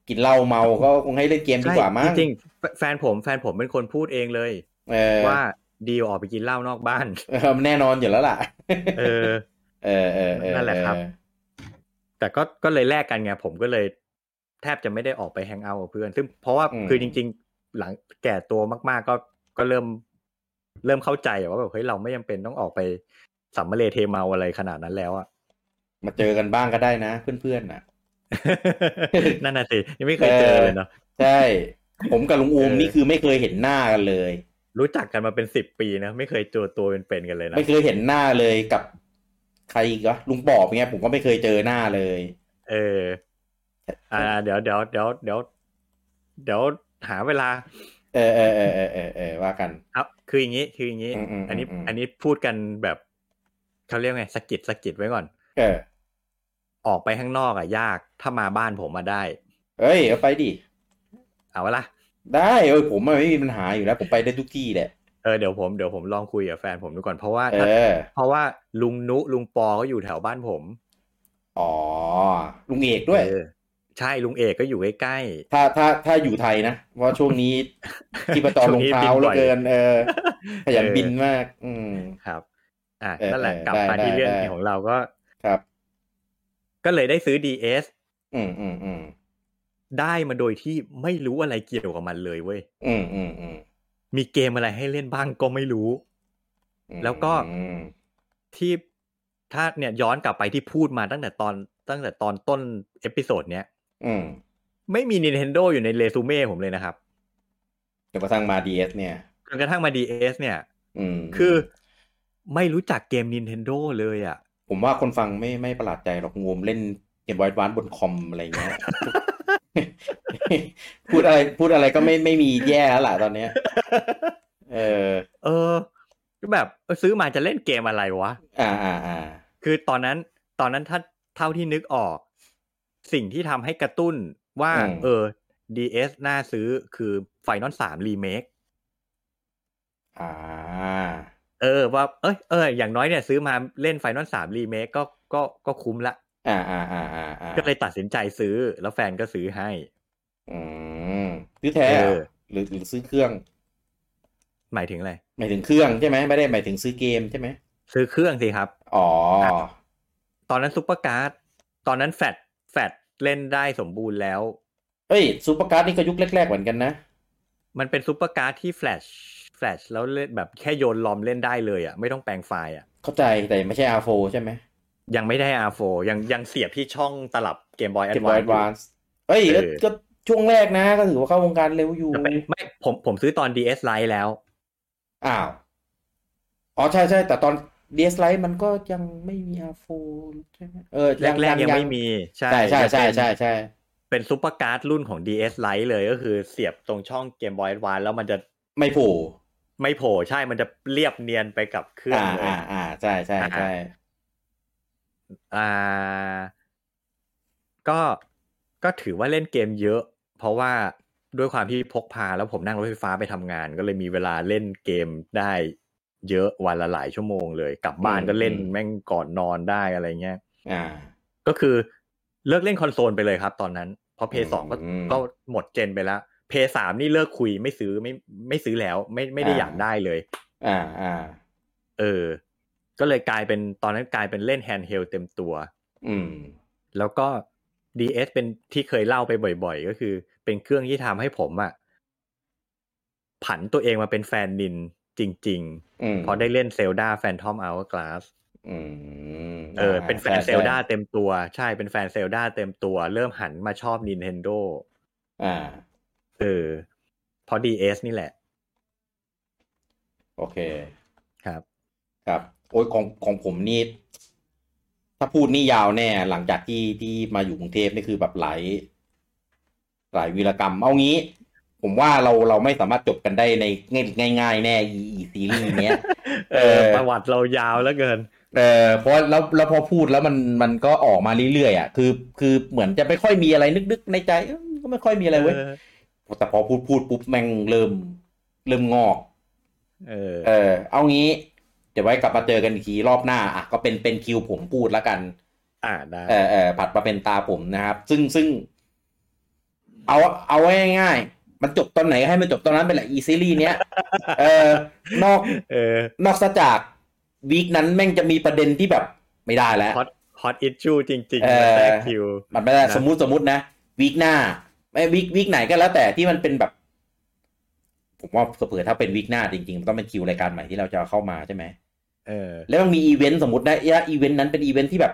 Speaker 1: กินเหล้าเมาก็คงให้เล่นเกมดีกว่ามั้ง
Speaker 2: ใช่จริงๆแฟแฟนผมแฟนผมเป็นคนพูดเองเลย
Speaker 1: เออ
Speaker 2: ว่าดีวออกไปกินเหล้านอกบ้าน [LAUGHS]
Speaker 1: เออแน่นอนอยู่แล้วล่ะ
Speaker 2: เออ
Speaker 1: เออเออเออ
Speaker 2: นั่นแหละครับ แต่ก็ก็เลยแลกกันไงผมก็เลย แทบจะไม่ได้ออกไปแฮงเอาท์กับเพื่อน ซึ่งเพราะว่าคือจริง ๆ หลังแก่ตัวมากๆ ก็ก็เริ่ม เริ่มเข้าใจว่าแบบเฮ้ยเราไม่จำเป็นต้องออกไปสัมมาเลเทเมาอะไรขนาดนั้นแล้วอะ [LAUGHS]
Speaker 1: มาเจอกันบ้างก็ได้นะ เพื่อนๆน่ะ
Speaker 2: นั่นน่ะสิยังไม่เคยเจอเลยเนาะ
Speaker 1: ใช่ ผมกับลุงอูม
Speaker 2: เออ
Speaker 1: นี่คือไม่เคยเห็นหน้ากันเลย
Speaker 2: รู้จักกันมาเป็นสิบปีนะไม่เคยเจอตัวเป็นๆกันเลยนะ
Speaker 1: ไม่เคยเห็นหน้าเลยกับใครอีก็ลุงปอบเงี้ยผมก็ไม่เคยเจอหน้าเลย
Speaker 2: เออ อ่าเดี๋ยวเดี๋ยวเดี๋ยวเดี๋ยวเดี๋ยวหาเวลา
Speaker 1: เออเออเออเออเออเออว่ากัน
Speaker 2: ครับคืออย่างนี้คืออย่างนี้
Speaker 1: อืมอืม
Speaker 2: อันนี้
Speaker 1: อืมอืม
Speaker 2: อันนี้พูดกันแบบเขาเรียกไงสะกิดสะกิดไว้ก่อน
Speaker 1: เออ
Speaker 2: ออกไปข้างนอกอะยากถ้ามาบ้านผมมาได้
Speaker 1: เอ้ยเอาไปดิ
Speaker 2: เอาวะละ
Speaker 1: ได้เอ้ยผมอะไม่มีปัญหาอยู่แล้ว ผมไปได้ทุกที่แหละ
Speaker 2: เอ อเดี๋ยวผมเดี๋ยวผมลองคุยกับแฟนผมดูก่อนเพราะว่า
Speaker 1: เอ
Speaker 2: ถ้า
Speaker 1: อ
Speaker 2: เพราะว่าลุงนุลุงปอก็อยู่แถวบ้านผม
Speaker 1: อ๋อ ลุงเอกด้วย
Speaker 2: เออใช่ลุงเอกก็อยู่ใกล้
Speaker 1: ถ้าถ้าถ้าอยู่ไทยนะว่าะช่วงนี้
Speaker 2: ๆ
Speaker 1: ที่ประตอลงเท้าเหลือเกิน เออขยันบิน
Speaker 2: เอ
Speaker 1: มาก อืม
Speaker 2: อครับ อ่ะ
Speaker 1: เออ
Speaker 2: นั่นแหละ
Speaker 1: เออก
Speaker 2: ลับมา
Speaker 1: ได้
Speaker 2: ที่เรื่อง
Speaker 1: ได้
Speaker 2: ของเราก็
Speaker 1: ครับ
Speaker 2: ก็เลยได้ซื้อ DS
Speaker 1: อืมอืมอืม
Speaker 2: ได้มาโดยที่ไม่รู้อะไรเกี่ยวกับมันเลยเว้ย
Speaker 1: อืมอืมอืม
Speaker 2: มีเกมอะไรให้เล่นบ้างก็ไม่รู้
Speaker 1: อืม
Speaker 2: แล้วก็
Speaker 1: อืม
Speaker 2: ที่ถ้าเนี่ยย้อนกลับไปที่พูดมาตั้งแต่ตอนตั้งแต่ตอนต้นเอพิโซดเนี้ย
Speaker 1: อืม
Speaker 2: ไม่มี Nintendo อยู่ในเรซูเม่ผมเลยนะครับ
Speaker 1: จนกระทั่งมา DS เนี่ย
Speaker 2: จนกระทั่งมา DS เนี่ย
Speaker 1: อืม
Speaker 2: คือไม่รู้จักเกม Nintendo เลยอะ่ะ
Speaker 1: ผมว่าคนฟังไม่ไม่ประหลาดใจหรอกงมเล่นเกมบอยด์วานบนคอมอะไรเงี้ย [LAUGHS] พูดอะไรพูดอะไรก็ไม่ไม่มีแย่แล้วล่ะตอนเนี้ย เออ
Speaker 2: เออก็แบบเออซื้อมาจะเล่นเกมอะไรวะ
Speaker 1: อ่าอ่าอ่า
Speaker 2: คือตอนนั้นตอนนั้นถ้าเท่าที่นึกออก สิ่งที่ทำให้กระตุ้นว่า เออ DS น่าซื้อคือ Final 3 Remake
Speaker 1: อ่า
Speaker 2: เออว่าเอ้ยเอออย่างน้อยเนี่ยซื้อมาเล่น Final 3 Remake ก็ก็ก็คุ้มละ
Speaker 1: อ่าอ่าอ่าอ่าอ่า
Speaker 2: ก็เลยตัดสินใจซื้อแล้วแฟนก็ซื้อให้
Speaker 1: อืมซื้อแท้อะ
Speaker 2: เออ
Speaker 1: หรือหรือซื้อเครื่อง
Speaker 2: หมายถึงอะไร
Speaker 1: หมายถึงเครื่องใช่ไหมไม่ได้หมายถึงซื้อเกมใช่ไหม
Speaker 2: ซื้อเครื่องสิครับ
Speaker 1: อ๋อ
Speaker 2: ตอนนั้นซุปเปอร์การ์ดตอนนั้นแฟดแฟดเล่นได้สมบูรณ์แล้ว
Speaker 1: เอ้ยซูเปอร์การ์ดนี่ก็ยุคแรกๆเหมือนกันนะ
Speaker 2: มันเป็นซุปเปอร์การ์ดที่แฟลชแฟลชแล้วเล่นแบบแค่โยนลอมเล่นได้เลยอะ่ะไม่ต้องแปลงไฟล์อ่ะ
Speaker 1: เข้าใจแต่ไม่ใช่ R4 ใช่ไหม
Speaker 2: ยังไม่ได้ R4 ยังยังเสียบที่ช่องตลับเกมบอยแอ
Speaker 1: เก
Speaker 2: ด
Speaker 1: มบ
Speaker 2: วา
Speaker 1: อย
Speaker 2: น
Speaker 1: ด์วานเอ้ยก็
Speaker 2: เออ
Speaker 1: ก็ช่วงแรกนะ ก็ถือว่าเข้าวงการเร็วอยู่
Speaker 2: ไม่ผมผมซื้อตอน DS Lite แล้ว
Speaker 1: อ้าว อ๋อใช่ใช่แต่ตอน DS Lite มันก็ยังไม่มี R4 ใช่ไหมเออ
Speaker 2: แรกๆยังไม่มีใช่
Speaker 1: ใช่ใช่ใช่
Speaker 2: ยังเป็
Speaker 1: ใช่
Speaker 2: น
Speaker 1: ใช่
Speaker 2: เป็นซุปเปอร์การ์ดรุ่นของ DS Lite เลยก็คือเสียบตรงช่องเกมบอยแอดวานแล้วมันจะ
Speaker 1: ไม่โผู
Speaker 2: ไม่โผล่ใช่มันจะเรียบเนียนไปกับเครื่อง
Speaker 1: อ่า
Speaker 2: เลย
Speaker 1: อ่าอ่าใช่ใช่ใช่
Speaker 2: อ่าก็ก็ถือว่าเล่นเกมเยอะ เพราะว่าด้วยความที่พกพาแล้วผมนั่งรถไฟฟ้าไปทำงาน ก็เลยมีเวลาเล่นเกมได้เยอะวันละหลายชั่วโมงเลย กลับบ้านก็เล่น
Speaker 1: อืม
Speaker 2: แม่งก่อนนอนได้อะไรเงี้ย
Speaker 1: อ่า
Speaker 2: ก็คือเลิกเล่นคอนโซลไปเลยครับตอนนั้น เพราะเพย์สองก็
Speaker 1: อืม
Speaker 2: ก็หมดเจนไปแล้วเพย์สามนี่เลิกคุยไม่ซื้อไม่ไม่ซื้อแล้ว ไม่ไม่ได้อยากได้เลย
Speaker 1: อ่าอ่า
Speaker 2: เออ ก็เลยกลายเป็นตอนนั้นกลายเป็นเล่นแฮนด์เฮลเต็มตัว
Speaker 1: อืม
Speaker 2: แล้วก็ DS เป็นที่เคยเล่าไปบ่อยๆ ก็คือ เป็นเครื่องที่ทำให้ผมอะผันตัวเองมาเป็นแฟนนินจริง
Speaker 1: อืม
Speaker 2: ๆ พอได้เล่นเซลดาแฟนทอมอ o ว r g ก a าส
Speaker 1: อืม
Speaker 2: เออ เป็นแฟน
Speaker 1: ใช่
Speaker 2: เซลดา
Speaker 1: ใช่
Speaker 2: เต็มตัว ใช่เป็นแฟนเซลดาเต็มตัว เริ่มหันมาชอบ Nintendo
Speaker 1: อ่า
Speaker 2: เออเพราะ DS นี่แหละ
Speaker 1: โอเค
Speaker 2: ครับ
Speaker 1: ครับโอ้ยของของผมนี่ถ้าพูดนี่ยาวแน่ หลังจากที่ที่มาอยู่กรุงเทพนี่คือแบบหลายหลายวีรกรรม เอางี้ ผมว่าเราเราไม่สามารถจบกันได้ในง่ายง่ายๆแน่อีอีซีรีส์เนี้ย [LAUGHS]
Speaker 2: เอ
Speaker 1: เอ
Speaker 2: อ
Speaker 1: อ
Speaker 2: ประวัติเรายาวแล้วเกิน
Speaker 1: เออเพราะแล้วแล้วพอพูดแล้วมันมันก็ออกมาเรื่อยๆอ่ะคือ คือเหมือนจะไม่ค่อยมีอะไรนึกๆในใจเอ้ยก็ไม่ค่อยมีอะไรเว้ย
Speaker 2: เออ
Speaker 1: แต่พอพูดพูดปุ๊บแม่งเริ่มเริ่มงอก
Speaker 2: เออ
Speaker 1: เออเอางี้ เดี๋ยวไว้กลับมาเจอกันอีกทีรอบหน้าอ่ะก็เป็นเป็นคิวผมพูดแล้วกัน
Speaker 2: อ่าได้
Speaker 1: เออเออผัดมาเป็นตาผมนะครับ ซึ่งซึ่ง เอาเอาไว้ง่ายๆมันจบตอนไหนก็ให้มันจบตอนนั้นเป็นแหละอีซีรีส์เนี้ย [LAUGHS] เออนอก
Speaker 2: เออน
Speaker 1: อกซะจากวีคนั้นแม่งจะมีประเด็นที่แบบไม่ได้แล้ว
Speaker 2: ฮอตฮอตอิชชูจริง
Speaker 1: เออ
Speaker 2: ๆมาแทรกคิว
Speaker 1: มันไม่ได้
Speaker 2: นะ
Speaker 1: สมมุติสมมุตินะวีคหน้าไม่วีควีคไหนก็แล้วแต่ที่มันเป็นแบบ ผมว่าเผื่อๆถ้าเป็นวีคหน้าจริงๆมันต้องเป็นคิวรายการใหม่ที่เราจะเอาเข้ามาใช่ไหม
Speaker 2: เออ
Speaker 1: แล้วมันมีอีเวนต์สมมตินะและอีเวนต์นั้นเป็นอีเวนต์ที่แบบ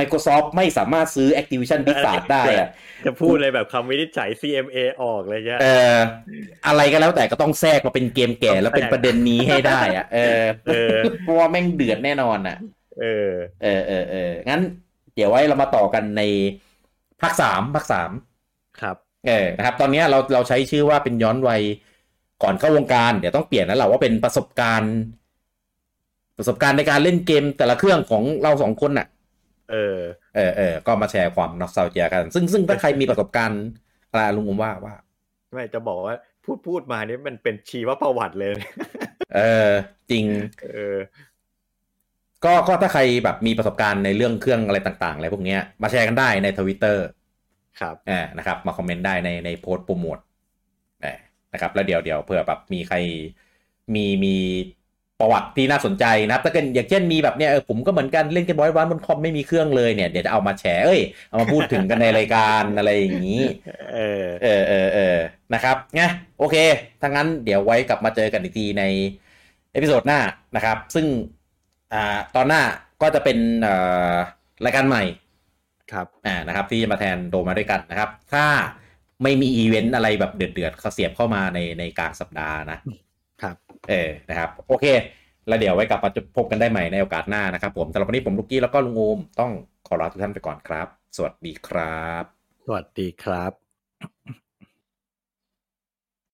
Speaker 1: Microsoft ไม่สามารถซื้อ Activision Blizzard ได้อะ
Speaker 2: จะพูดเลยแบบคำวินิจฉัย CMA ออกอะไรเงี้ย
Speaker 1: เอออะไรก็แล้วแต่ก็ต้องแทรกมาเป็นเกมแก่แล้วเป็นประเด็นนี้ให้ได้อะเออ
Speaker 2: เออ
Speaker 1: เพราะว่าแม่งเดือดแน่นอนอ่ะ
Speaker 2: เออ
Speaker 1: เออเออเอองั้น เดี๋ยวไว้เรามาต่อกันในภาคสามภาคสาม
Speaker 2: ครับ
Speaker 1: เออนะครับ ตอนเนี้ยเราเราใช้ชื่อว่าเป็นย้อนวัยก่อนเข้าวงการ เดี๋ยวต้องเปลี่ยนแล้วแหละว่าเป็นประสบการณ์ ประสบการณ์ในการเล่นเกมแต่ละเครื่องของเราสองคนน่ะ
Speaker 2: เออ
Speaker 1: เออเออก็มาแชร์ความนอกเซาเจียกัน ซึ่งซึ่งถ้าใครมีประสบการณ์อะไรลุงผมว่าว่า
Speaker 2: ไม่จะบอกว่า พูดพูดมาเนี่ยมันเป็นชีวประวัติเลย
Speaker 1: เออจริง
Speaker 2: เออ
Speaker 1: ก็ก็ถ้าใครแบบมีประสบการณ์ในเรื่องเครื่องอะไรต่างๆอะไรพวกเนี้ยมาแชร์กันได้ในทวิตเตอร์
Speaker 2: ครับ
Speaker 1: อ่านะครับ มาคอมเมนต์ได้ในในโพสต์โปรโมทอ่านะครับ แล้วเดี๋ยวเดี๋ยวเผื่อแบบมีใครมีมีประวัติที่น่าสนใจนะครับถ้าเกิดอย่างเช่นมีแบบเนี้ยเออผมก็เหมือนกันเล่นกันบอยวันบนคอมไม่มีเครื่องเลยเนี่ยเดี๋ยวจะเอามาแชร์เอ้ยเอามาพูดถึงกันในรายการอะไรอย่างนี้
Speaker 2: เออ
Speaker 1: เออเออเออนะครับไงโอเคถ้างั้นเดี๋ยวไว้กลับมาเจอกันอีกทีในเอพิโซดหน้านะครับ ซึ่งอ่าตอนหน้าก็จะเป็นเอ่อรายการใหม่
Speaker 2: ครับ
Speaker 1: อ่านะครับ ที่จะมาแทนโดมาด้วยกันนะครับ ถ้าไม่มีอีเวนต์อะไรแบบเดือดๆเขาเสียบเข้ามาในในกลางสัปดาห์นะครับ เออนะครับ โอเค แล้วเดี๋ยวไว้กลับมาพบกันได้ใหม่ในโอกาสหน้านะครับ ผมสำหรับวันนี้ผมลูกกี้แล้วก็ลุงโอมต้องขอลาทุกท่านไปก่อนครับ สวัสดีครับ
Speaker 2: สวัสดีครับ